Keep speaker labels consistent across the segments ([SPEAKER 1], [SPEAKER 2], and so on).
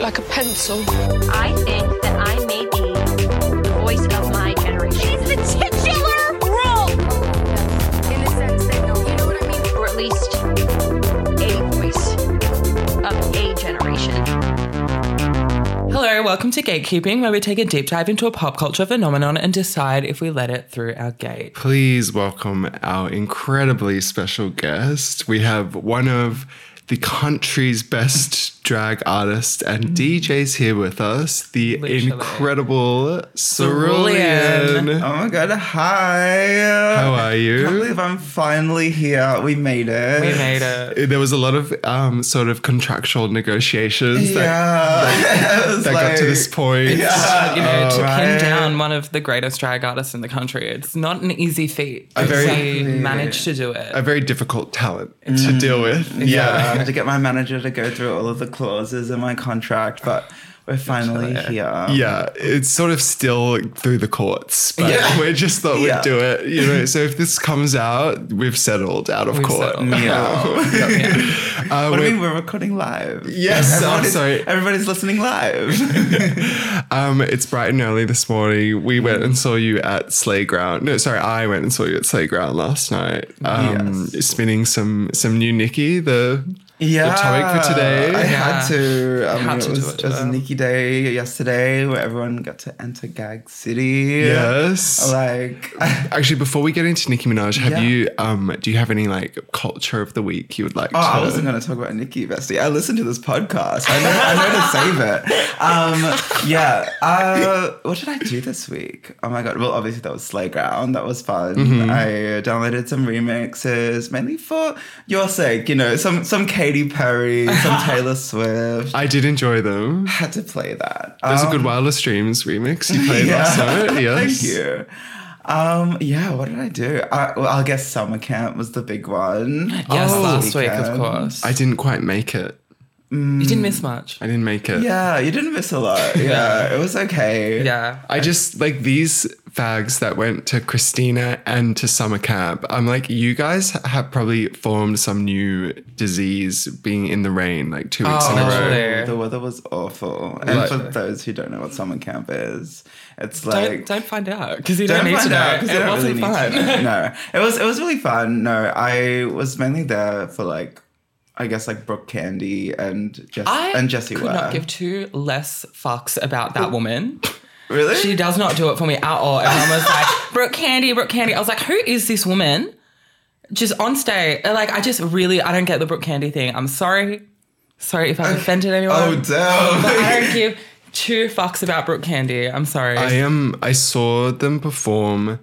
[SPEAKER 1] council.
[SPEAKER 2] I think that I may be the voice of my generation,
[SPEAKER 3] It's the titular role.
[SPEAKER 2] in the sense that you know what I mean, or at least a voice of a generation.
[SPEAKER 4] Hello, welcome to Gatekeeping, where we take a deep dive into a pop culture phenomenon and decide if we let it through our gate.
[SPEAKER 5] Please welcome our incredibly special guest. We have one of the country's best drag artists and
[SPEAKER 6] Mm.
[SPEAKER 5] DJs here with us, the
[SPEAKER 4] Literally.
[SPEAKER 5] incredible
[SPEAKER 4] Cerulean.
[SPEAKER 5] Cerulean.
[SPEAKER 6] Oh my god, hi!
[SPEAKER 5] How are you?
[SPEAKER 6] I can't believe I'm finally here. We made it.
[SPEAKER 4] We made it.
[SPEAKER 5] There was a lot of um, sort of contractual negotiations that,
[SPEAKER 6] Yeah. It was
[SPEAKER 5] that got to
[SPEAKER 6] like-
[SPEAKER 5] this point.
[SPEAKER 4] You know, to pin
[SPEAKER 6] right.
[SPEAKER 4] down one of the greatest drag artists in the country, it's not an easy feat. but we
[SPEAKER 5] very-
[SPEAKER 4] managed to do it.
[SPEAKER 5] A very difficult talent to deal with.
[SPEAKER 6] Mm. Yeah, I had to get my manager to go through all of the clauses in my contract, but we're finally here.
[SPEAKER 5] Yeah, it's sort of still through the courts, but
[SPEAKER 6] Yeah.
[SPEAKER 5] we just thought we'd
[SPEAKER 6] Yeah.
[SPEAKER 5] do it. You know, so if this comes out, we've settled out of
[SPEAKER 4] We've
[SPEAKER 5] court.
[SPEAKER 4] settled.
[SPEAKER 6] Yeah.
[SPEAKER 5] Uh,
[SPEAKER 6] What do
[SPEAKER 5] we're-
[SPEAKER 6] you mean we're recording live?
[SPEAKER 5] Yes, I'm
[SPEAKER 6] is-
[SPEAKER 5] sorry.
[SPEAKER 6] Everybody's listening live.
[SPEAKER 5] Um, it's bright and early this morning. We
[SPEAKER 6] Mm.
[SPEAKER 5] went and saw you at Sleigh Ground. No, sorry, I went and saw you at Sleigh Ground last night. Um, spinning some some new Nikki. The
[SPEAKER 6] Yeah.
[SPEAKER 5] topic for today.
[SPEAKER 6] I
[SPEAKER 4] Yeah.
[SPEAKER 6] had to. I mean,
[SPEAKER 4] Had
[SPEAKER 6] it,
[SPEAKER 4] to do
[SPEAKER 6] was,
[SPEAKER 4] it
[SPEAKER 6] it was
[SPEAKER 4] today.
[SPEAKER 6] Nikki Day yesterday where everyone got to enter Gag City.
[SPEAKER 5] yes.
[SPEAKER 6] Like,
[SPEAKER 5] Actually, before we get into Nicki Minaj, have
[SPEAKER 6] Yeah.
[SPEAKER 5] you um do you have any like culture of the week you would like
[SPEAKER 6] Oh,
[SPEAKER 5] to
[SPEAKER 6] I wasn't going to talk about Nikki Bestie. I listened to this podcast. I know, I know to save it. Um, yeah. Uh, what did I do this week? Oh my god. Well, obviously that was Slayground. That was fun. I downloaded some remixes, mainly for your sake. You know, some some Katy Perry, some Taylor Swift. I
[SPEAKER 5] I did enjoy them.
[SPEAKER 6] had to play that.
[SPEAKER 5] There's
[SPEAKER 6] Um,
[SPEAKER 5] a good Wildest Dreams remix you played last night. Yes.
[SPEAKER 6] Thank you. Um, yeah, what did I do? I, well, I guess summer camp was the big one.
[SPEAKER 4] yes,
[SPEAKER 6] Oh,
[SPEAKER 4] last week, of
[SPEAKER 6] weekend.
[SPEAKER 4] course.
[SPEAKER 5] I didn't quite make it.
[SPEAKER 4] you didn't miss much.
[SPEAKER 5] I didn't make it.
[SPEAKER 6] Yeah, you didn't miss a lot. Yeah, it was okay.
[SPEAKER 4] Yeah.
[SPEAKER 5] I just like these fags that went to Christina and to summer camp. I'm like, you guys have probably formed some new disease being in the rain like two weeks in a row.
[SPEAKER 4] literally.
[SPEAKER 6] Oh, the weather was awful. And
[SPEAKER 5] Like-
[SPEAKER 6] for those who don't know what summer camp is, it's like
[SPEAKER 4] Don't, don't find out because you don't, need to
[SPEAKER 6] find
[SPEAKER 4] know.
[SPEAKER 6] out 'cause you
[SPEAKER 4] it
[SPEAKER 6] don't
[SPEAKER 4] wasn't
[SPEAKER 6] really need
[SPEAKER 4] fun.
[SPEAKER 6] to know. no, it was it was really fun. No, I was mainly there for like, I guess like Brooke Candy and Jess
[SPEAKER 4] I
[SPEAKER 6] and Jesse
[SPEAKER 4] could
[SPEAKER 6] Ware.
[SPEAKER 4] not give two less fucks about that woman.
[SPEAKER 6] really?
[SPEAKER 4] She does not do it for me at all. Everyone was like, Brooke Candy, Brooke Candy. I was like, who is this woman? Just on stage. Like, I just really, I don't get the Brooke Candy thing. I'm sorry. Sorry if I've offended anyone.
[SPEAKER 6] oh damn!
[SPEAKER 4] but I don't give two fucks about Brooke Candy. I'm sorry.
[SPEAKER 5] I am. I saw them perform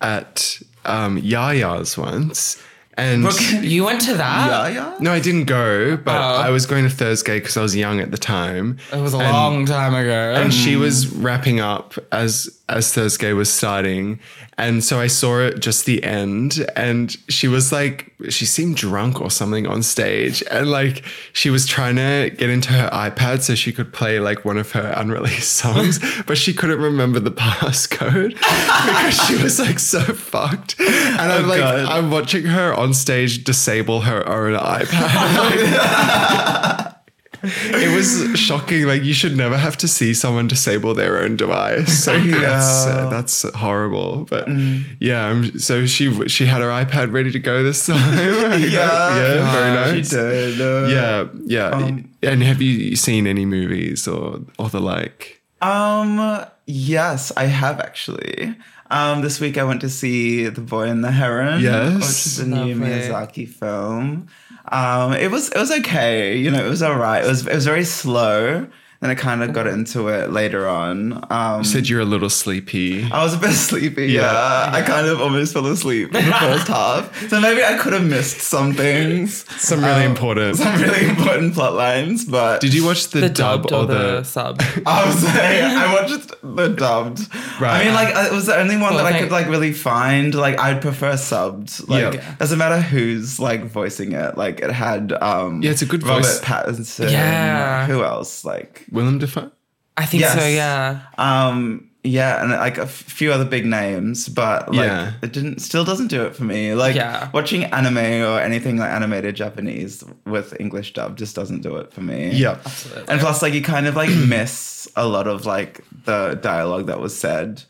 [SPEAKER 5] at um, Yaya's once, and
[SPEAKER 4] you went to
[SPEAKER 6] yeah,
[SPEAKER 4] that?
[SPEAKER 6] yeah.
[SPEAKER 5] no, I didn't go. But
[SPEAKER 4] Oh.
[SPEAKER 5] I was going to Thursday because I was young at the time.
[SPEAKER 4] It was a
[SPEAKER 5] And-
[SPEAKER 4] long time ago.
[SPEAKER 5] and she was wrapping up as as Thursday was starting, and so I saw it just the end, and she was like, she seemed drunk or something on stage, and like she was trying to get into her iPad so she could play like one of her unreleased songs, but she couldn't remember the passcode because she was like so fucked, and I'm like,
[SPEAKER 6] God.
[SPEAKER 5] I'm watching her on stage disable her own iPad. It was shocking. Like you should never have to see someone disable their own device. So that's uh, that's horrible. But yeah, um, so she she had her iPad ready to go this time. yeah, yeah, Um, very nice.
[SPEAKER 6] She did. uh,
[SPEAKER 5] Yeah, yeah. and have you seen any movies or or the like?
[SPEAKER 6] Um, yes, I have actually. Um, this week I went to see The Boy and the Heron.
[SPEAKER 5] Yes.
[SPEAKER 6] Which is a new
[SPEAKER 4] Lovely.
[SPEAKER 6] Miyazaki film. Um, it was it was okay, you know, it was alright. It was it was very slow. Then I kind of got into it later on. Um
[SPEAKER 5] You said you're a little sleepy.
[SPEAKER 6] I was a bit sleepy, yeah. I kind of almost fell asleep in the first half. So maybe I could have missed some things,
[SPEAKER 5] Some really important.
[SPEAKER 6] some really important plot lines, but
[SPEAKER 5] Did you watch the,
[SPEAKER 4] the
[SPEAKER 5] dub,
[SPEAKER 4] dubbed
[SPEAKER 5] or the?
[SPEAKER 4] sub?
[SPEAKER 6] I was saying I watched the dubbed.
[SPEAKER 5] Right.
[SPEAKER 6] I mean, like uh, it was the only one
[SPEAKER 4] Well,
[SPEAKER 6] that I
[SPEAKER 4] thank-
[SPEAKER 6] could like really find. Like I'd prefer subbed. Like
[SPEAKER 5] Yeah.
[SPEAKER 6] doesn't matter who's like voicing it. Like it had. um
[SPEAKER 5] Yeah, it's a good
[SPEAKER 6] Robert
[SPEAKER 5] voice.
[SPEAKER 6] Pattinson.
[SPEAKER 4] Yeah.
[SPEAKER 6] Who else? Like
[SPEAKER 5] Willem Dafoe.
[SPEAKER 4] I think
[SPEAKER 6] Yes.
[SPEAKER 4] so, yeah.
[SPEAKER 6] um yeah, and like a f- few other big names, but like
[SPEAKER 5] Yeah.
[SPEAKER 6] it didn't still doesn't do it for me. Like
[SPEAKER 4] Yeah.
[SPEAKER 6] watching anime or anything like animated Japanese with English dub just doesn't do it for me.
[SPEAKER 5] Yep.
[SPEAKER 6] And plus, like you kind of like miss a lot of like the dialogue that was said.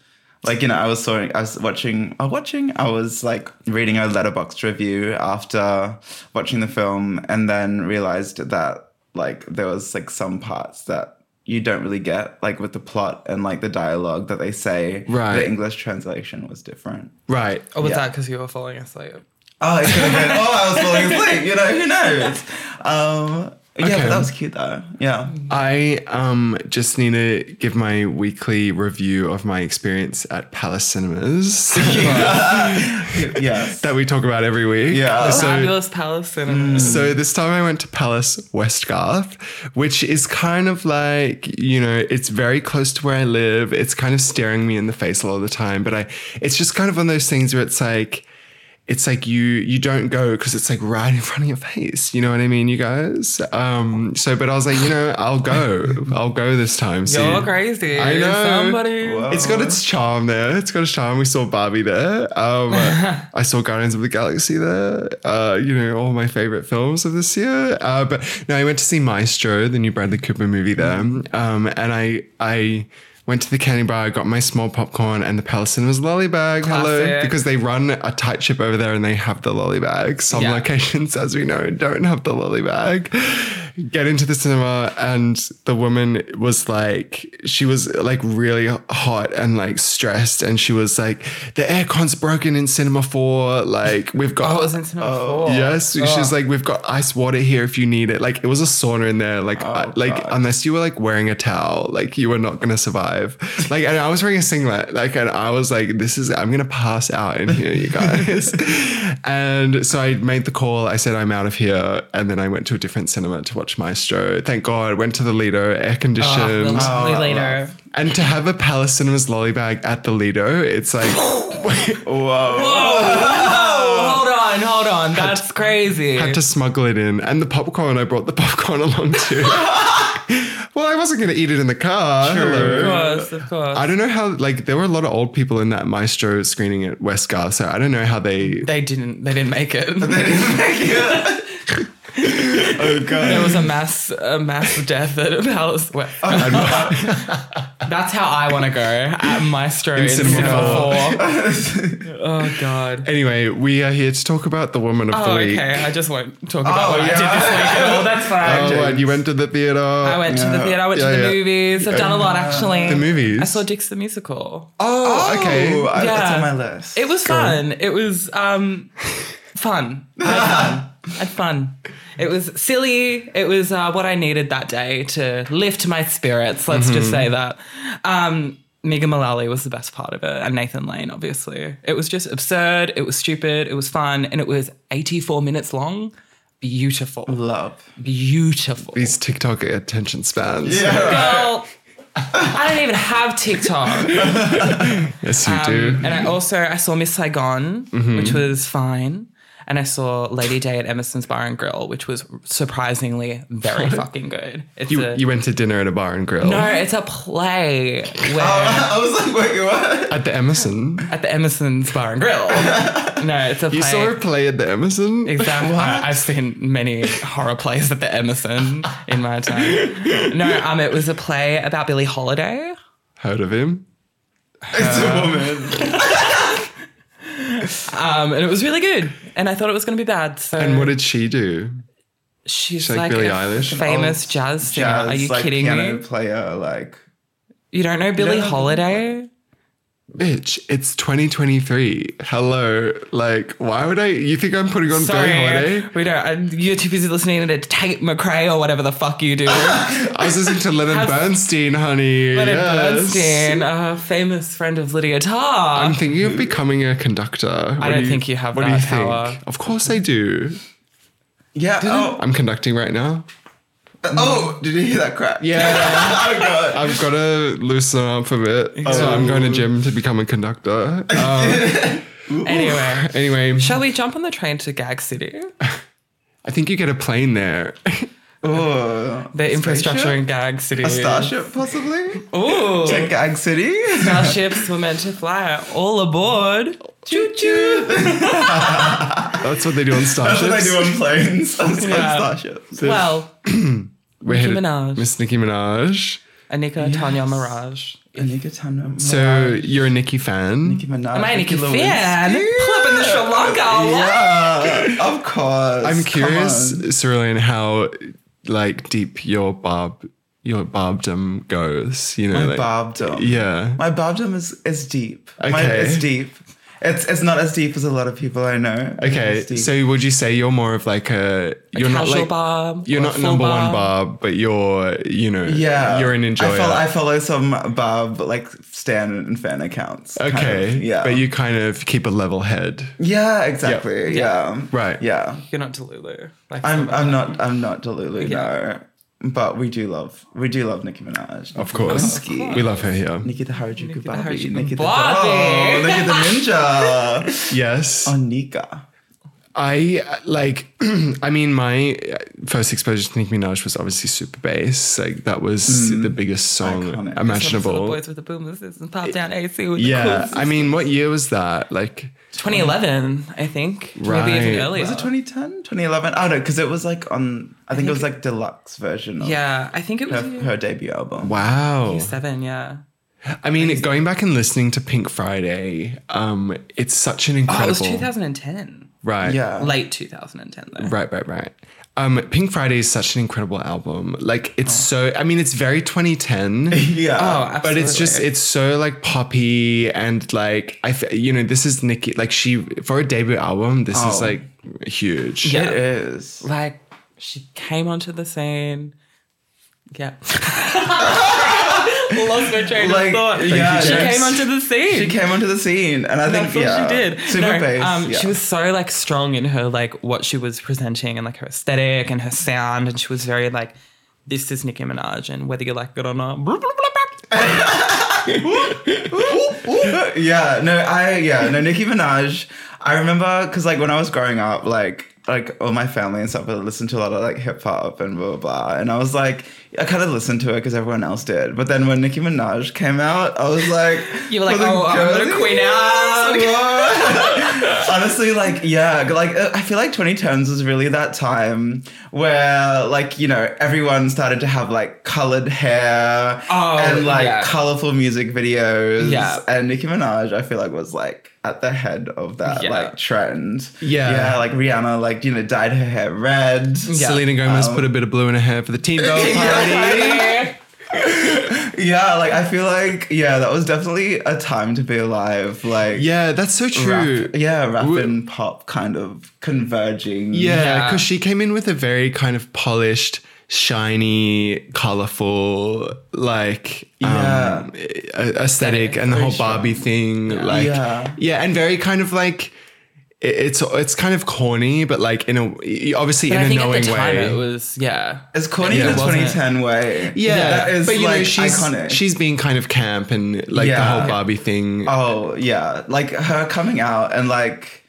[SPEAKER 6] Like you know, I was sorting, I was watching, uh, watching. I was like reading a letterbox review after watching the film, and then realized that like there was like some parts that you don't really get, like with the plot and like the dialogue that they say.
[SPEAKER 5] Right.
[SPEAKER 6] The English translation was different.
[SPEAKER 5] Right.
[SPEAKER 4] Or was
[SPEAKER 6] Yeah.
[SPEAKER 4] that because you were falling asleep?
[SPEAKER 6] Oh, it could have been. oh, I was falling asleep. You know, who knows? Um, yeah,
[SPEAKER 5] Okay.
[SPEAKER 6] but that was cute though. Yeah.
[SPEAKER 5] I um just need to give my weekly review of my experience at Palace Cinemas
[SPEAKER 6] Yes.
[SPEAKER 5] that we talk about every week.
[SPEAKER 6] Yeah.
[SPEAKER 5] So, mm,
[SPEAKER 4] Fabulous Palace Cinemas.
[SPEAKER 5] so this time I went to Palace Westgarth, which is kind of like, you know, it's very close to where I live. It's kind of staring me in the face a lot of the time, but I it's just kind of one of those things where it's like it's like you you don't go because it's like right in front of your face. You know what I mean, you guys? Um so but I was like, you know, I'll go. I'll go this time. So
[SPEAKER 4] You're crazy.
[SPEAKER 5] I know.
[SPEAKER 4] Somebody.
[SPEAKER 6] Whoa.
[SPEAKER 5] It's got its charm there. It's got its charm. We saw Barbie there. Um, I saw Guardians of the Galaxy there. Uh, you know, all my favorite films of this year. Uh, but no, I went to see Maestro, the new Bradley Cooper movie there. Um, and I, I went to the candy bar. I got my small popcorn and the Palace Cinemas lolly bag. Hello,
[SPEAKER 4] Classic.
[SPEAKER 5] because they run a tight ship over there and they have the lolly bag. Some
[SPEAKER 4] Yeah.
[SPEAKER 5] locations, as we know, don't have the lolly bag. Get into the cinema, and the woman was like, she was like really hot and like stressed, and she was like, the aircon's broken in cinema four. Like we've got.
[SPEAKER 4] Oh, it was in cinema four.
[SPEAKER 5] Yes, she's like, we've got ice water here if you need it. Like it was a sauna in there. Like, I- like
[SPEAKER 6] God.
[SPEAKER 5] unless you were like wearing a towel, like you were not gonna survive. Like, and I was wearing a singlet. Like, and I was like, this is I'm gonna pass out in here, you guys. and so I made the call. I said I'm out of here, and then I went to a different cinema to watch Maestro. Thank God, went to the Lido, air
[SPEAKER 4] Ah, the
[SPEAKER 5] conditioned.
[SPEAKER 4] lovely
[SPEAKER 6] Oh,
[SPEAKER 4] leader.
[SPEAKER 5] And to have a Palace Cinemas lolly bag at the Lido, it's like,
[SPEAKER 6] Whoa.
[SPEAKER 4] Hold on, hold on. That's crazy.
[SPEAKER 5] had to smuggle it in. And the popcorn, I brought the popcorn along too. well, I wasn't going to eat it in the car.
[SPEAKER 4] of
[SPEAKER 5] Hello.
[SPEAKER 4] course, of course.
[SPEAKER 5] I don't know how, like, there were a lot of old people in that maestro screening at Westgar, so I don't know how they.
[SPEAKER 4] they didn't. They didn't make it.
[SPEAKER 6] Oh god.
[SPEAKER 4] There was a mass, a mass death at a palace. Well, that's how I want to go at Maestro in,
[SPEAKER 5] cinema
[SPEAKER 4] cinema, four. oh God.
[SPEAKER 5] Anyway, we are here to talk about the woman of
[SPEAKER 4] Oh,
[SPEAKER 5] the week.
[SPEAKER 4] okay. I just won't talk about what Oh, I
[SPEAKER 6] yeah.
[SPEAKER 4] did this week at all. That's fine.
[SPEAKER 5] Oh, and you went to the theater.
[SPEAKER 4] I went to the
[SPEAKER 6] Yeah.
[SPEAKER 4] theater. I went
[SPEAKER 5] Yeah,
[SPEAKER 4] to the
[SPEAKER 5] yeah.
[SPEAKER 4] movies. I've done a lot actually.
[SPEAKER 5] The movies?
[SPEAKER 4] I saw Dix the musical.
[SPEAKER 5] Oh, okay.
[SPEAKER 6] Ooh, I, That's
[SPEAKER 4] Yeah.
[SPEAKER 6] on my list.
[SPEAKER 4] It was fun. It was um, fun. I had fun. I had fun. It was silly. It was uh, what I needed that day to lift my spirits. Let's just say that. Um, Megan Mullally was the best part of it, and Nathan Lane, obviously. It was just absurd. It was stupid. It was fun, and it was 84 minutes long. Beautiful,
[SPEAKER 6] Love.
[SPEAKER 4] beautiful.
[SPEAKER 5] These TikTok attention spans.
[SPEAKER 4] Girl, I don't even have TikTok.
[SPEAKER 5] Yes, you
[SPEAKER 4] Um,
[SPEAKER 5] do.
[SPEAKER 4] and I also I saw Miss Saigon,
[SPEAKER 5] Mm-hmm.
[SPEAKER 4] which was fine. And I saw Lady Day at Emerson's Bar and Grill, which was surprisingly very fucking good. It's
[SPEAKER 5] You,
[SPEAKER 4] a,
[SPEAKER 5] you went to dinner at a bar and grill
[SPEAKER 4] no, it's a play where
[SPEAKER 6] I was like, wait, what?
[SPEAKER 5] at the Emerson.
[SPEAKER 4] at the Emerson's Bar and Grill. No, it's a play.
[SPEAKER 5] You saw her play at the Emerson.
[SPEAKER 4] Exactly. I, I've seen many horror plays at the Emerson in my time. No, um, it was a play about Billie Holiday.
[SPEAKER 5] Heard of him?
[SPEAKER 6] It's a woman.
[SPEAKER 4] Um, and it was really good. And I thought it was going to be bad. So
[SPEAKER 5] And what did she do?
[SPEAKER 4] she's
[SPEAKER 5] like
[SPEAKER 4] like,
[SPEAKER 5] Billie
[SPEAKER 4] a
[SPEAKER 5] Eilish? Oh,
[SPEAKER 4] famous jazz singer. Are you
[SPEAKER 6] like,
[SPEAKER 4] kidding
[SPEAKER 6] piano
[SPEAKER 4] me?
[SPEAKER 6] Player, like.
[SPEAKER 4] You don't know Billie
[SPEAKER 6] No.
[SPEAKER 4] Holiday?
[SPEAKER 5] Bitch, it's 2023. Hello. Like, why would I? You think I'm putting on Billie
[SPEAKER 4] Sorry,
[SPEAKER 5] Holiday?
[SPEAKER 4] we don't. I, you're too busy listening to Tate McRae or whatever the fuck you do. Leonard
[SPEAKER 5] I was listening to Leonard Bernstein, honey. yes.
[SPEAKER 4] Bernstein, a famous friend of Lydia Tarr.
[SPEAKER 5] I'm thinking of becoming a conductor. What do
[SPEAKER 4] don't think you have
[SPEAKER 5] What do
[SPEAKER 4] that
[SPEAKER 5] you think?
[SPEAKER 4] power.
[SPEAKER 5] Of course I do.
[SPEAKER 6] Yeah. Oh,
[SPEAKER 5] I'm conducting right now.
[SPEAKER 6] oh, did you hear that crack?
[SPEAKER 5] Yeah,
[SPEAKER 6] Oh god.
[SPEAKER 5] I've got to loosen up a bit. So I'm going to gym to become a conductor. Um,
[SPEAKER 4] anyway,
[SPEAKER 5] anyway,
[SPEAKER 4] shall we jump on the train to Gag City?
[SPEAKER 5] I think you get a plane there.
[SPEAKER 6] Ooh,
[SPEAKER 4] The infrastructure
[SPEAKER 6] Spaceship?
[SPEAKER 4] in Gag City.
[SPEAKER 6] a starship possibly.
[SPEAKER 4] Ooh.
[SPEAKER 6] To Gag City.
[SPEAKER 4] Our ships were meant to fly all aboard. Choo choo.
[SPEAKER 5] That's what they do on
[SPEAKER 6] That's
[SPEAKER 5] Starships.
[SPEAKER 6] what they do on planes. On
[SPEAKER 4] Yeah.
[SPEAKER 6] starships.
[SPEAKER 4] Well,
[SPEAKER 5] We're
[SPEAKER 4] Nicki
[SPEAKER 5] headed-
[SPEAKER 4] Minaj.
[SPEAKER 5] Miss Nicki Minaj.
[SPEAKER 4] Anika Tanya Mirage.
[SPEAKER 6] Nika Tanam.
[SPEAKER 5] So you're a Nicki fan.
[SPEAKER 6] Nicki Minaj.
[SPEAKER 4] Am I Nikki
[SPEAKER 6] Lewis.
[SPEAKER 4] fan? Clipping the Sri Lanka.
[SPEAKER 6] Yeah, of course.
[SPEAKER 5] I'm
[SPEAKER 6] Come
[SPEAKER 5] curious,
[SPEAKER 6] on.
[SPEAKER 5] Cerulean, how like deep your barb your barbdom goes. You know,
[SPEAKER 6] My
[SPEAKER 5] like,
[SPEAKER 6] barbdom.
[SPEAKER 5] Yeah.
[SPEAKER 6] My barbdom is is deep. Mine
[SPEAKER 5] Okay.
[SPEAKER 6] is deep. It's it's not as deep as a lot of people I know.
[SPEAKER 5] okay.
[SPEAKER 6] It's deep.
[SPEAKER 5] So would you say you're more of like a you're not
[SPEAKER 4] casual
[SPEAKER 5] like
[SPEAKER 4] barb
[SPEAKER 5] you're
[SPEAKER 4] or
[SPEAKER 5] not
[SPEAKER 4] full
[SPEAKER 5] number one
[SPEAKER 4] barb?
[SPEAKER 5] barb, but you're you know
[SPEAKER 6] yeah,
[SPEAKER 5] you're an enjoyer.
[SPEAKER 6] I follow, I follow some barb like stan and fan accounts. kind
[SPEAKER 5] okay.
[SPEAKER 6] of, yeah.
[SPEAKER 5] But you kind of keep a level head.
[SPEAKER 6] Yeah. Exactly. Yeah.
[SPEAKER 5] Right.
[SPEAKER 6] Yeah.
[SPEAKER 4] You're not Delulu. Like
[SPEAKER 6] I'm
[SPEAKER 4] some of
[SPEAKER 6] I'm
[SPEAKER 4] them.
[SPEAKER 6] not I'm not Delulu
[SPEAKER 4] Yeah.
[SPEAKER 6] no, but we do love we do love Nicki Minaj.
[SPEAKER 5] Of course. We love her here.
[SPEAKER 6] Nikki the Harajuku Barbie.
[SPEAKER 4] Harajuku
[SPEAKER 6] Nikki the
[SPEAKER 4] Barbie.
[SPEAKER 6] Oh, Nikki the Ninja. Oh,
[SPEAKER 5] Yes.
[SPEAKER 6] Onika.
[SPEAKER 5] I uh, like. I mean, my uh, first exposure to Nicki Minaj was obviously Super Bass. Like that was
[SPEAKER 4] Mm.
[SPEAKER 5] the biggest song
[SPEAKER 6] Iconic.
[SPEAKER 4] Some sort of
[SPEAKER 5] imaginable.
[SPEAKER 4] Boys with the boomers and pop down AC with
[SPEAKER 5] Yeah,
[SPEAKER 4] the
[SPEAKER 5] I mean, what year was that? Like,
[SPEAKER 4] 2011, I think. Maybe
[SPEAKER 5] Right.
[SPEAKER 4] even earlier.
[SPEAKER 6] Was it 2010? 2011? I don't know, because it was like on, I think it was like deluxe version of
[SPEAKER 4] Yeah, I think it was
[SPEAKER 6] her, her debut album.
[SPEAKER 5] wow.
[SPEAKER 4] oh seven. Yeah.
[SPEAKER 5] I mean, going back and listening to Pink Friday, um, it's such an incredible.
[SPEAKER 4] Oh, it was 2010.
[SPEAKER 5] Right.
[SPEAKER 6] Yeah.
[SPEAKER 4] Late 2010, though.
[SPEAKER 5] Right, right, right. Um, Pink Friday is such an incredible album. Like, it's so. I mean, it's very 2010.
[SPEAKER 6] yeah.
[SPEAKER 4] Oh, absolutely.
[SPEAKER 5] But it's just it's so like poppy and like I f- you know this is Nicki like she for a debut album this
[SPEAKER 6] Oh.
[SPEAKER 5] is like huge
[SPEAKER 4] Yeah.
[SPEAKER 6] It is.
[SPEAKER 4] like she came onto the scene. Yeah. Lost my train
[SPEAKER 6] Like,
[SPEAKER 4] of thought.
[SPEAKER 6] yeah,
[SPEAKER 4] she
[SPEAKER 6] yes.
[SPEAKER 4] came onto the scene.
[SPEAKER 6] She came onto the scene, and I
[SPEAKER 4] That's
[SPEAKER 6] think
[SPEAKER 4] all
[SPEAKER 6] yeah,
[SPEAKER 4] she did.
[SPEAKER 6] Super
[SPEAKER 4] No,
[SPEAKER 6] bass.
[SPEAKER 4] um,
[SPEAKER 6] yeah.
[SPEAKER 4] She was so like strong in her like what she was presenting and like her aesthetic and her sound, and she was very like, "This is Nicki Minaj, and whether you like it or not." blah, blah, blah, blah."
[SPEAKER 6] yeah, no, I yeah, no, Nicki Minaj. I remember because like when I was growing up, like like all my family and stuff, I listened to a lot of like hip hop and blah blah blah, and I was like, I kind of listened to it because everyone else did, but then when Nicki Minaj came out, I was like,
[SPEAKER 4] You were like,
[SPEAKER 6] for the
[SPEAKER 4] "Oh, I'm gonna
[SPEAKER 6] girly
[SPEAKER 4] queen out."
[SPEAKER 6] girls." Honestly, like yeah, like uh, I feel like 2010s was really that time where like you know everyone started to have like colored hair
[SPEAKER 4] Oh,
[SPEAKER 6] and like
[SPEAKER 4] yeah.
[SPEAKER 6] colorful music videos,
[SPEAKER 4] Yeah.
[SPEAKER 6] and Nicki Minaj, I feel like was like at the head of that
[SPEAKER 4] Yeah.
[SPEAKER 6] like trend.
[SPEAKER 5] Yeah.
[SPEAKER 6] yeah, like Rihanna, like you know, dyed her hair red.
[SPEAKER 4] Yeah.
[SPEAKER 5] Selena Gomez put a
[SPEAKER 4] Um,
[SPEAKER 5] bit of blue in her hair for the teen girl party
[SPEAKER 6] Yeah, like I feel like yeah, that was definitely a time to be alive. Like
[SPEAKER 5] yeah that's so
[SPEAKER 6] rap,
[SPEAKER 5] true
[SPEAKER 6] yeah, rap
[SPEAKER 5] Wo-
[SPEAKER 6] and pop kind of converging.
[SPEAKER 5] Yeah,
[SPEAKER 4] Yeah.
[SPEAKER 5] because she came in with a very kind of polished, shiny, colorful, like
[SPEAKER 6] Yeah.
[SPEAKER 5] um, a- a- aesthetic, and the whole Barbie thing. Like,
[SPEAKER 6] Yeah.
[SPEAKER 5] yeah. and very kind of like i- it's it's kind of corny, but like in a obviously
[SPEAKER 4] But
[SPEAKER 5] in
[SPEAKER 4] I
[SPEAKER 5] a
[SPEAKER 4] think at
[SPEAKER 5] knowing
[SPEAKER 4] the time
[SPEAKER 5] way.
[SPEAKER 4] it was yeah.
[SPEAKER 6] it's corny
[SPEAKER 5] Yeah,
[SPEAKER 6] in the
[SPEAKER 4] wasn't it?
[SPEAKER 6] 2010 way.
[SPEAKER 5] yeah,
[SPEAKER 6] that is
[SPEAKER 5] but you
[SPEAKER 6] like
[SPEAKER 5] know she's
[SPEAKER 6] iconic.
[SPEAKER 5] she's being kind of camp and like the
[SPEAKER 6] Yeah.
[SPEAKER 5] whole Barbie thing.
[SPEAKER 6] Oh yeah, like her coming out and like,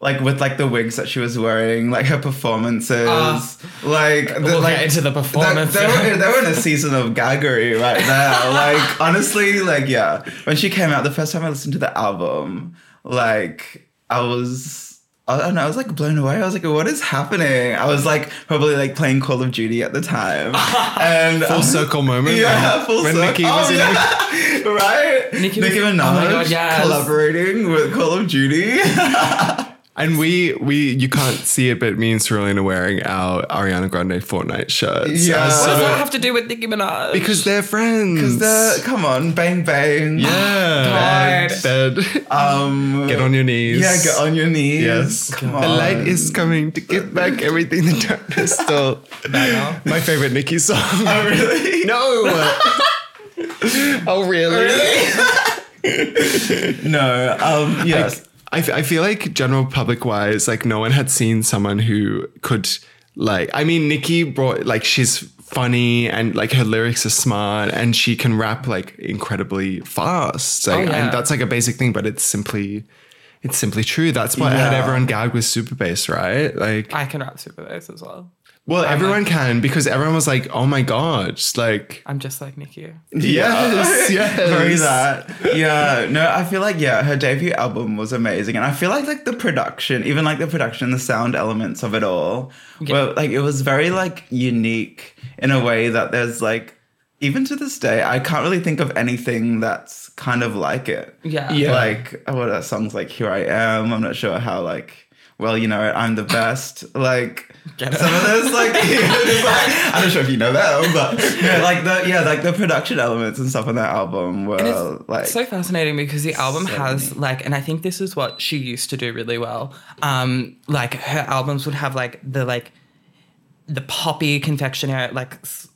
[SPEAKER 6] like with like the wigs that she was wearing, like her performances,
[SPEAKER 5] Ah.
[SPEAKER 6] like the,
[SPEAKER 4] We'll
[SPEAKER 6] like
[SPEAKER 4] get into the
[SPEAKER 6] that-
[SPEAKER 4] performance.
[SPEAKER 6] They, were, they were in a season of gaggery right now. like honestly, like yeah, when she came out, the first time I listened to the album, like I was. I don't know. I was like blown away. I was like, "What is happening?" I was like, probably like playing Call of Duty at the time, and um,
[SPEAKER 5] Full circle moment.
[SPEAKER 6] yeah,
[SPEAKER 5] when,
[SPEAKER 6] full
[SPEAKER 5] when
[SPEAKER 6] circle.
[SPEAKER 5] Nicki was
[SPEAKER 6] Oh,
[SPEAKER 5] in
[SPEAKER 6] yeah. right? Nicki,
[SPEAKER 4] Nicki was-
[SPEAKER 6] Minaj
[SPEAKER 4] oh my God, yes.
[SPEAKER 6] collaborating with Call of Duty.
[SPEAKER 5] And we we you can't see it, but me and Cerulean are wearing our Ariana Grande Fortnite shirts.
[SPEAKER 6] Yeah.
[SPEAKER 5] Uh,
[SPEAKER 4] What does
[SPEAKER 5] so-
[SPEAKER 4] that have to do with Nicki Minaj?
[SPEAKER 5] because they're friends.
[SPEAKER 6] Is there- come on, bang bang.
[SPEAKER 5] yeah.
[SPEAKER 4] God.
[SPEAKER 5] Bed.
[SPEAKER 6] Um,
[SPEAKER 5] Get on your knees.
[SPEAKER 6] yeah, get on your knees.
[SPEAKER 5] Yes.
[SPEAKER 6] Come on.
[SPEAKER 5] The light is coming to get back everything the darkness stole. My favorite Nicki song.
[SPEAKER 6] Oh, really?
[SPEAKER 5] no. oh really?
[SPEAKER 6] No. Um, yes.
[SPEAKER 5] I, f- I feel like general public wise, like no one had seen someone who could like. I mean, Nikki brought like she's funny and like her lyrics are smart and she can rap like incredibly fast. Like,
[SPEAKER 4] yeah.
[SPEAKER 5] And that's like a basic thing, but it's simply, it's simply true. That's what had
[SPEAKER 6] Yeah.
[SPEAKER 5] everyone gagged with super bass, right? Like,
[SPEAKER 4] I can rap super bass as well.
[SPEAKER 5] Well, everyone can because everyone was like, "Oh my god!" Just like,
[SPEAKER 4] I'm just like Nikki.
[SPEAKER 5] yes, yes.
[SPEAKER 6] Very that. Yeah. No, I feel like yeah, her debut album was amazing, and I feel like like the production, even like the production, the sound elements of it all, were like it was very like unique in a way that there's like even to this day I can't really think of anything that's kind of like it.
[SPEAKER 4] Yeah.
[SPEAKER 5] Yeah.
[SPEAKER 6] Like oh, what are songs like "Here I Am"? I'm not sure how like. Well, you know, I'm the best. Like
[SPEAKER 4] Get it.
[SPEAKER 6] some of those, like, it's like- I'm not sure if you know that, one, but yeah, like the yeah, like the production elements and stuff on that album were
[SPEAKER 4] And it's
[SPEAKER 6] like
[SPEAKER 4] so fascinating because the album
[SPEAKER 6] so
[SPEAKER 4] has
[SPEAKER 6] many.
[SPEAKER 4] like, and I think this is what she used to do really well. Um, like her albums would have like the like the poppy confectionery like s-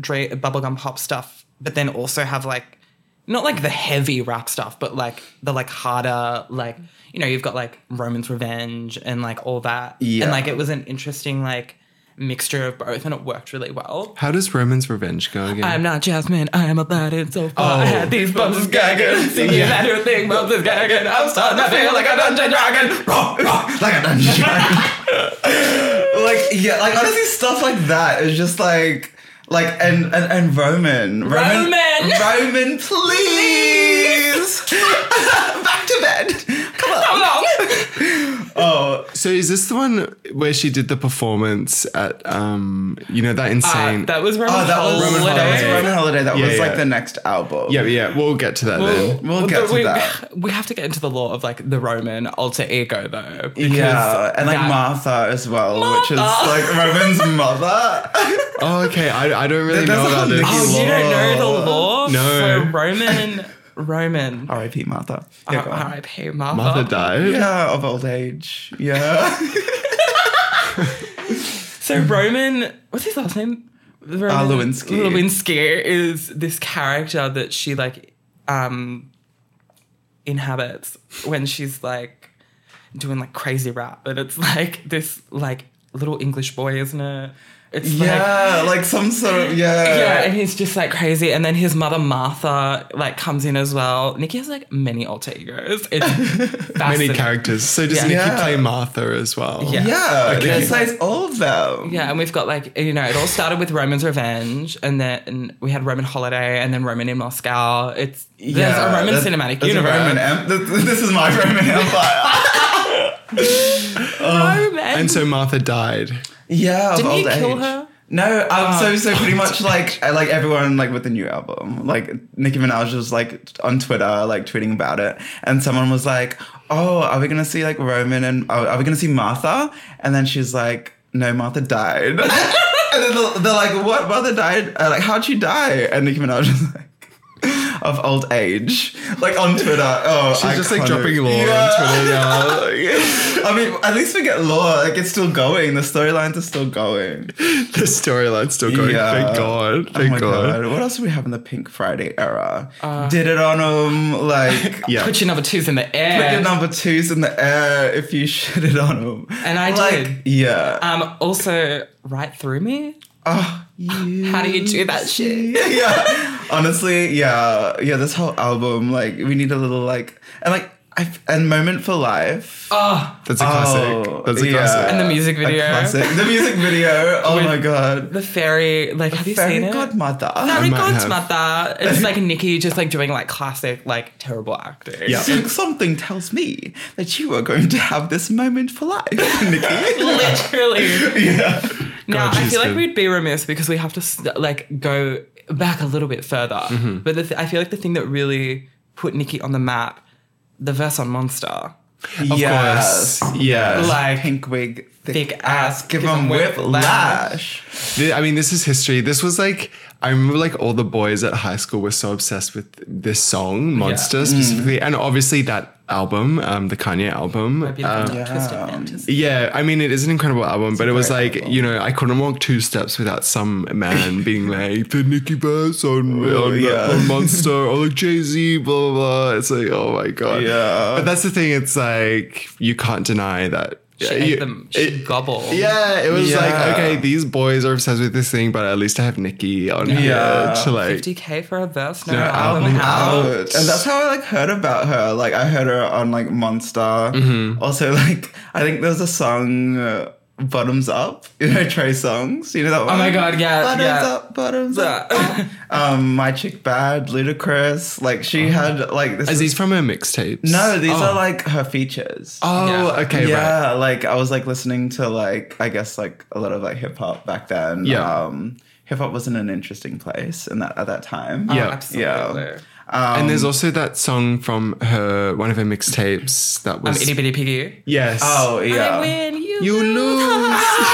[SPEAKER 4] dra- bubblegum pop stuff, but then also have like not like the heavy rap stuff, but like the like harder like you know you've got like Roman's Revenge and like all that,
[SPEAKER 6] Yeah.
[SPEAKER 4] and like it was an interesting like mixture of both, and it worked really well.
[SPEAKER 5] How does Roman's Revenge go again?
[SPEAKER 4] I'm not Jasmine, I'm Aladdin. So far, I
[SPEAKER 5] Oh.
[SPEAKER 4] had these bumps is gagging. Singing
[SPEAKER 5] Yeah.
[SPEAKER 4] that new thing, bumps is gagging. I'm starting to feel like a dungeon dragon.
[SPEAKER 6] like a dungeon dragon. like yeah, like honestly, stuff like that is just like like and and, and Roman, Roman,
[SPEAKER 4] Roman!
[SPEAKER 6] Roman, please, back to bed. Come on.
[SPEAKER 4] How long?
[SPEAKER 6] Oh,
[SPEAKER 5] so is this the one where she did the performance at um, you know, that insane?
[SPEAKER 4] Uh, that was Roman
[SPEAKER 6] oh, that was
[SPEAKER 4] Holiday.
[SPEAKER 6] Roman Holiday. Roman Holiday. That
[SPEAKER 5] Yeah,
[SPEAKER 6] was like
[SPEAKER 5] yeah.
[SPEAKER 6] the next album.
[SPEAKER 5] yeah, yeah. We'll get to that then.
[SPEAKER 6] We'll
[SPEAKER 4] Well,
[SPEAKER 6] get
[SPEAKER 4] but
[SPEAKER 6] to
[SPEAKER 4] we,
[SPEAKER 6] that.
[SPEAKER 4] We have to get into the law of like the Roman alter ego though. because
[SPEAKER 6] Yeah, uh, and like
[SPEAKER 4] that-
[SPEAKER 6] Martha as well, which is
[SPEAKER 4] Martha.
[SPEAKER 6] like Roman's mother.
[SPEAKER 5] Oh, okay. I, I don't really
[SPEAKER 6] There's
[SPEAKER 5] know
[SPEAKER 6] a whole
[SPEAKER 5] about this.
[SPEAKER 6] Nikki
[SPEAKER 4] Oh, you don't know the law?
[SPEAKER 5] No.
[SPEAKER 4] So Roman, Roman.
[SPEAKER 6] R.I.P. Martha. Yeah, go on.
[SPEAKER 4] R.I.P. Martha.
[SPEAKER 5] Mother died.
[SPEAKER 6] Yeah, of old age. Yeah.
[SPEAKER 4] So Roman, what's his last name? Roman,
[SPEAKER 6] Mm. Lewinsky.
[SPEAKER 4] Lewinsky is this character that she like um inhabits when she's like doing like crazy rap, but it's like this like little English boy, isn't it? It's like
[SPEAKER 6] Yeah, like some sort of
[SPEAKER 4] yeah,
[SPEAKER 6] yeah.
[SPEAKER 4] and he's just like crazy, and then his mother Martha like comes in as well. Nikki has like many alter egos. It's
[SPEAKER 5] Many
[SPEAKER 4] fascinating.
[SPEAKER 5] characters. So does
[SPEAKER 4] Yeah.
[SPEAKER 5] Nikki
[SPEAKER 6] Yeah.
[SPEAKER 5] play Martha as well?
[SPEAKER 4] Yeah.
[SPEAKER 6] Yeah,
[SPEAKER 5] Okay.
[SPEAKER 6] Nikki plays all of them.
[SPEAKER 4] Yeah, and we've got like you know, it all started with Roman's Revenge, and then we had Roman Holiday, and then Roman in Moscow. It's there's a Roman
[SPEAKER 6] that's-
[SPEAKER 4] cinematic
[SPEAKER 6] that's a
[SPEAKER 4] universe.
[SPEAKER 6] Roman em- this, this is my Roman Empire. Oh,
[SPEAKER 4] Roman.
[SPEAKER 5] And so Martha died.
[SPEAKER 6] yeah, of
[SPEAKER 4] Didn't
[SPEAKER 6] old
[SPEAKER 4] he kill
[SPEAKER 6] age.
[SPEAKER 4] her? Oh.
[SPEAKER 6] No, um, so so pretty much like I- like everyone like with the new album, like Nicki Minaj was like on Twitter like tweeting about it, and someone was like, "Oh, are we gonna see like Roman and oh, are we gonna see Martha?" And then she's like, "No, Martha died." and then they're, they're like, "What? Martha died? Uh, like how'd she die?" And Nicki Minaj was like. Of old age, like on Twitter. Oh,
[SPEAKER 5] She's just like
[SPEAKER 6] iconic.
[SPEAKER 5] dropping lore on Twitter now.
[SPEAKER 6] I mean, at least we get lore. Like it's still going. The storylines are still going.
[SPEAKER 5] The storyline's still going.
[SPEAKER 6] Yeah.
[SPEAKER 5] Thank God. Thank
[SPEAKER 6] oh my
[SPEAKER 5] God.
[SPEAKER 6] god. What else do we have in the Pink Friday era?
[SPEAKER 4] Uh,
[SPEAKER 6] Did it on them. Like,
[SPEAKER 5] Yeah.
[SPEAKER 4] Put your number twos in the
[SPEAKER 6] put your
[SPEAKER 4] air.
[SPEAKER 6] number twos in the air if you shit it on them.
[SPEAKER 4] And I did.
[SPEAKER 6] Yeah.
[SPEAKER 4] um, also, right through me.
[SPEAKER 6] oh, you.
[SPEAKER 4] Uh, How do you do that shit?
[SPEAKER 6] yeah. Honestly, yeah. Yeah, this whole album, like, we need a little, like, and like, I, and Moment for Life.
[SPEAKER 4] Oh,
[SPEAKER 5] That's a classic.
[SPEAKER 6] Oh,
[SPEAKER 5] That's a
[SPEAKER 6] yeah.
[SPEAKER 5] classic.
[SPEAKER 4] And the music
[SPEAKER 6] A
[SPEAKER 4] video.
[SPEAKER 6] classic. The music video. Oh
[SPEAKER 4] With
[SPEAKER 6] my god.
[SPEAKER 4] the fairy. Like, have you
[SPEAKER 6] Fairy
[SPEAKER 4] seen it?
[SPEAKER 6] Godmother. Um,
[SPEAKER 4] Fairy
[SPEAKER 5] might have.
[SPEAKER 4] Godmother. It's like Nikki just like doing like classic, like terrible acting.
[SPEAKER 5] Yeah.
[SPEAKER 6] Some- Something tells me that you are going to have this moment for life, Nikki.
[SPEAKER 4] Literally.
[SPEAKER 6] yeah.
[SPEAKER 4] Now,
[SPEAKER 5] God,
[SPEAKER 4] I
[SPEAKER 5] she's
[SPEAKER 4] feel like
[SPEAKER 5] good.
[SPEAKER 4] we'd be remiss because we have to s- like go back a little bit further.
[SPEAKER 5] Mm-hmm.
[SPEAKER 4] But the th- I feel like the thing that really put Nikki on the map, the verse on Monster,
[SPEAKER 5] of
[SPEAKER 6] yes.
[SPEAKER 5] course. Yes.
[SPEAKER 4] like
[SPEAKER 6] Pink wig, thick,
[SPEAKER 4] thick
[SPEAKER 6] ass,
[SPEAKER 4] ass,
[SPEAKER 6] give
[SPEAKER 4] give 'em
[SPEAKER 6] him
[SPEAKER 4] whiplash.
[SPEAKER 6] whiplash.
[SPEAKER 5] Th- I mean, this is history. This was like I remember like all the boys at high school were so obsessed with this song, Monster
[SPEAKER 4] Mm.
[SPEAKER 5] specifically, and obviously that album, um, the Kanye album.
[SPEAKER 4] I'd be like,
[SPEAKER 5] Um,
[SPEAKER 4] "Not twisted, man, twisted."
[SPEAKER 5] yeah, I mean, it is an incredible album, but it was
[SPEAKER 6] great
[SPEAKER 5] like,
[SPEAKER 6] album.
[SPEAKER 5] you know, I couldn't walk two steps without some man being like, the Nicki Bass on,
[SPEAKER 4] Oh,
[SPEAKER 5] on,
[SPEAKER 6] yeah.
[SPEAKER 5] on Monster, or like Jay Z, blah, blah, blah. It's like, oh my God.
[SPEAKER 6] Yeah.
[SPEAKER 5] But that's the thing, it's like, you can't deny that.
[SPEAKER 4] She
[SPEAKER 5] Yeah,
[SPEAKER 4] ate
[SPEAKER 5] you-
[SPEAKER 4] them. She
[SPEAKER 5] it-
[SPEAKER 4] gobbled.
[SPEAKER 5] yeah, it was
[SPEAKER 6] Yeah.
[SPEAKER 5] like, okay, these boys are obsessed with this thing, but at least I have Nikki on
[SPEAKER 6] Yeah.
[SPEAKER 5] here to like.
[SPEAKER 4] 50k for a verse, no,
[SPEAKER 5] No,
[SPEAKER 4] album,
[SPEAKER 5] album
[SPEAKER 4] out.
[SPEAKER 5] out.
[SPEAKER 6] And that's how I like heard about her.
[SPEAKER 5] Mm-hmm.
[SPEAKER 6] Like I heard her on like Monster. Also, like I think there was a song. uh, Bottoms Up, you know, Trey Songs, you know
[SPEAKER 5] Oh
[SPEAKER 6] that one?
[SPEAKER 4] my God, yeah,
[SPEAKER 6] Bottoms
[SPEAKER 4] yeah.
[SPEAKER 6] Up, Bottoms Up.
[SPEAKER 4] Yeah.
[SPEAKER 6] Um, My Chick Bad, Ludacris, like she had like this.
[SPEAKER 5] Is
[SPEAKER 6] is-
[SPEAKER 5] Oh. these from her mixtapes?
[SPEAKER 6] no, these
[SPEAKER 5] Oh.
[SPEAKER 6] are like her features.
[SPEAKER 5] Oh,
[SPEAKER 4] Yeah.
[SPEAKER 5] okay, right.
[SPEAKER 6] yeah, like I was like listening to like I guess like a lot of like hip hop back then.
[SPEAKER 5] Yeah.
[SPEAKER 6] Um, hip hop wasn't an interesting place in that at that time.
[SPEAKER 5] Yeah.
[SPEAKER 4] Absolutely.
[SPEAKER 5] and there's also that song from her one of her mixtapes that
[SPEAKER 4] I'm
[SPEAKER 5] was
[SPEAKER 4] itty bitty piggy.
[SPEAKER 5] yes.
[SPEAKER 6] Oh yeah.
[SPEAKER 4] I win, you,
[SPEAKER 5] you
[SPEAKER 4] lose.
[SPEAKER 5] lose.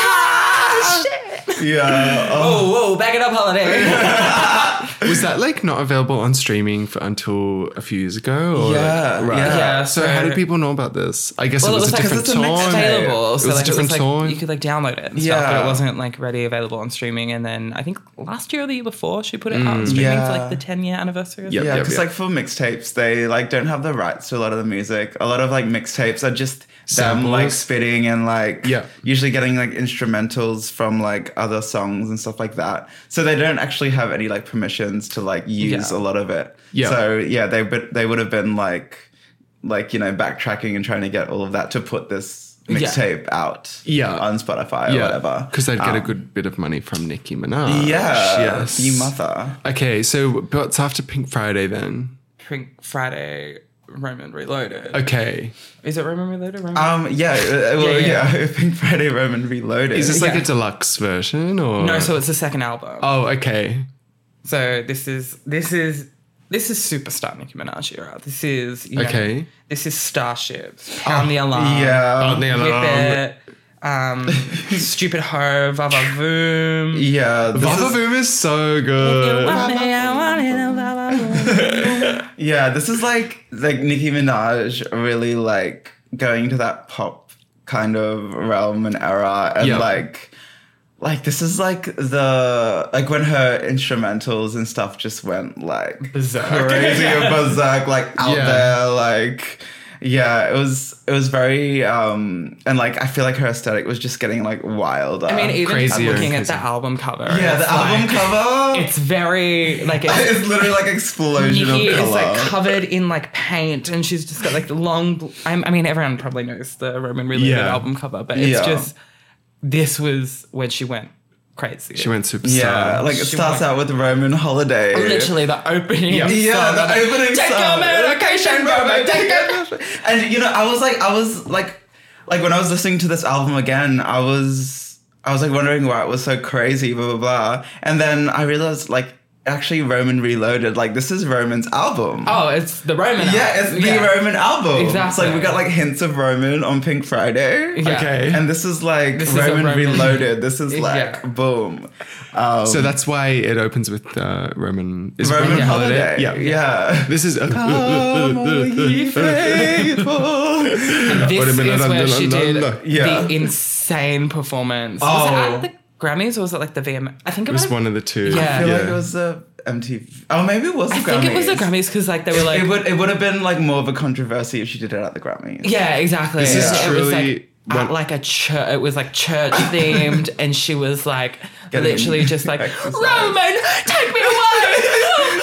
[SPEAKER 6] Yeah. Oh,
[SPEAKER 4] Oh, whoa, back it up, holiday.
[SPEAKER 5] was that like not available on streaming for until a few years ago? Or
[SPEAKER 6] Yeah,
[SPEAKER 5] like, Oh, right.
[SPEAKER 6] yeah.
[SPEAKER 4] Yeah,
[SPEAKER 5] So how
[SPEAKER 4] so-
[SPEAKER 5] did people know about this? I guess
[SPEAKER 4] Well,
[SPEAKER 5] it was, a
[SPEAKER 4] like
[SPEAKER 5] different
[SPEAKER 6] it's a
[SPEAKER 5] song.
[SPEAKER 6] mixtape.
[SPEAKER 4] available. So
[SPEAKER 5] was a
[SPEAKER 4] like,
[SPEAKER 5] different
[SPEAKER 4] it was,
[SPEAKER 5] song.
[SPEAKER 4] Like, you could like download it and stuff,
[SPEAKER 6] Yeah.
[SPEAKER 4] but it wasn't like ready available on streaming. And then I think last year or the year before, she put it out on streaming for
[SPEAKER 6] Yeah.
[SPEAKER 4] like the 10 year anniversary. or
[SPEAKER 5] Yep.
[SPEAKER 6] Yeah, because
[SPEAKER 5] Mm, yeah.
[SPEAKER 6] like for mixtapes, they like don't have the rights to a lot of the music. A lot of like mixtapes are just them
[SPEAKER 5] Samples.
[SPEAKER 6] like spitting and like
[SPEAKER 5] Yeah.
[SPEAKER 6] usually getting like instrumentals from like other songs and stuff like that. So they don't actually have any like permissions to like use
[SPEAKER 4] Yeah.
[SPEAKER 6] a lot of it.
[SPEAKER 5] Yeah.
[SPEAKER 6] So yeah, they but they would have been like like you know backtracking and trying to get all of that to put this mixtape out
[SPEAKER 5] Yeah.
[SPEAKER 6] on Spotify or whatever
[SPEAKER 5] Because they'd get a
[SPEAKER 6] Um,
[SPEAKER 5] good bit of money from Nicki Minaj.
[SPEAKER 6] yeah
[SPEAKER 5] Yes.
[SPEAKER 6] you mother
[SPEAKER 5] Okay, so but it's after Pink Friday then.
[SPEAKER 4] Pink Friday, Roman Reloaded.
[SPEAKER 5] Okay.
[SPEAKER 4] Is it Roman Reloaded? Roman?
[SPEAKER 6] um yeah uh, well yeah,
[SPEAKER 4] Yeah,
[SPEAKER 6] Pink Friday Roman Reloaded
[SPEAKER 5] Is this like
[SPEAKER 4] Yeah.
[SPEAKER 5] a deluxe version or
[SPEAKER 4] no, so it's the second album.
[SPEAKER 5] Oh, okay.
[SPEAKER 4] So this is this is this is superstar Nicki Minaj era. This is you know,
[SPEAKER 5] Okay. Ah,
[SPEAKER 4] This is Starships. Pound the alarm.
[SPEAKER 6] Yeah. um,
[SPEAKER 5] Oh, the
[SPEAKER 4] Whip
[SPEAKER 5] alarm.
[SPEAKER 4] it. Um, stupid hoe. Va va voom.
[SPEAKER 6] Yeah. This
[SPEAKER 5] Baba
[SPEAKER 6] is,
[SPEAKER 5] Boom is so good.
[SPEAKER 4] Want me, I want it, oh, va, va, voom.
[SPEAKER 6] yeah, this is like like Nicki Minaj really like going to that pop kind of realm and era and
[SPEAKER 5] Yeah.
[SPEAKER 6] like like this is like the like when her instrumentals and stuff just went like
[SPEAKER 5] Berserk.
[SPEAKER 6] crazy and berserk like out
[SPEAKER 5] Yeah.
[SPEAKER 6] there like yeah, it was it was very um and like I feel like her aesthetic was just getting like wilder.
[SPEAKER 4] I mean, even just
[SPEAKER 5] Crazier
[SPEAKER 4] looking
[SPEAKER 5] and
[SPEAKER 4] at the
[SPEAKER 5] crazier.
[SPEAKER 4] album cover.
[SPEAKER 6] yeah, the
[SPEAKER 4] it's
[SPEAKER 6] album
[SPEAKER 4] like-
[SPEAKER 6] cover
[SPEAKER 4] It's very like it's,
[SPEAKER 6] is literally like explosion
[SPEAKER 4] Nikki
[SPEAKER 6] of
[SPEAKER 4] is
[SPEAKER 6] color.
[SPEAKER 4] like covered in like paint, and she's just got like the long. bl- I'm, I mean, everyone probably knows the Roman Reloaded
[SPEAKER 5] Yeah.
[SPEAKER 4] album cover, but it's
[SPEAKER 6] Yeah.
[SPEAKER 4] just this was when she went crazy.
[SPEAKER 5] She went superstar.
[SPEAKER 6] Yeah, like it
[SPEAKER 4] She
[SPEAKER 6] starts
[SPEAKER 4] won.
[SPEAKER 6] out with Roman holiday.
[SPEAKER 4] literally the opening.
[SPEAKER 5] Yeah.
[SPEAKER 6] Yeah,
[SPEAKER 4] song.
[SPEAKER 6] the opening
[SPEAKER 4] Take
[SPEAKER 6] song.
[SPEAKER 4] your medication, baby. Take your
[SPEAKER 6] and you know, I was like, I was like, like when I was listening to this album again, I was, I was like wondering why it was so crazy, blah blah blah. And then I realized, like, actually, Roman Reloaded, like this is Roman's album.
[SPEAKER 4] Oh, it's the Roman.
[SPEAKER 6] Yeah, it's
[SPEAKER 4] album.
[SPEAKER 6] the Roman album. It's
[SPEAKER 4] Exactly.
[SPEAKER 6] like we got like hints of Roman on Pink Friday.
[SPEAKER 4] Yeah.
[SPEAKER 5] Okay.
[SPEAKER 6] And this is like
[SPEAKER 4] This is a
[SPEAKER 6] Roman,
[SPEAKER 4] Roman-
[SPEAKER 6] Reloaded. This is like
[SPEAKER 4] Yeah.
[SPEAKER 6] boom. Um,
[SPEAKER 5] So that's why it opens with uh, Roman. Is it
[SPEAKER 6] Roman holiday.
[SPEAKER 5] Yeah.
[SPEAKER 6] Yeah.
[SPEAKER 5] This is.
[SPEAKER 4] This
[SPEAKER 5] Wait a
[SPEAKER 4] is
[SPEAKER 5] minute, la,
[SPEAKER 4] where
[SPEAKER 5] la,
[SPEAKER 4] she
[SPEAKER 5] la,
[SPEAKER 4] did
[SPEAKER 5] la.
[SPEAKER 6] Yeah.
[SPEAKER 4] the insane performance.
[SPEAKER 6] Oh.
[SPEAKER 4] Was it at the Grammys or was it like the VM? I think it,
[SPEAKER 5] It was one of the two.
[SPEAKER 4] Yeah.
[SPEAKER 6] I feel like it was a MTV. Oh, maybe it was. The
[SPEAKER 4] I think it was the
[SPEAKER 6] Grammys.
[SPEAKER 4] Grammys because like they were like
[SPEAKER 6] it would it would have been like more of a controversy if she did it at the Grammys.
[SPEAKER 4] Yeah, exactly.
[SPEAKER 5] This is
[SPEAKER 4] It was like
[SPEAKER 5] truly
[SPEAKER 4] at
[SPEAKER 5] one-
[SPEAKER 4] like a church. It was like church themed, and she was like
[SPEAKER 6] Getting
[SPEAKER 4] literally just like
[SPEAKER 6] exercise.
[SPEAKER 4] Roman, take me away.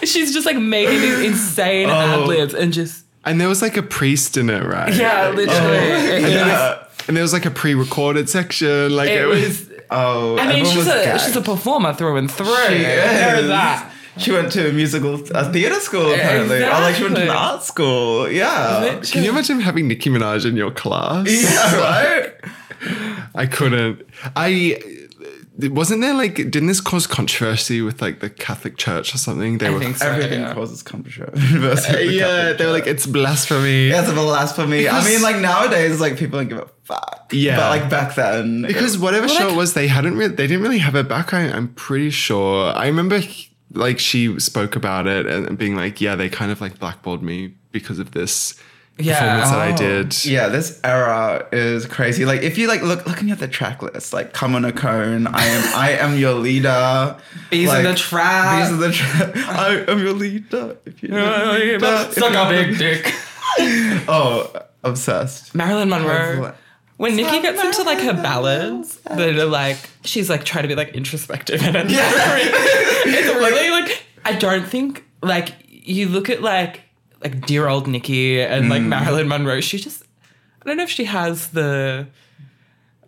[SPEAKER 4] She's just like making these insane ad libs and just
[SPEAKER 5] And there was like a priest in it, right?
[SPEAKER 4] yeah, literally. It,
[SPEAKER 6] Yeah.
[SPEAKER 5] And there was like a pre-recorded section. Like
[SPEAKER 4] it was.
[SPEAKER 6] Oh,
[SPEAKER 4] I mean,
[SPEAKER 6] everyone
[SPEAKER 4] she's
[SPEAKER 6] was
[SPEAKER 4] a
[SPEAKER 6] gagged.
[SPEAKER 4] she's a performer through and through.
[SPEAKER 6] She
[SPEAKER 4] There
[SPEAKER 6] is.
[SPEAKER 4] is that.
[SPEAKER 6] She went to a musical a theater school apparently. Oh, like she went to an
[SPEAKER 4] Exactly.
[SPEAKER 6] art school. Yeah.
[SPEAKER 5] Can you imagine having Nicki Minaj in your class?
[SPEAKER 6] Yeah, right.
[SPEAKER 5] I couldn't. I wasn't there like didn't this cause controversy with like the Catholic Church or something? They
[SPEAKER 4] I
[SPEAKER 5] were
[SPEAKER 4] think so.
[SPEAKER 6] Everything
[SPEAKER 4] yeah.
[SPEAKER 6] causes controversy.
[SPEAKER 5] yeah, they were like it's blasphemy.
[SPEAKER 6] That's a blasphemy. I
[SPEAKER 5] Because-
[SPEAKER 6] mean, like nowadays, like people don't give a fuck.
[SPEAKER 5] Yeah.
[SPEAKER 6] but like back then,
[SPEAKER 5] Because whatever show it was, they hadn't really, they didn't really have it back. I, I'm pretty sure. I remember like she spoke about it and, and being like, yeah, they kind of like blackballed me because of this
[SPEAKER 4] Yeah.
[SPEAKER 5] performance that I
[SPEAKER 4] Oh.
[SPEAKER 5] did.
[SPEAKER 6] Yeah, this era is crazy. Like if you like look looking at the track list, like Come on a Cone, I am I am your leader.
[SPEAKER 4] These
[SPEAKER 6] like,
[SPEAKER 4] are the traps.
[SPEAKER 6] These are the tra- I am your leader. If you if
[SPEAKER 4] Suck
[SPEAKER 6] you-
[SPEAKER 4] a big dick.
[SPEAKER 6] Oh, obsessed.
[SPEAKER 4] Marilyn Monroe.
[SPEAKER 6] What?
[SPEAKER 4] When Nikki gets into like her ballads, that are like she's like trying to be like introspective and it's really like I don't think like you look at like like Mm. dear old Nikki and like Marilyn Monroe. She just I don't know if she has the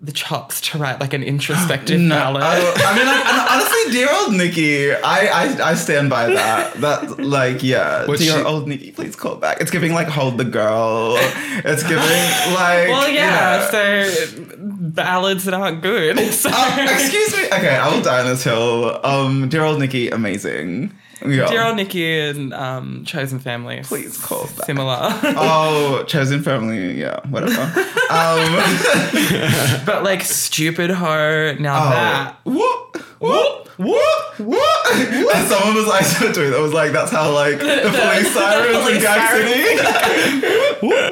[SPEAKER 4] the chops to write like an introspective ballad.
[SPEAKER 6] I, I mean, like, and honestly, dear old Nikki, I, I I stand by that. That like, yeah,
[SPEAKER 5] What
[SPEAKER 6] dear
[SPEAKER 5] she-
[SPEAKER 6] old Nikki, please call back. It's giving like hold the girl. It's giving like
[SPEAKER 4] well,
[SPEAKER 6] you
[SPEAKER 4] yeah, Oh,
[SPEAKER 6] know.
[SPEAKER 4] so ballads that aren't good. So.
[SPEAKER 6] Um, excuse me. Okay, I will die on this hill. Um, dear old Nikki, amazing. Yeah.
[SPEAKER 4] Dear old Nikki and um, Chosen Family.
[SPEAKER 6] please call back.
[SPEAKER 4] Similar.
[SPEAKER 6] Oh, chosen family. Yeah, whatever. Um,
[SPEAKER 4] but like Stupid Ho, now that.
[SPEAKER 6] oh. Whoop, whoop, whoop, whoop. And someone was like, so doing that was like, that's how like the police sirens in
[SPEAKER 4] police
[SPEAKER 6] Gag
[SPEAKER 4] siren.
[SPEAKER 6] City.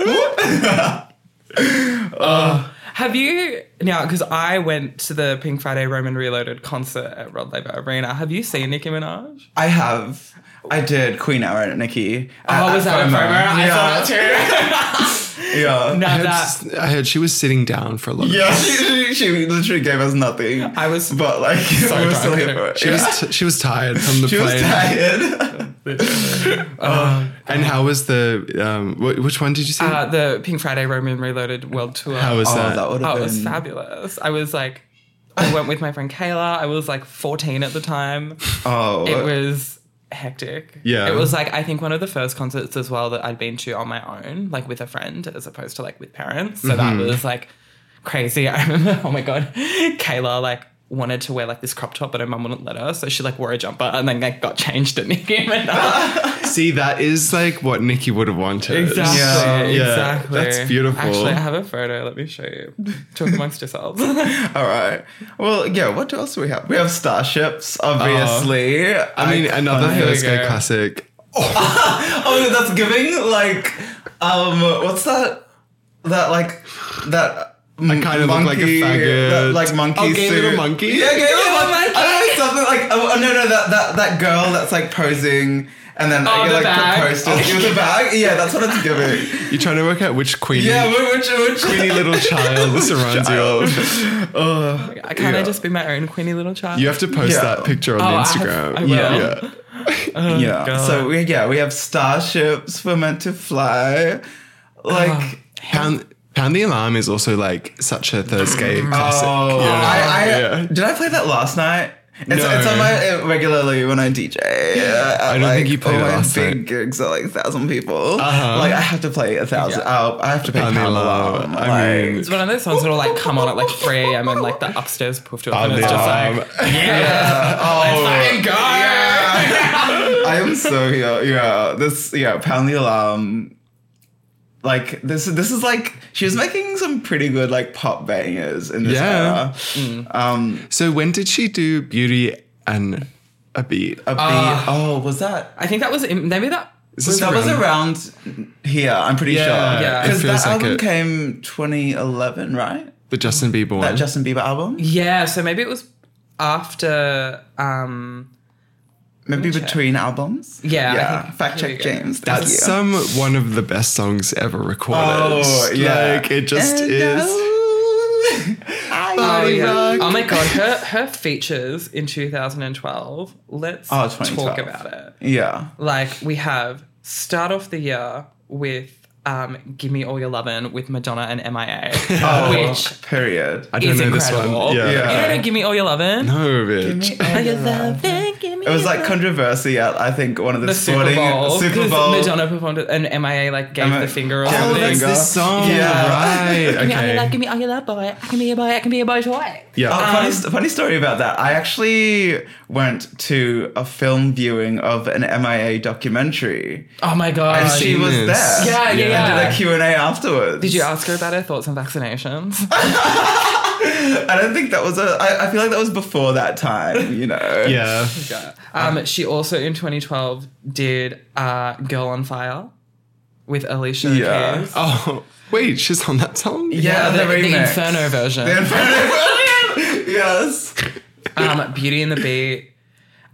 [SPEAKER 4] Have you now? Because I went to the Pink Friday Roman Reloaded concert at Rod Laver Arena. Have you seen Nicki Minaj?
[SPEAKER 6] I have. I did Queen Hour at Nikki.
[SPEAKER 4] Oh, was that a promo? I
[SPEAKER 6] Yeah,
[SPEAKER 4] saw that
[SPEAKER 6] yeah.
[SPEAKER 4] too.
[SPEAKER 5] I
[SPEAKER 4] now
[SPEAKER 5] heard,
[SPEAKER 4] that
[SPEAKER 5] s- I heard she was sitting down for a long
[SPEAKER 6] Yeah, she, she, she literally gave us nothing.
[SPEAKER 4] I was
[SPEAKER 6] but like,
[SPEAKER 4] so
[SPEAKER 6] we were still
[SPEAKER 4] drunk.
[SPEAKER 6] here for it.
[SPEAKER 5] She was t- she was tired from the
[SPEAKER 6] she was
[SPEAKER 5] plane.
[SPEAKER 6] tired.
[SPEAKER 5] and how was the um? Wh- which one did you see?
[SPEAKER 4] uh, the Pink Friday Roman Reloaded World Tour.
[SPEAKER 5] how was
[SPEAKER 6] Oh,
[SPEAKER 5] that?
[SPEAKER 6] that would have
[SPEAKER 4] Oh, it
[SPEAKER 6] been
[SPEAKER 4] was fabulous. I was like, I went with my friend Kayla. I was like 14 at the time.
[SPEAKER 6] Oh,
[SPEAKER 4] It was hectic.
[SPEAKER 5] Yeah.
[SPEAKER 4] It was like, I think one of the first concerts as well that I'd been to on my own, like with a friend, as opposed to like with parents. So that
[SPEAKER 5] Mm-hmm.
[SPEAKER 4] was like crazy. I remember, oh my God, Kayla, like, wanted to wear like this crop top but her mum wouldn't let her so she like wore a jumper and then like got changed at Nicki Minaj
[SPEAKER 5] See, that is like what Nikki would have wanted.
[SPEAKER 4] exactly
[SPEAKER 6] Yeah.
[SPEAKER 5] Yeah,
[SPEAKER 4] exactly
[SPEAKER 5] that's beautiful.
[SPEAKER 4] actually I have a photo let me show you talk amongst yourselves
[SPEAKER 6] all right. Well, yeah. What else do we have? We have starships,
[SPEAKER 4] Uh-huh.
[SPEAKER 6] obviously.
[SPEAKER 5] I mean, another
[SPEAKER 4] here we
[SPEAKER 5] First Go
[SPEAKER 4] go.
[SPEAKER 5] classic.
[SPEAKER 6] Oh, that's giving like, um, what's that? That like, that.
[SPEAKER 5] I kind of look like a
[SPEAKER 6] monkey-
[SPEAKER 5] faggot.
[SPEAKER 6] That, like monkey
[SPEAKER 5] Oh, gay
[SPEAKER 6] suit.
[SPEAKER 5] little monkey?
[SPEAKER 6] Yeah, gay little
[SPEAKER 4] little
[SPEAKER 6] monkey.
[SPEAKER 4] monkey.
[SPEAKER 6] I don't know, something like. Oh, oh, no, no, that that that girl that's like posing. And then
[SPEAKER 4] Oh,
[SPEAKER 6] you
[SPEAKER 4] the
[SPEAKER 6] like
[SPEAKER 4] bag.
[SPEAKER 6] proposed it. It was a bag. Yeah, that's what it's giving.
[SPEAKER 5] You're trying to work out which queen.
[SPEAKER 6] Yeah, which which
[SPEAKER 5] Queenie little child surrounds you.
[SPEAKER 4] I can't I
[SPEAKER 6] Yeah.
[SPEAKER 4] just be my own queeny little child?
[SPEAKER 5] You have to post
[SPEAKER 6] Yeah.
[SPEAKER 5] that picture on
[SPEAKER 4] Oh, I have-
[SPEAKER 5] Instagram.
[SPEAKER 4] I will.
[SPEAKER 5] Yeah.
[SPEAKER 4] Oh,
[SPEAKER 6] yeah.
[SPEAKER 4] God.
[SPEAKER 6] So we, yeah, we have starships. We're meant to fly. Like
[SPEAKER 5] Pound, Pound the Alarm is also like such a Thursday classic.
[SPEAKER 6] Oh,
[SPEAKER 5] Yeah.
[SPEAKER 6] I, I
[SPEAKER 5] Yeah.
[SPEAKER 6] did I play that last night? It's,
[SPEAKER 5] No.
[SPEAKER 6] it's on my uh, regularly when I DJ. Yeah,
[SPEAKER 5] I don't think you played it last
[SPEAKER 6] big
[SPEAKER 5] night. Uh-huh.
[SPEAKER 6] gigs are like thousand people. Like I have to play a thousand. Oh, I have to pay
[SPEAKER 5] Pound the
[SPEAKER 6] pound
[SPEAKER 5] alarm.
[SPEAKER 6] alarm.
[SPEAKER 5] I
[SPEAKER 6] like-
[SPEAKER 5] mean-
[SPEAKER 4] It's one of those songs that'll like come on at like 3 a.m. and like the upstairs poof to it.
[SPEAKER 5] Pound
[SPEAKER 4] And
[SPEAKER 5] the
[SPEAKER 4] it's just like,
[SPEAKER 5] Alarm.
[SPEAKER 4] yeah.
[SPEAKER 6] oh,
[SPEAKER 4] Fucking go.
[SPEAKER 6] I am so here. Yeah, this yeah, pound the alarm. Like this, this is like she was making some pretty good like pop bangers in this
[SPEAKER 5] Yeah. Mm.
[SPEAKER 6] era. Um,
[SPEAKER 5] so when did she do Beauty and a Beat? Uh,
[SPEAKER 6] a beat. oh, was that
[SPEAKER 4] I think that was in- maybe that.
[SPEAKER 5] Is this
[SPEAKER 6] that was around here, I'm pretty
[SPEAKER 5] Yeah,
[SPEAKER 6] sure.
[SPEAKER 4] Yeah. it
[SPEAKER 6] Because
[SPEAKER 5] feels
[SPEAKER 6] that
[SPEAKER 5] like
[SPEAKER 6] album
[SPEAKER 5] it.
[SPEAKER 6] came 2011, right?
[SPEAKER 5] the Justin Bieber
[SPEAKER 6] That
[SPEAKER 5] one?
[SPEAKER 6] Justin Bieber album?
[SPEAKER 4] Yeah, so maybe it was after. um
[SPEAKER 6] Maybe
[SPEAKER 4] check.
[SPEAKER 6] between albums?
[SPEAKER 4] Yeah, I
[SPEAKER 6] Yeah.
[SPEAKER 4] think-
[SPEAKER 6] Fact
[SPEAKER 4] here we
[SPEAKER 6] check
[SPEAKER 4] go.
[SPEAKER 6] James. thank
[SPEAKER 5] That's
[SPEAKER 6] you.
[SPEAKER 5] some one of the best songs ever recorded.
[SPEAKER 6] Oh, yeah.
[SPEAKER 5] Like it just
[SPEAKER 6] And
[SPEAKER 5] is. Oh,
[SPEAKER 6] I-
[SPEAKER 4] Oh,
[SPEAKER 5] Party
[SPEAKER 4] yeah.
[SPEAKER 5] rock.
[SPEAKER 4] oh my god, her her features in 2012. Let's
[SPEAKER 6] Oh,
[SPEAKER 4] talk
[SPEAKER 6] 2012.
[SPEAKER 4] about it.
[SPEAKER 6] Yeah.
[SPEAKER 4] Like we have start off the year with um "Gimme All Your Lovin'" with Madonna and MIA, Oh, which
[SPEAKER 6] Oh, Period.
[SPEAKER 5] I don't
[SPEAKER 4] is
[SPEAKER 5] know
[SPEAKER 4] incredible.
[SPEAKER 5] this one. Yeah.
[SPEAKER 6] Yeah.
[SPEAKER 4] You don't know, give me all your loving.
[SPEAKER 5] No, bitch.
[SPEAKER 4] All your loving, give me.
[SPEAKER 6] It was like controversy at, I think, one of the,
[SPEAKER 4] the Super
[SPEAKER 6] sporting
[SPEAKER 4] Bowl.
[SPEAKER 6] Super
[SPEAKER 4] 'cause
[SPEAKER 6] Bowl.
[SPEAKER 4] Madonna performed it, and MIA like gave
[SPEAKER 6] Emma-
[SPEAKER 4] the finger or
[SPEAKER 6] gave the
[SPEAKER 5] Oh,
[SPEAKER 4] something.
[SPEAKER 5] that's
[SPEAKER 6] Finger.
[SPEAKER 5] this song.
[SPEAKER 6] Yeah.
[SPEAKER 5] Right.
[SPEAKER 4] Give me all your love,
[SPEAKER 5] Okay.
[SPEAKER 4] give me all your love, boy. I can be a boy. I can be a boy toy.
[SPEAKER 5] Yeah.
[SPEAKER 6] Oh, funny,
[SPEAKER 4] Um,
[SPEAKER 6] st- funny story about that. I actually went to a film viewing of an MIA documentary,
[SPEAKER 4] Oh my god.
[SPEAKER 6] and she
[SPEAKER 5] seen
[SPEAKER 6] was
[SPEAKER 5] this.
[SPEAKER 6] there.
[SPEAKER 4] yeah, yeah,
[SPEAKER 5] Yeah.
[SPEAKER 4] yeah.
[SPEAKER 6] Did a Q and A afterwards.
[SPEAKER 4] Did you ask her about her thoughts on vaccinations?
[SPEAKER 6] I don't think that was a. I, I feel like that was before that time. You know.
[SPEAKER 5] yeah.
[SPEAKER 4] um, she also in 2012 did uh, "Girl on Fire" with Alicia
[SPEAKER 6] Yeah.
[SPEAKER 4] Keys. Uh,
[SPEAKER 5] Oh, wait, she's on that song?
[SPEAKER 6] Yeah,
[SPEAKER 4] the,
[SPEAKER 6] the,
[SPEAKER 4] the
[SPEAKER 6] remix.
[SPEAKER 4] Inferno version.
[SPEAKER 6] The Inferno. yes.
[SPEAKER 4] um, Beauty and the Beat.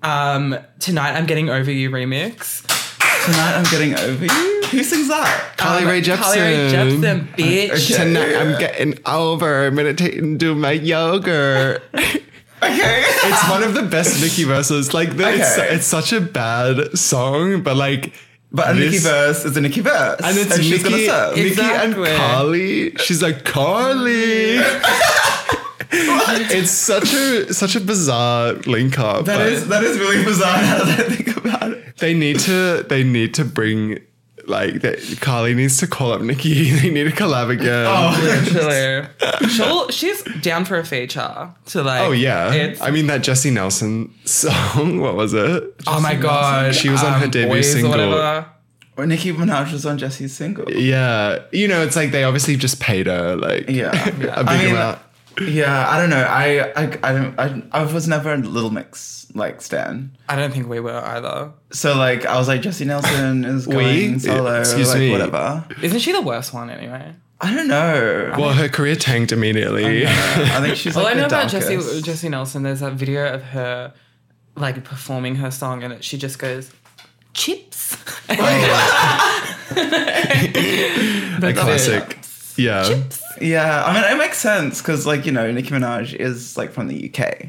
[SPEAKER 4] Um, Tonight I'm Getting Over You remix.
[SPEAKER 6] Tonight I'm getting over you. Who sings that?
[SPEAKER 5] Carly Rae Jepsen.
[SPEAKER 4] Carly Rae Jepsen, bitch.
[SPEAKER 5] Tonight I'm getting over, meditating, do my yoga.
[SPEAKER 6] Okay.
[SPEAKER 5] It's one of the best Nicki verses. Like, the, it's,
[SPEAKER 6] Okay.
[SPEAKER 5] it's such a bad song, but like,
[SPEAKER 6] But a Nicki
[SPEAKER 5] this-
[SPEAKER 6] verse is a Nicki verse,
[SPEAKER 5] and it's
[SPEAKER 6] she's gonna
[SPEAKER 5] Nicki,
[SPEAKER 6] serve.
[SPEAKER 5] Nicki
[SPEAKER 4] Exactly.
[SPEAKER 5] and Carly. She's like Carly. it's such a such a bizarre link up.
[SPEAKER 6] That
[SPEAKER 5] but
[SPEAKER 6] is that is really bizarre now that I think about it.
[SPEAKER 5] they need to they need to bring like that Carly needs to call up Nikki. They need to collab again. Oh,
[SPEAKER 4] Literally. She'll, she's down for a feature to like.
[SPEAKER 5] Oh, yeah.
[SPEAKER 4] It's,
[SPEAKER 5] I mean that Jesse Nelson song, what was it?
[SPEAKER 4] oh
[SPEAKER 6] Um,
[SPEAKER 4] my God. um,
[SPEAKER 5] She was on her debut
[SPEAKER 4] Boys or
[SPEAKER 5] single.
[SPEAKER 4] whatever.
[SPEAKER 6] Or Nicki Minaj was on Jesse's single.
[SPEAKER 5] Yeah. You know, it's like they obviously just paid her like
[SPEAKER 6] Yeah.
[SPEAKER 5] a big
[SPEAKER 6] I mean,
[SPEAKER 5] amount.
[SPEAKER 6] Yeah, I don't know. I I I don't I, I was never a Little Mix like Stan.
[SPEAKER 4] I don't think we were either.
[SPEAKER 6] So like I was like Jesse Nelson is going solo,
[SPEAKER 5] Excuse
[SPEAKER 6] like
[SPEAKER 5] me.
[SPEAKER 6] whatever.
[SPEAKER 4] Isn't she the worst one anyway?
[SPEAKER 6] I don't know.
[SPEAKER 5] Well, her career tanked immediately.
[SPEAKER 6] I think she's
[SPEAKER 4] All
[SPEAKER 6] like
[SPEAKER 4] Oh, I know
[SPEAKER 6] the
[SPEAKER 4] about
[SPEAKER 6] darkest.
[SPEAKER 4] Jessie Jessie Nelson, there's that video of her like performing her song, and it, she just goes chips.
[SPEAKER 5] a classic. Yeah.
[SPEAKER 6] yeah, I mean it makes sense because like you know Nicki Minaj is like from the UK,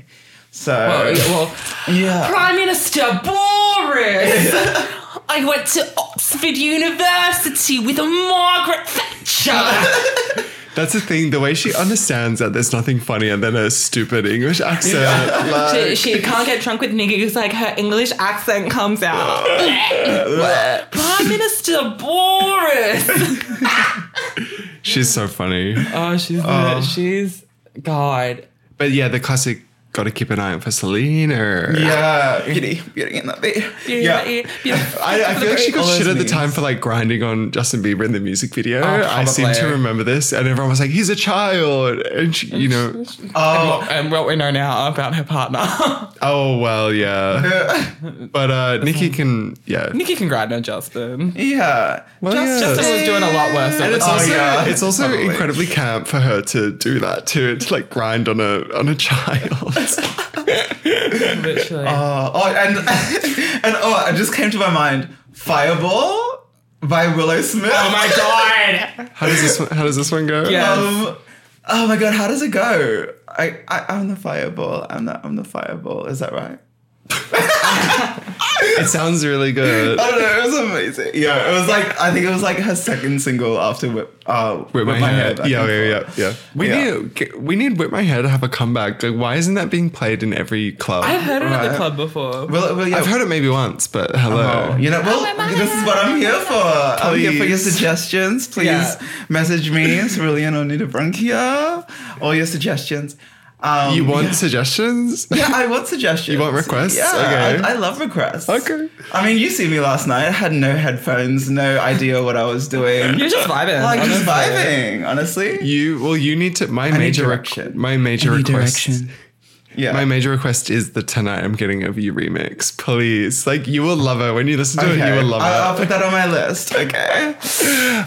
[SPEAKER 6] so
[SPEAKER 4] Oh, yeah, well,
[SPEAKER 6] yeah.
[SPEAKER 4] Prime Minister Boris. I went to Oxford University with a Margaret Thatcher.
[SPEAKER 5] That's the thing, the way she understands that there's nothing funnier than her stupid English accent. Like,
[SPEAKER 4] she, she can't get drunk with niggas. Like her English accent comes out. Prime Minister Boris.
[SPEAKER 5] she's so funny.
[SPEAKER 4] Oh, she's the, she's God.
[SPEAKER 5] But yeah, the classic gotta keep an eye out for Selena.
[SPEAKER 6] Yeah, beauty, beauty in that beat. Yeah,
[SPEAKER 5] I, I feel like she got
[SPEAKER 6] All those
[SPEAKER 5] shit at the
[SPEAKER 6] memes. Oh,
[SPEAKER 5] time for like grinding on Justin Bieber in the music video. I seem to
[SPEAKER 4] probably.
[SPEAKER 5] remember this, and everyone was like, "He's a child," and she, you know,
[SPEAKER 6] oh,
[SPEAKER 4] and what we know now about her partner.
[SPEAKER 5] oh well, yeah. But uh, Nikki can, yeah.
[SPEAKER 4] Nikki can grind on Justin.
[SPEAKER 6] yeah.
[SPEAKER 5] Well, yeah.
[SPEAKER 4] Justin was doing a lot worse.
[SPEAKER 5] And
[SPEAKER 4] Than
[SPEAKER 5] it's
[SPEAKER 6] Oh,
[SPEAKER 5] also
[SPEAKER 6] yeah.
[SPEAKER 5] it's also
[SPEAKER 6] Probably.
[SPEAKER 5] incredibly camp for her to do that too. To like grind on a on a child.
[SPEAKER 4] literally.
[SPEAKER 6] Uh, oh, and and oh, it just came to my mind. Fireball by Willow Smith. Oh
[SPEAKER 4] god!
[SPEAKER 5] how does this one, how does this one go?
[SPEAKER 4] Yeah.
[SPEAKER 6] Um, oh my god, how does it go? I, I I'm the fireball. I'm the I'm the fireball. Is that right?
[SPEAKER 5] it sounds really good.
[SPEAKER 6] I don't know. It was amazing. Yeah, it was like I think it was like her second single after Whip. Uh,
[SPEAKER 5] Whip my, head.
[SPEAKER 6] Back
[SPEAKER 5] Yeah,
[SPEAKER 6] and
[SPEAKER 5] yeah, yeah,
[SPEAKER 6] Forth.
[SPEAKER 5] yeah. We
[SPEAKER 6] Yeah.
[SPEAKER 5] need g- we need whip my hair to have a comeback. Like, why isn't that being played in every club?
[SPEAKER 4] I've heard it at the
[SPEAKER 6] Right.
[SPEAKER 4] club before.
[SPEAKER 6] Well, well, yeah.
[SPEAKER 5] I've heard it maybe once, but hello.
[SPEAKER 6] Oh, you know, well, this is what I'm here for. I'm here for your
[SPEAKER 5] Please.
[SPEAKER 6] suggestions. Please
[SPEAKER 4] Yeah.
[SPEAKER 6] message me, Cerulean Onita Branchia, all your suggestions. Um,
[SPEAKER 5] You want suggestions?
[SPEAKER 6] Yeah, I want suggestions.
[SPEAKER 5] You want requests?
[SPEAKER 6] Yeah,
[SPEAKER 5] Okay.
[SPEAKER 6] I, I love requests.
[SPEAKER 5] Okay.
[SPEAKER 6] I mean, you see me last night. I had no headphones, no idea what I was doing.
[SPEAKER 4] You're just vibing.
[SPEAKER 6] like just
[SPEAKER 4] honestly.
[SPEAKER 6] vibing, honestly.
[SPEAKER 5] You well, you need to. My
[SPEAKER 6] need
[SPEAKER 5] major requ-
[SPEAKER 6] direction.
[SPEAKER 5] my major
[SPEAKER 6] I need
[SPEAKER 5] request.
[SPEAKER 6] direction. Yeah.
[SPEAKER 5] My major request is the "Tonight I'm Getting Over You" remix. Please, like you will love it when you listen to
[SPEAKER 6] okay.
[SPEAKER 5] it. You will love
[SPEAKER 6] I, will
[SPEAKER 5] it.
[SPEAKER 6] put that on my list. Okay.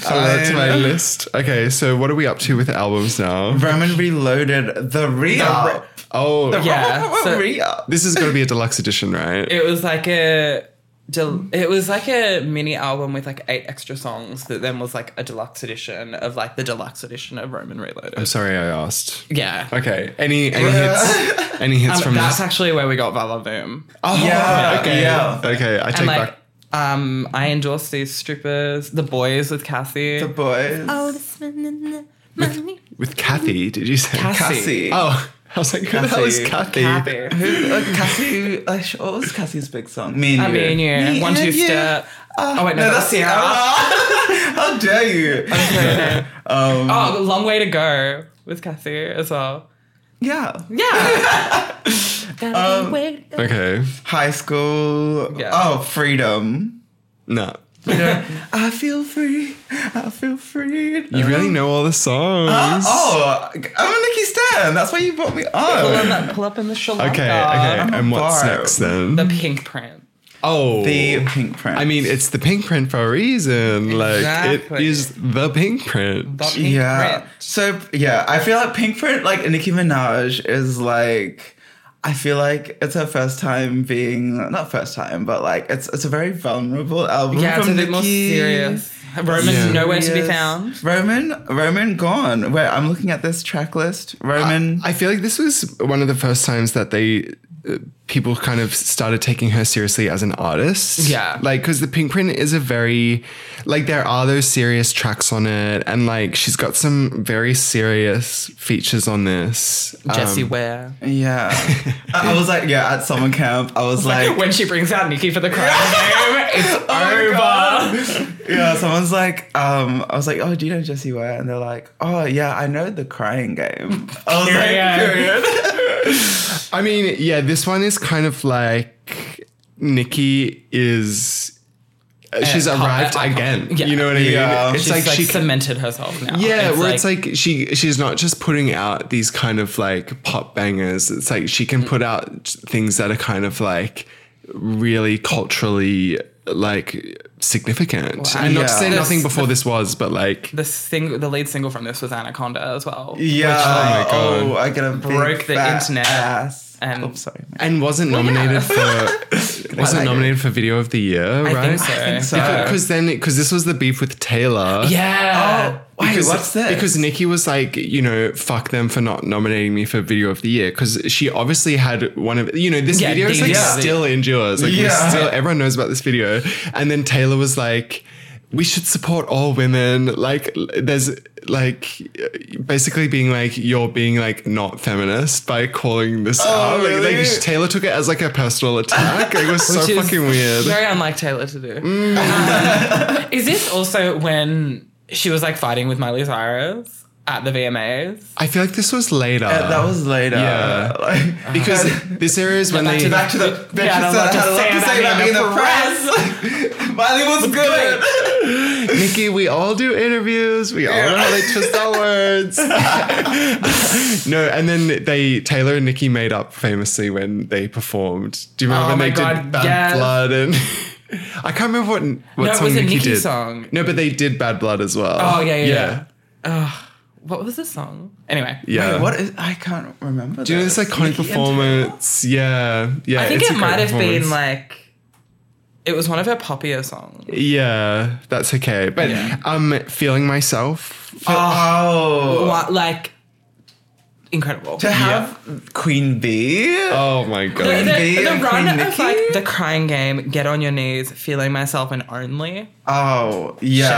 [SPEAKER 5] I'll add it to my
[SPEAKER 6] fine.
[SPEAKER 5] list. Okay, so what are we up to with albums now?
[SPEAKER 6] Roman reloaded the re-up.
[SPEAKER 5] Oh,
[SPEAKER 4] Yeah. so
[SPEAKER 6] re-up.
[SPEAKER 5] this is going to be a deluxe edition, right?
[SPEAKER 4] it was like a. Del- it was like a mini album with like eight extra songs that then was like a deluxe edition of like the deluxe edition of Roman Reloaded.
[SPEAKER 5] Oh, Sorry, I asked.
[SPEAKER 4] Yeah.
[SPEAKER 5] Okay, any any hits? Any hits
[SPEAKER 4] Um,
[SPEAKER 5] from
[SPEAKER 4] that's
[SPEAKER 5] this?
[SPEAKER 4] actually where we got Vala Boom.
[SPEAKER 5] Oh,
[SPEAKER 6] Yeah,
[SPEAKER 5] Okay.
[SPEAKER 6] yeah.
[SPEAKER 5] Okay. I take
[SPEAKER 4] and like,
[SPEAKER 5] back.
[SPEAKER 4] um, I endorsed these strippers, the boys with Cassie.
[SPEAKER 6] The boys.
[SPEAKER 4] Um,
[SPEAKER 5] With Kathy, did you say?
[SPEAKER 6] Cassie.
[SPEAKER 5] Oh, I was like, who the hell is Kathy?
[SPEAKER 6] Kathy.
[SPEAKER 4] Kathy.
[SPEAKER 6] Who, uh, Cassie, uh, sh- what was Cassie's big song? Me and
[SPEAKER 4] I mean, yeah,
[SPEAKER 6] Me
[SPEAKER 4] one two
[SPEAKER 6] and you. Uh,
[SPEAKER 4] step. oh wait, no,
[SPEAKER 6] No, that's
[SPEAKER 4] that's
[SPEAKER 6] Sierra.
[SPEAKER 4] Sierra. Um,
[SPEAKER 6] How dare you?
[SPEAKER 5] Um,
[SPEAKER 4] Oh, long way to go with Cassie as well.
[SPEAKER 6] Yeah.
[SPEAKER 4] Yeah,
[SPEAKER 5] Okay.
[SPEAKER 6] High school.
[SPEAKER 4] Yeah.
[SPEAKER 6] Oh, freedom.
[SPEAKER 5] No.
[SPEAKER 6] I feel free. I feel free. Um,
[SPEAKER 5] You really know all the songs.
[SPEAKER 6] Oh, I'm a Nikki Stan. That's why you brought me
[SPEAKER 4] pull, in
[SPEAKER 6] on.
[SPEAKER 4] that, pull up in the shalanga.
[SPEAKER 5] okay. Okay.
[SPEAKER 6] a
[SPEAKER 5] and what's
[SPEAKER 6] barb.
[SPEAKER 5] next then?
[SPEAKER 4] oh. Uh, The pink print.
[SPEAKER 5] oh.
[SPEAKER 6] The pink print.
[SPEAKER 5] I mean, it's the pink print for a reason. Like, it
[SPEAKER 4] Exactly.
[SPEAKER 5] is the pink print.
[SPEAKER 4] The pink
[SPEAKER 6] yeah.
[SPEAKER 4] print.
[SPEAKER 6] So yeah, I feel like pink print, like Nicki Minaj, is like. I feel like it's her first time being not first time, but like it's it's a very vulnerable album.
[SPEAKER 4] Yeah, it's
[SPEAKER 6] from
[SPEAKER 4] a bit more
[SPEAKER 6] Nicki.
[SPEAKER 4] serious. Roman's
[SPEAKER 5] Yeah.
[SPEAKER 4] nowhere to be
[SPEAKER 6] Yes.
[SPEAKER 4] found.
[SPEAKER 6] Roman, Roman gone. Wait, I'm looking at this track list. Roman.
[SPEAKER 5] I feel like this was one of the first times that they uh, people kind of started taking her seriously as an artist.
[SPEAKER 4] Yeah.
[SPEAKER 5] Like, because the pink print is a very, like, there are those serious tracks on it. And, like, she's got some very serious features on this.
[SPEAKER 6] Um,
[SPEAKER 5] Um,
[SPEAKER 4] Jessie Ware.
[SPEAKER 6] Yeah. I, I was like, yeah, at summer camp, I was like,
[SPEAKER 4] when she brings out Nikki for the crime game,
[SPEAKER 6] Oh
[SPEAKER 4] it's over.
[SPEAKER 6] yeah, someone's like, um, I was like, oh, do you know Jessie Ware? And they're like, oh, yeah, I know the crying game. I was
[SPEAKER 4] Period.
[SPEAKER 6] like, period.
[SPEAKER 5] I mean, yeah, this one is kind of like Nikki is. uh, She's
[SPEAKER 4] pop-
[SPEAKER 5] arrived
[SPEAKER 4] icon.
[SPEAKER 5] again.
[SPEAKER 4] Eh, Yeah.
[SPEAKER 5] You know what I mean?
[SPEAKER 6] Yeah.
[SPEAKER 5] It's
[SPEAKER 4] She's like,
[SPEAKER 5] she can-
[SPEAKER 4] cemented herself now.
[SPEAKER 5] Yeah, where it's like she she's not just putting out these kind of like pop bangers. It's like she
[SPEAKER 4] Mm.
[SPEAKER 5] can put out things that are kind of like really culturally like significant.
[SPEAKER 4] Wow.
[SPEAKER 5] and not to say
[SPEAKER 4] Yeah.
[SPEAKER 5] nothing
[SPEAKER 4] This-
[SPEAKER 5] before this was, but like
[SPEAKER 4] the sing- the lead single from this was Anaconda as well.
[SPEAKER 6] Yeah.
[SPEAKER 5] like, oh my
[SPEAKER 6] oh, I got a
[SPEAKER 4] broke
[SPEAKER 6] big
[SPEAKER 4] the
[SPEAKER 6] fat
[SPEAKER 4] internet
[SPEAKER 6] Ass.
[SPEAKER 4] and-
[SPEAKER 6] oh, sorry.
[SPEAKER 5] and wasn't nominated for wasn't
[SPEAKER 6] Like-
[SPEAKER 5] nominated for video of the year,
[SPEAKER 4] I
[SPEAKER 5] right?
[SPEAKER 4] think so.
[SPEAKER 6] think so.
[SPEAKER 5] Because then, because this was the beef with Taylor.
[SPEAKER 6] uh,
[SPEAKER 4] Yeah.
[SPEAKER 6] Oh, Wait,
[SPEAKER 5] Because-
[SPEAKER 6] what's this?
[SPEAKER 5] Because Nikki was like, you know, fuck them for not nominating me for video of the year. Because she obviously had one of, you know, this
[SPEAKER 4] Yeah,
[SPEAKER 5] video is
[SPEAKER 4] the-
[SPEAKER 5] like
[SPEAKER 4] yeah.
[SPEAKER 5] still endures. Like, we
[SPEAKER 6] Yeah.
[SPEAKER 5] still, everyone knows about this video. And then Taylor was like, we should support all women. Like, l- there's like basically being like, you're being like not feminist by calling this out. Like, like,
[SPEAKER 6] Oh, really?
[SPEAKER 5] Taylor took it as like a personal attack. Like, it was so
[SPEAKER 4] Which is
[SPEAKER 5] fucking weird.
[SPEAKER 4] Very unlike Taylor to do.
[SPEAKER 6] Mm.
[SPEAKER 4] Um, is this also when she was like fighting with Miley Cyrus at the VMAs?
[SPEAKER 5] I feel like this was later.
[SPEAKER 6] Uh, that was later.
[SPEAKER 5] Yeah. Uh-huh.
[SPEAKER 6] Like,
[SPEAKER 5] because this area is when
[SPEAKER 4] Back
[SPEAKER 5] they
[SPEAKER 4] to
[SPEAKER 6] back to the bitches
[SPEAKER 4] Yeah, and
[SPEAKER 6] that had a lot to say about
[SPEAKER 4] I
[SPEAKER 6] being
[SPEAKER 4] love
[SPEAKER 6] the press. Miley was good.
[SPEAKER 5] Nikki, we all do interviews. We all know how to twist our words. no, and then they Taylor and Nikki made up famously when they performed. Do you remember
[SPEAKER 4] Oh
[SPEAKER 5] when
[SPEAKER 4] my
[SPEAKER 5] they
[SPEAKER 4] God,
[SPEAKER 5] did Bad
[SPEAKER 4] yes.
[SPEAKER 5] Blood and I can't remember what what
[SPEAKER 4] No, it
[SPEAKER 5] song
[SPEAKER 4] was a
[SPEAKER 5] Nikki,
[SPEAKER 4] Nicki
[SPEAKER 5] did.
[SPEAKER 4] song.
[SPEAKER 5] No, but they did Bad Blood as well.
[SPEAKER 4] Oh, yeah, yeah,
[SPEAKER 5] yeah.
[SPEAKER 4] What was this song? Anyway.
[SPEAKER 5] yeah.
[SPEAKER 6] Wait, what is? I can't remember.
[SPEAKER 5] Do you know this iconic performance? Yeah, yeah.
[SPEAKER 4] I think
[SPEAKER 5] it's a
[SPEAKER 4] it
[SPEAKER 5] great
[SPEAKER 4] might have been
[SPEAKER 5] performance.
[SPEAKER 4] like it was one of her poppier songs.
[SPEAKER 5] yeah, that's okay. But
[SPEAKER 4] Yeah.
[SPEAKER 5] um, feeling myself.
[SPEAKER 6] Oh,
[SPEAKER 4] Wa- like incredible.
[SPEAKER 6] to have Queen Bee.
[SPEAKER 5] Oh my god.
[SPEAKER 4] the,
[SPEAKER 6] Queen Bee
[SPEAKER 4] the
[SPEAKER 6] and
[SPEAKER 4] run
[SPEAKER 6] Queen
[SPEAKER 4] of
[SPEAKER 6] Nicki?
[SPEAKER 4] like the crying game, get on your knees, feeling myself and only.
[SPEAKER 6] Oh, yeah.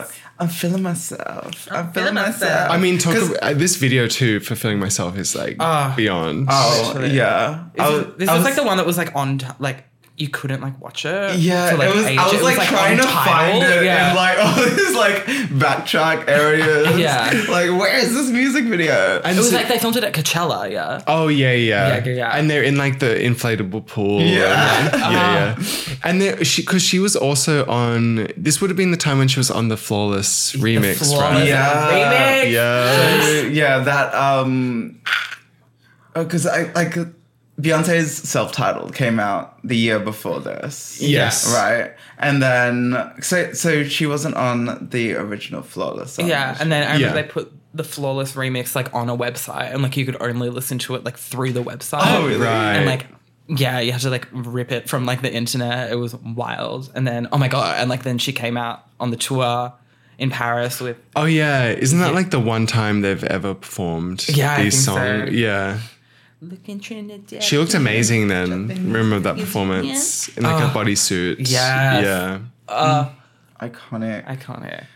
[SPEAKER 4] Chef's kiss.
[SPEAKER 6] I'm feeling myself. I'm,
[SPEAKER 4] feeling
[SPEAKER 6] feeling
[SPEAKER 4] myself.
[SPEAKER 6] myself.
[SPEAKER 5] I mean, talk
[SPEAKER 6] 'Cause-
[SPEAKER 5] uh, this video too. Fulfilling myself is like
[SPEAKER 4] Ah.
[SPEAKER 5] beyond.
[SPEAKER 6] Oh,
[SPEAKER 4] Literally.
[SPEAKER 6] yeah. I
[SPEAKER 4] This,
[SPEAKER 6] was,
[SPEAKER 4] is- this
[SPEAKER 6] I
[SPEAKER 4] is
[SPEAKER 6] was
[SPEAKER 4] like the one that was like on t- like you couldn't like watch it.
[SPEAKER 6] Yeah,
[SPEAKER 4] for, like,
[SPEAKER 6] it was,
[SPEAKER 4] ages.
[SPEAKER 6] I was, like, trying to
[SPEAKER 4] on Tidal.
[SPEAKER 6] find it
[SPEAKER 4] Yeah.
[SPEAKER 6] and like all these like backtrack areas.
[SPEAKER 4] Yeah.
[SPEAKER 6] Like, where is this music video?
[SPEAKER 5] And
[SPEAKER 4] it was
[SPEAKER 5] so-
[SPEAKER 4] like they filmed it at Coachella. Yeah.
[SPEAKER 5] oh yeah, yeah,
[SPEAKER 4] Yeah, yeah, yeah.
[SPEAKER 5] And they're in like the inflatable pool.
[SPEAKER 6] Yeah.
[SPEAKER 5] and, like, yeah, yeah. And there, she because she was also on. This would have been the time when she was on the flawless remix, right?
[SPEAKER 4] Flawless
[SPEAKER 6] Yeah.
[SPEAKER 4] Remix.
[SPEAKER 5] Yeah.
[SPEAKER 6] So, yeah, that um because I like Beyonce's self-titled came out the year before this.
[SPEAKER 5] Yes.
[SPEAKER 6] Right. And then so so she wasn't on the original flawless. song.
[SPEAKER 4] Yeah, and then I remember
[SPEAKER 5] Yeah.
[SPEAKER 4] they put the flawless remix like on a website, and like you could only listen to it like through the website.
[SPEAKER 6] Oh, really?
[SPEAKER 5] Right.
[SPEAKER 4] And like, yeah, you had to like rip it from like the internet. It was wild. And then oh my god, and like then she came out on the tour in Paris with
[SPEAKER 5] Oh yeah. Isn't that like the one time they've ever performed?
[SPEAKER 4] Yeah, I
[SPEAKER 5] These
[SPEAKER 4] think
[SPEAKER 5] songs.
[SPEAKER 4] so.
[SPEAKER 5] Yeah.
[SPEAKER 2] Looking Trinidad.
[SPEAKER 5] She looked amazing then. Remember that performance in like a bodysuit.
[SPEAKER 4] Ah. Yes.
[SPEAKER 5] Yeah.
[SPEAKER 6] Iconic.
[SPEAKER 4] I can't hear.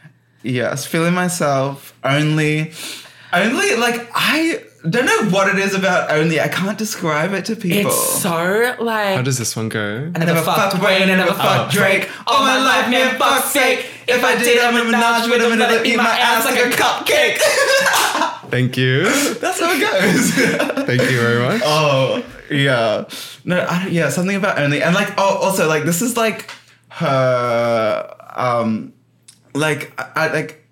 [SPEAKER 6] Yes, feeling myself only, only like I don't know what it is about only. I can't describe it to people.
[SPEAKER 4] It's so like.
[SPEAKER 5] How does this one go?
[SPEAKER 6] I never fucked Wayne, I never fucked Drake. All my life, man, fuck's sake. If I did, I'm a menage with him and I'll eat my ass like a cupcake.
[SPEAKER 5] Thank you.
[SPEAKER 6] That's how it goes.
[SPEAKER 5] Thank you very much.
[SPEAKER 6] oh, yeah. No, I don't, yeah, something about only. And like, oh, also, like, this is like her, um, like, I, I like,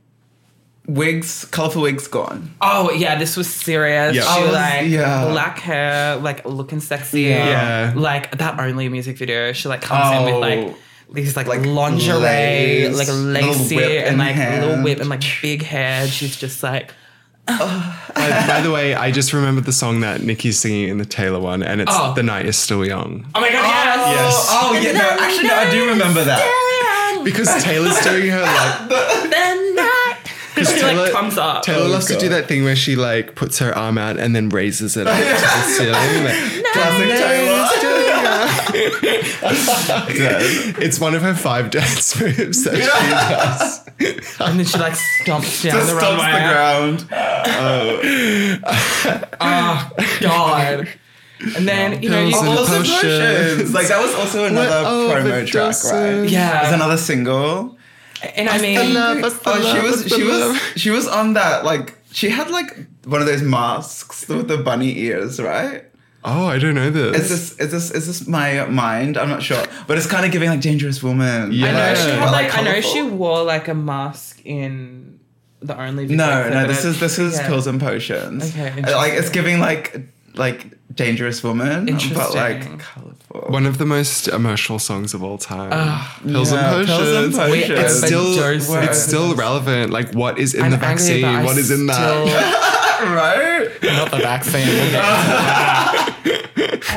[SPEAKER 6] wigs, colorful wigs gone.
[SPEAKER 4] oh yeah, this was serious.
[SPEAKER 5] Yeah.
[SPEAKER 4] She
[SPEAKER 5] I
[SPEAKER 6] was-
[SPEAKER 4] like
[SPEAKER 6] Oh, yeah.
[SPEAKER 4] black hair, like looking sexy.
[SPEAKER 5] Yeah.
[SPEAKER 4] Like that only music video. She like comes in with like
[SPEAKER 6] Oh.
[SPEAKER 4] these like,
[SPEAKER 6] Like
[SPEAKER 4] lingerie,
[SPEAKER 6] lace,
[SPEAKER 4] like
[SPEAKER 6] little
[SPEAKER 4] lacy
[SPEAKER 6] whip
[SPEAKER 4] and
[SPEAKER 6] in
[SPEAKER 4] like little
[SPEAKER 6] hand.
[SPEAKER 4] whip and like big hair. She's just like
[SPEAKER 5] by, by the way, I just remembered the song that Nikki's singing in the Taylor one, and it's
[SPEAKER 4] Oh.
[SPEAKER 5] The Night Is Still Young.
[SPEAKER 4] Oh my god, yes!
[SPEAKER 5] yes.
[SPEAKER 6] Oh, oh, yeah, no, actually, no, I do remember that.
[SPEAKER 5] Because Taylor's doing her like. Because
[SPEAKER 4] She, like, comes up.
[SPEAKER 5] Taylor
[SPEAKER 6] Oh,
[SPEAKER 5] loves to do
[SPEAKER 6] God.
[SPEAKER 5] that thing where she like puts her arm out and then raises it up to the ceiling. like,
[SPEAKER 6] Classic Taylor. Yes.
[SPEAKER 5] It's one of her five dance moves that she does.
[SPEAKER 4] And then she like stomps down
[SPEAKER 6] Just stomps
[SPEAKER 4] the
[SPEAKER 6] the
[SPEAKER 4] runway.
[SPEAKER 6] ground.
[SPEAKER 4] Oh God. And then you know, you,
[SPEAKER 5] Pills and
[SPEAKER 6] All the
[SPEAKER 5] potions. Oh,
[SPEAKER 6] potions. Like that was also another
[SPEAKER 5] We're
[SPEAKER 6] promo track, right?
[SPEAKER 5] overdosing.
[SPEAKER 4] Yeah.
[SPEAKER 6] It was another single.
[SPEAKER 4] and I mean,
[SPEAKER 5] love us, the
[SPEAKER 6] Oh, she
[SPEAKER 5] love
[SPEAKER 6] was
[SPEAKER 5] us, the
[SPEAKER 6] she
[SPEAKER 5] love.
[SPEAKER 6] was she was on that like she had like one of those masks with the bunny ears, right?
[SPEAKER 5] Oh, I don't know
[SPEAKER 6] Is
[SPEAKER 5] this.
[SPEAKER 6] this is this is this my mind? I'm not sure, but it's kind of giving like dangerous woman.
[SPEAKER 5] Yeah.
[SPEAKER 4] I know she
[SPEAKER 5] Yeah.
[SPEAKER 4] had
[SPEAKER 6] But,
[SPEAKER 4] like, I know
[SPEAKER 6] colourful.
[SPEAKER 4] she wore like a mask in the only. Video
[SPEAKER 6] No,
[SPEAKER 4] clip,
[SPEAKER 6] no,
[SPEAKER 4] but
[SPEAKER 6] this
[SPEAKER 4] I-
[SPEAKER 6] is this is
[SPEAKER 4] yeah.
[SPEAKER 6] pills and potions.
[SPEAKER 4] Okay,
[SPEAKER 6] like it's
[SPEAKER 4] interesting.
[SPEAKER 6] giving like like dangerous woman, but
[SPEAKER 4] Interesting.
[SPEAKER 6] like colorful.
[SPEAKER 5] one of the most emotional songs of all time.
[SPEAKER 4] Ah.
[SPEAKER 5] Pills,
[SPEAKER 6] Yeah,
[SPEAKER 5] and
[SPEAKER 6] Pills and
[SPEAKER 5] potions.
[SPEAKER 6] Potions.
[SPEAKER 4] We-
[SPEAKER 5] It's
[SPEAKER 4] But
[SPEAKER 5] still
[SPEAKER 4] Josie-
[SPEAKER 5] it's still relevant. Like what is in
[SPEAKER 4] I'm
[SPEAKER 5] the
[SPEAKER 4] angry,
[SPEAKER 5] vaccine?
[SPEAKER 4] but I
[SPEAKER 5] What is in that?
[SPEAKER 4] still-
[SPEAKER 6] right.
[SPEAKER 5] Not the vaccine.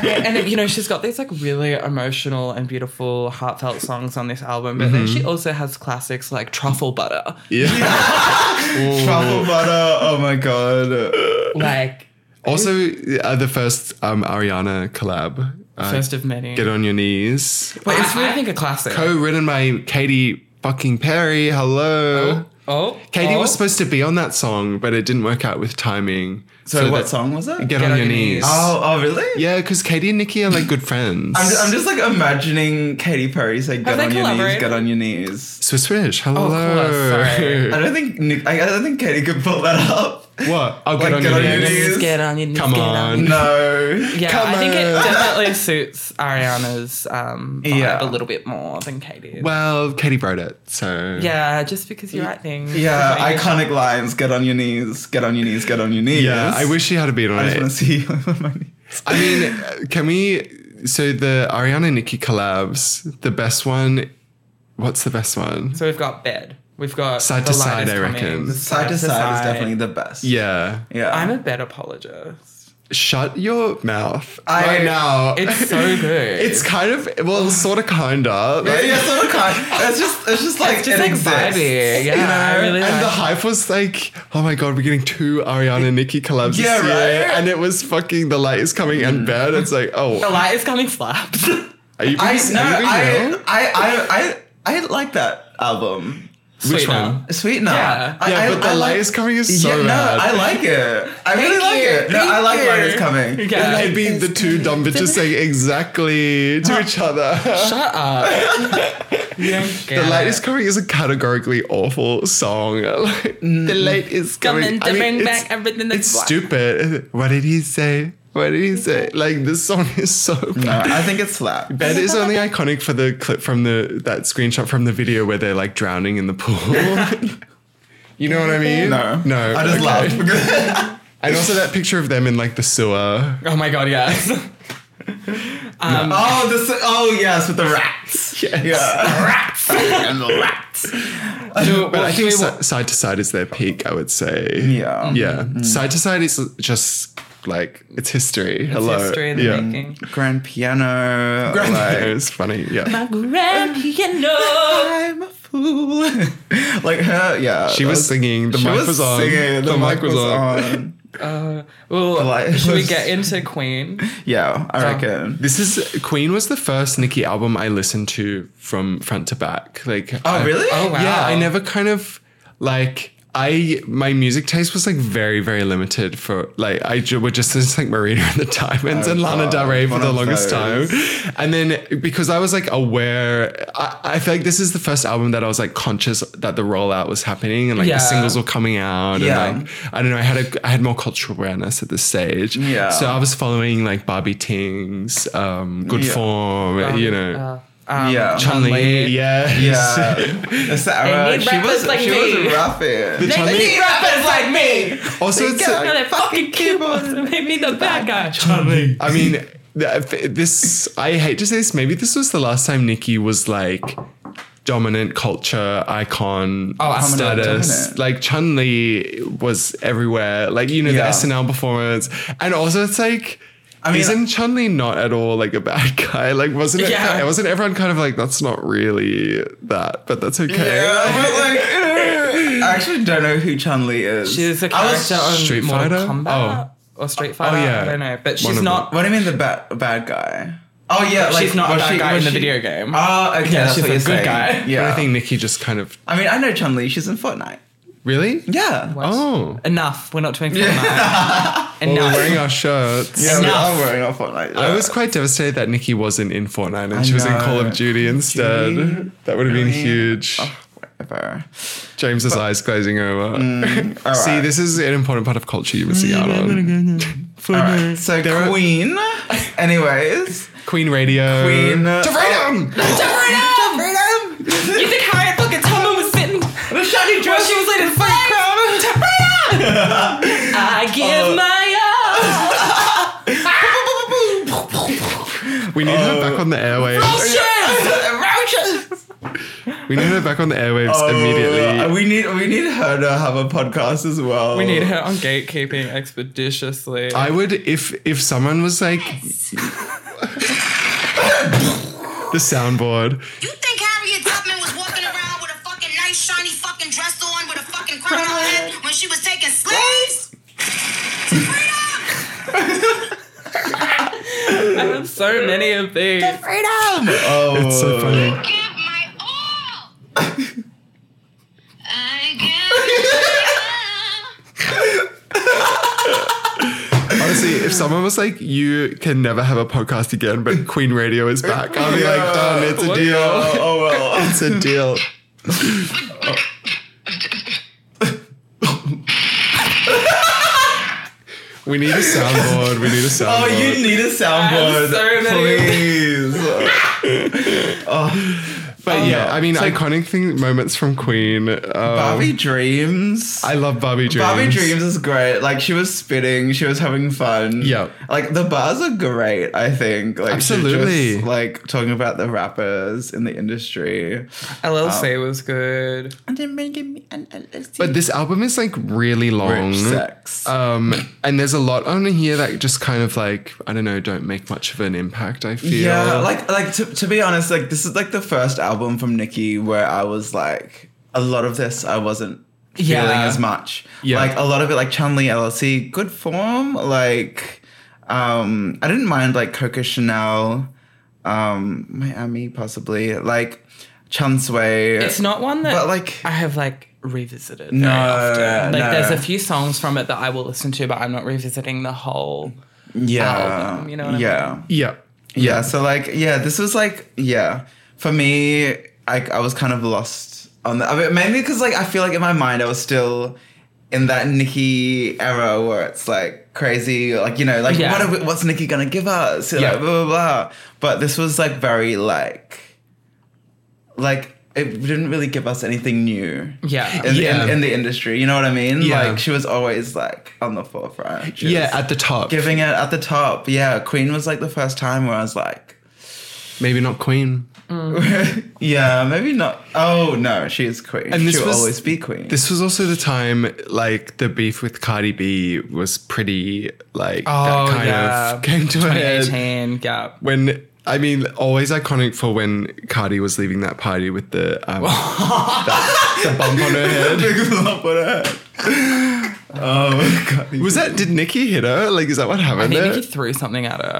[SPEAKER 4] and you know, she's got these like really emotional and beautiful, heartfelt songs on this album, but then she also has classics like Truffle Butter,
[SPEAKER 5] yeah.
[SPEAKER 6] Truffle butter. Oh my god.
[SPEAKER 4] like
[SPEAKER 5] Also, uh, the first um, Ariana collab. Uh,
[SPEAKER 4] First of Many.
[SPEAKER 5] Get on your knees.
[SPEAKER 4] But it's really, I think, a classic.
[SPEAKER 5] Co-written by Katy fucking Perry. Hello.
[SPEAKER 4] oh,
[SPEAKER 5] Katie
[SPEAKER 4] oh.
[SPEAKER 5] was supposed to be on that song, but it didn't work out with timing.
[SPEAKER 6] So, what
[SPEAKER 5] that-
[SPEAKER 6] song was it?
[SPEAKER 5] Get, on, your knees.
[SPEAKER 6] oh, oh, really?
[SPEAKER 5] Yeah, because Katie and Nikki are like good friends.
[SPEAKER 6] I'm just, I'm just like imagining Katy Perry saying, "Get
[SPEAKER 4] they
[SPEAKER 6] on your knees,
[SPEAKER 4] collaborated?
[SPEAKER 6] get on your knees."
[SPEAKER 5] Swiss Swedish.
[SPEAKER 6] Oh,
[SPEAKER 5] Hello.
[SPEAKER 4] course, sorry.
[SPEAKER 6] I don't think Nick, I, I don't think Katie could pull that up.
[SPEAKER 5] what? I'll
[SPEAKER 6] Like,
[SPEAKER 5] get on
[SPEAKER 6] get
[SPEAKER 5] your
[SPEAKER 6] on your
[SPEAKER 5] knees.
[SPEAKER 6] knees.
[SPEAKER 4] Get on your knees,
[SPEAKER 5] Come
[SPEAKER 4] get on.
[SPEAKER 5] on.
[SPEAKER 6] No.
[SPEAKER 4] Yeah,
[SPEAKER 5] Come
[SPEAKER 4] I think it
[SPEAKER 5] on.
[SPEAKER 4] definitely suits Ariana's um, vibe
[SPEAKER 6] Yeah.
[SPEAKER 4] a little bit more than Katie.
[SPEAKER 5] Well, Katie wrote it, so
[SPEAKER 4] yeah, just because you write things.
[SPEAKER 6] Yeah,
[SPEAKER 4] Like,
[SPEAKER 6] iconic lines. Get on your knees. Get on your knees. Get on your knees.
[SPEAKER 5] Yeah, I wish she had a beat on
[SPEAKER 6] I just
[SPEAKER 5] it.
[SPEAKER 6] want to see you on my knees.
[SPEAKER 5] I mean, uh, can we? So the Ariana and Nikki collabs. The best one. What's the best one?
[SPEAKER 4] So we've got bed. We've got
[SPEAKER 5] Side
[SPEAKER 4] The
[SPEAKER 5] to
[SPEAKER 4] Light
[SPEAKER 5] Side,
[SPEAKER 4] Is
[SPEAKER 5] I
[SPEAKER 4] Coming,
[SPEAKER 5] reckon.
[SPEAKER 4] The
[SPEAKER 6] Side to side is definitely the best.
[SPEAKER 5] Yeah.
[SPEAKER 6] yeah.
[SPEAKER 4] I'm a bed apologist.
[SPEAKER 5] Shut your mouth
[SPEAKER 6] I-
[SPEAKER 5] right now.
[SPEAKER 4] It's so good.
[SPEAKER 5] It's kind of well, sort of, kinda.
[SPEAKER 6] yeah,
[SPEAKER 5] Like,
[SPEAKER 6] yeah, sort of kind. It's just, it's just like
[SPEAKER 4] It's just
[SPEAKER 6] it
[SPEAKER 4] like
[SPEAKER 6] exists.
[SPEAKER 4] vibey. Yeah, I really
[SPEAKER 5] and the
[SPEAKER 4] like.
[SPEAKER 5] hype was like, oh my god, we're getting two Ariana and Nikki collabs
[SPEAKER 6] Yeah,
[SPEAKER 5] this year,
[SPEAKER 6] right? Mm.
[SPEAKER 5] and it was fucking the light is coming and bad. It's like,
[SPEAKER 4] The
[SPEAKER 5] oh,
[SPEAKER 4] light is coming slaps.
[SPEAKER 5] are you? Being,
[SPEAKER 6] I no,
[SPEAKER 5] are you being
[SPEAKER 6] I,
[SPEAKER 5] real?
[SPEAKER 6] I, I, I, I like that album.
[SPEAKER 5] Which
[SPEAKER 4] Sweetener.
[SPEAKER 5] one?
[SPEAKER 6] Sweetener.
[SPEAKER 4] Yeah.
[SPEAKER 6] I,
[SPEAKER 5] Yeah,
[SPEAKER 6] I,
[SPEAKER 5] but the
[SPEAKER 6] I
[SPEAKER 5] light
[SPEAKER 6] like-
[SPEAKER 5] is coming is so
[SPEAKER 6] no,
[SPEAKER 5] bad.
[SPEAKER 6] I like it. I really
[SPEAKER 4] Thank
[SPEAKER 6] like
[SPEAKER 4] you.
[SPEAKER 6] it. No,
[SPEAKER 4] Thank
[SPEAKER 6] I like light is
[SPEAKER 4] you.
[SPEAKER 6] coming.
[SPEAKER 4] Yeah.
[SPEAKER 5] and they'd be the two dumb bitches saying exactly to each other.
[SPEAKER 4] Shut up. you don't get
[SPEAKER 5] The light is
[SPEAKER 4] it.
[SPEAKER 5] coming is a categorically awful song. Like, the light is
[SPEAKER 4] Coming
[SPEAKER 5] coming.
[SPEAKER 4] to bring
[SPEAKER 5] it's-
[SPEAKER 4] back everything that's
[SPEAKER 5] It's
[SPEAKER 4] black.
[SPEAKER 5] stupid. What did he say? What did he say? Like this song is so bad.
[SPEAKER 6] No, I think it's slap.
[SPEAKER 5] Bed is only iconic for the clip from the that screenshot from the video where they're like drowning in the pool. you know what I mean?
[SPEAKER 6] No,
[SPEAKER 5] no.
[SPEAKER 6] I just
[SPEAKER 5] okay.
[SPEAKER 6] laughed because
[SPEAKER 5] And also that picture of them in like the sewer.
[SPEAKER 4] Oh my god, yes. um,
[SPEAKER 6] oh, this. Oh yes, with the rats.
[SPEAKER 5] Yes.
[SPEAKER 6] Yeah, rats and the rats.
[SPEAKER 4] do-
[SPEAKER 5] But
[SPEAKER 4] what
[SPEAKER 5] I
[SPEAKER 4] should
[SPEAKER 5] think
[SPEAKER 4] we-
[SPEAKER 5] si- side to side is their peak. I would say.
[SPEAKER 6] Yeah.
[SPEAKER 5] Yeah.
[SPEAKER 4] Mm-hmm.
[SPEAKER 5] Side to side is just like it's history. Hello.
[SPEAKER 4] history in the
[SPEAKER 5] yeah.
[SPEAKER 4] making.
[SPEAKER 6] Grand piano. Grand like,
[SPEAKER 5] it's funny. Yeah.
[SPEAKER 4] Grand piano.
[SPEAKER 6] I'm a fool. like her. Yeah.
[SPEAKER 5] She
[SPEAKER 6] that
[SPEAKER 5] was singing. The
[SPEAKER 6] she
[SPEAKER 5] mic was on.
[SPEAKER 6] singing, The, mic, was on.
[SPEAKER 4] Uh, well,
[SPEAKER 6] Like-
[SPEAKER 4] should we get into Queen?
[SPEAKER 6] Yeah, I reckon.
[SPEAKER 5] This is Queen was the first Nicki album I listened to from front to back. Like
[SPEAKER 6] Oh
[SPEAKER 5] I-
[SPEAKER 6] really?
[SPEAKER 4] Oh wow.
[SPEAKER 5] Yeah, I never kind of like I my music taste was like very very limited for like I ju- would just listen to like Marina and the Diamonds
[SPEAKER 6] Oh,
[SPEAKER 5] and Lana
[SPEAKER 6] God,
[SPEAKER 5] Del Rey for
[SPEAKER 6] one
[SPEAKER 5] the
[SPEAKER 6] of
[SPEAKER 5] longest
[SPEAKER 6] those.
[SPEAKER 5] time, and then because I was like aware, I, I feel like this is the first album that I was like conscious that the rollout was happening and like
[SPEAKER 4] Yeah.
[SPEAKER 5] the singles were coming out
[SPEAKER 6] Yeah.
[SPEAKER 5] and like I don't know I had a I had more cultural awareness at this stage,
[SPEAKER 6] Yeah.
[SPEAKER 5] So I was following like Barbie Ting's, um, Good
[SPEAKER 6] Yeah.
[SPEAKER 5] Form, you know.
[SPEAKER 4] Uh, um,
[SPEAKER 6] Yeah.
[SPEAKER 5] Chun Li, yeah,
[SPEAKER 6] Yeah.
[SPEAKER 4] They
[SPEAKER 6] Sarah, uh,
[SPEAKER 4] need
[SPEAKER 6] she was
[SPEAKER 4] rappers like
[SPEAKER 6] she
[SPEAKER 4] me.
[SPEAKER 6] was rapping.
[SPEAKER 5] Chun Li-
[SPEAKER 4] rappers like me.
[SPEAKER 5] Also, it's uh, like,
[SPEAKER 4] Another fucking keyboards and made me the bad guy.
[SPEAKER 5] I mean, th- this, I hate to say this, maybe this was the last time Nikki was like dominant culture icon
[SPEAKER 4] Oh, I'm
[SPEAKER 6] not
[SPEAKER 5] status.
[SPEAKER 6] dominant.
[SPEAKER 5] Like Chun Li was everywhere. Like, you know,
[SPEAKER 6] Yeah.
[SPEAKER 5] the SNL performance. And also, it's like,
[SPEAKER 6] I mean- uh,
[SPEAKER 5] isn't Chun Li not at all like a bad guy? Like, wasn't it?
[SPEAKER 4] Yeah.
[SPEAKER 5] Wasn't everyone kind of like, that's not really that, but that's okay.
[SPEAKER 6] Yeah, but like, I actually don't know who Chun Li is.
[SPEAKER 4] She's a
[SPEAKER 6] I
[SPEAKER 4] character
[SPEAKER 6] was,
[SPEAKER 4] on
[SPEAKER 5] Street
[SPEAKER 4] Mortal
[SPEAKER 5] Fighter?
[SPEAKER 4] Kombat.
[SPEAKER 5] Oh.
[SPEAKER 4] or Street Fighter.
[SPEAKER 5] yeah.
[SPEAKER 4] I don't know, but
[SPEAKER 5] One
[SPEAKER 4] she's
[SPEAKER 5] of
[SPEAKER 4] not.
[SPEAKER 6] What do you mean the bad bad guy? Oh yeah, like
[SPEAKER 4] she's not a
[SPEAKER 6] was
[SPEAKER 4] bad
[SPEAKER 6] she-
[SPEAKER 4] guy in
[SPEAKER 6] was
[SPEAKER 4] the
[SPEAKER 6] she-
[SPEAKER 4] video game.
[SPEAKER 6] Ah, okay,
[SPEAKER 4] Yeah,
[SPEAKER 6] that's
[SPEAKER 4] she's
[SPEAKER 6] what
[SPEAKER 4] a
[SPEAKER 6] you're
[SPEAKER 4] good
[SPEAKER 6] saying.
[SPEAKER 4] guy.
[SPEAKER 6] Yeah,
[SPEAKER 5] But I think Nikki just kind of
[SPEAKER 6] I mean, I know Chun Li. She's in Fortnite.
[SPEAKER 5] really.
[SPEAKER 6] Yeah.
[SPEAKER 4] What?
[SPEAKER 5] Oh,
[SPEAKER 4] Enough. We're not doing Fortnite.
[SPEAKER 5] well, we're wearing
[SPEAKER 4] Enough.
[SPEAKER 5] our shirts.
[SPEAKER 6] Yeah, we
[SPEAKER 4] Enough.
[SPEAKER 6] are wearing our Fortnite.
[SPEAKER 5] I was quite devastated that Nikki wasn't in Fortnite and
[SPEAKER 6] I
[SPEAKER 5] she was in
[SPEAKER 6] know.
[SPEAKER 5] Call of Duty instead.
[SPEAKER 6] Duty.
[SPEAKER 5] That would have been
[SPEAKER 6] Really? Oh.
[SPEAKER 5] huge.
[SPEAKER 6] Whatever.
[SPEAKER 5] James's eyes glazing over.
[SPEAKER 6] Mm, All
[SPEAKER 5] See,
[SPEAKER 6] right. Mm,
[SPEAKER 5] this is an important part of culture you're missing out on.
[SPEAKER 6] All
[SPEAKER 4] Mm-hmm.
[SPEAKER 6] right. So
[SPEAKER 5] are-
[SPEAKER 6] Queen. Anyways,
[SPEAKER 5] Queen Radio.
[SPEAKER 6] Queen.
[SPEAKER 5] To freedom!
[SPEAKER 4] You think Harriet fucking Tubman was sitting while
[SPEAKER 6] The shiny
[SPEAKER 4] she was leading fucking crowd? I give
[SPEAKER 5] Oh.
[SPEAKER 4] my
[SPEAKER 5] We need her
[SPEAKER 6] Oh.
[SPEAKER 5] back on the airwaves. We need her back on the airwaves
[SPEAKER 6] Uh,
[SPEAKER 5] immediately.
[SPEAKER 6] we need we need her to have a podcast as well.
[SPEAKER 4] We need her on gatekeeping expeditiously.
[SPEAKER 5] I would if if someone was like the soundboard.
[SPEAKER 1] You think Harriet Tubman was walking around with a fucking nice shiny fucking dress on with a fucking crown on her head when she was taking slaves? To freedom!
[SPEAKER 4] I have so many of these.
[SPEAKER 6] Oh,
[SPEAKER 5] It's so funny.
[SPEAKER 1] give my all. I give my
[SPEAKER 5] Honestly, if someone was like, "You can never have a podcast again," but Queen Radio is back, I'd be like, "Done. It's a deal.
[SPEAKER 6] Oh, oh well.
[SPEAKER 5] It's a deal." we need a soundboard. We need a soundboard.
[SPEAKER 6] Oh, you need a soundboard,
[SPEAKER 4] so many.
[SPEAKER 6] please.
[SPEAKER 5] but yeah, I mean, iconic thing moments from Queen. Um,
[SPEAKER 6] Barbie dreams.
[SPEAKER 5] I love Barbie Dreams.
[SPEAKER 6] Barbie Dreams is great. Like she was spitting, she was having fun.
[SPEAKER 5] Yeah.
[SPEAKER 6] Like the bars are great, I think. Like she just,
[SPEAKER 5] Absolutely.
[SPEAKER 6] like talking about the rappers in the industry.
[SPEAKER 4] LLC was good.
[SPEAKER 6] And then make me an LSD.
[SPEAKER 5] But this album is like really long.
[SPEAKER 6] Rich sex.
[SPEAKER 5] Um, and there's a lot on here that just kind of like I don't know, don't make much of an impact. I feel.
[SPEAKER 6] Yeah, like like to, to be honest, like this is like the first album from Nicki where I was like a lot of this I wasn't feeling
[SPEAKER 4] Yeah.
[SPEAKER 6] as much.
[SPEAKER 5] Yeah.
[SPEAKER 6] Like a lot of it like Chun Li LLC, good form. Like um I didn't mind like Coco Chanel, um Miami possibly, like Chun Sui.
[SPEAKER 4] It's not one that
[SPEAKER 6] But, like-
[SPEAKER 4] I have like revisited.
[SPEAKER 6] No,
[SPEAKER 4] very often. like
[SPEAKER 6] no.
[SPEAKER 4] there's a few songs from it that I will listen to, but I'm not revisiting the whole.
[SPEAKER 6] yeah,
[SPEAKER 4] album, you know what I
[SPEAKER 6] yeah.
[SPEAKER 5] yeah,
[SPEAKER 6] Yeah. So like, yeah, this was like, yeah, for me, I, I was kind of lost on that. I mean, mainly because like I feel like in my mind I was still in that Nicki era where it's like crazy, like you know, like
[SPEAKER 4] Yeah.
[SPEAKER 6] what are we, what's Nicki gonna give us? Like,
[SPEAKER 4] Yeah.
[SPEAKER 6] blah blah blah. But this was like very like, like it didn't really give us anything new.
[SPEAKER 4] Yeah.
[SPEAKER 6] In,
[SPEAKER 5] Yeah.
[SPEAKER 6] in, in the industry, you know what I mean?
[SPEAKER 5] Yeah.
[SPEAKER 6] Like she was always like on the forefront. She
[SPEAKER 5] yeah.
[SPEAKER 6] was-
[SPEAKER 5] At the top,
[SPEAKER 6] giving it at the top. Yeah, Queen was like the first time where I was like,
[SPEAKER 5] maybe not Queen.
[SPEAKER 6] yeah, maybe not. Oh no, she is Queen.
[SPEAKER 5] And this
[SPEAKER 6] She'll
[SPEAKER 5] was-
[SPEAKER 6] always be Queen.
[SPEAKER 5] This was also the time like the beef with Cardi B was pretty like
[SPEAKER 4] Oh,
[SPEAKER 5] that kind
[SPEAKER 4] yeah.
[SPEAKER 5] of came to a head
[SPEAKER 4] 2018 gap.
[SPEAKER 5] when. I mean, always iconic for when Cardi was leaving that party with the um, that- the bump on her head.
[SPEAKER 6] Big lump on her head. Oh my god.
[SPEAKER 5] Was that did Nikki hit her? Like, is that what
[SPEAKER 4] I
[SPEAKER 5] happened?
[SPEAKER 4] think
[SPEAKER 5] there?
[SPEAKER 4] Nicki threw something at her,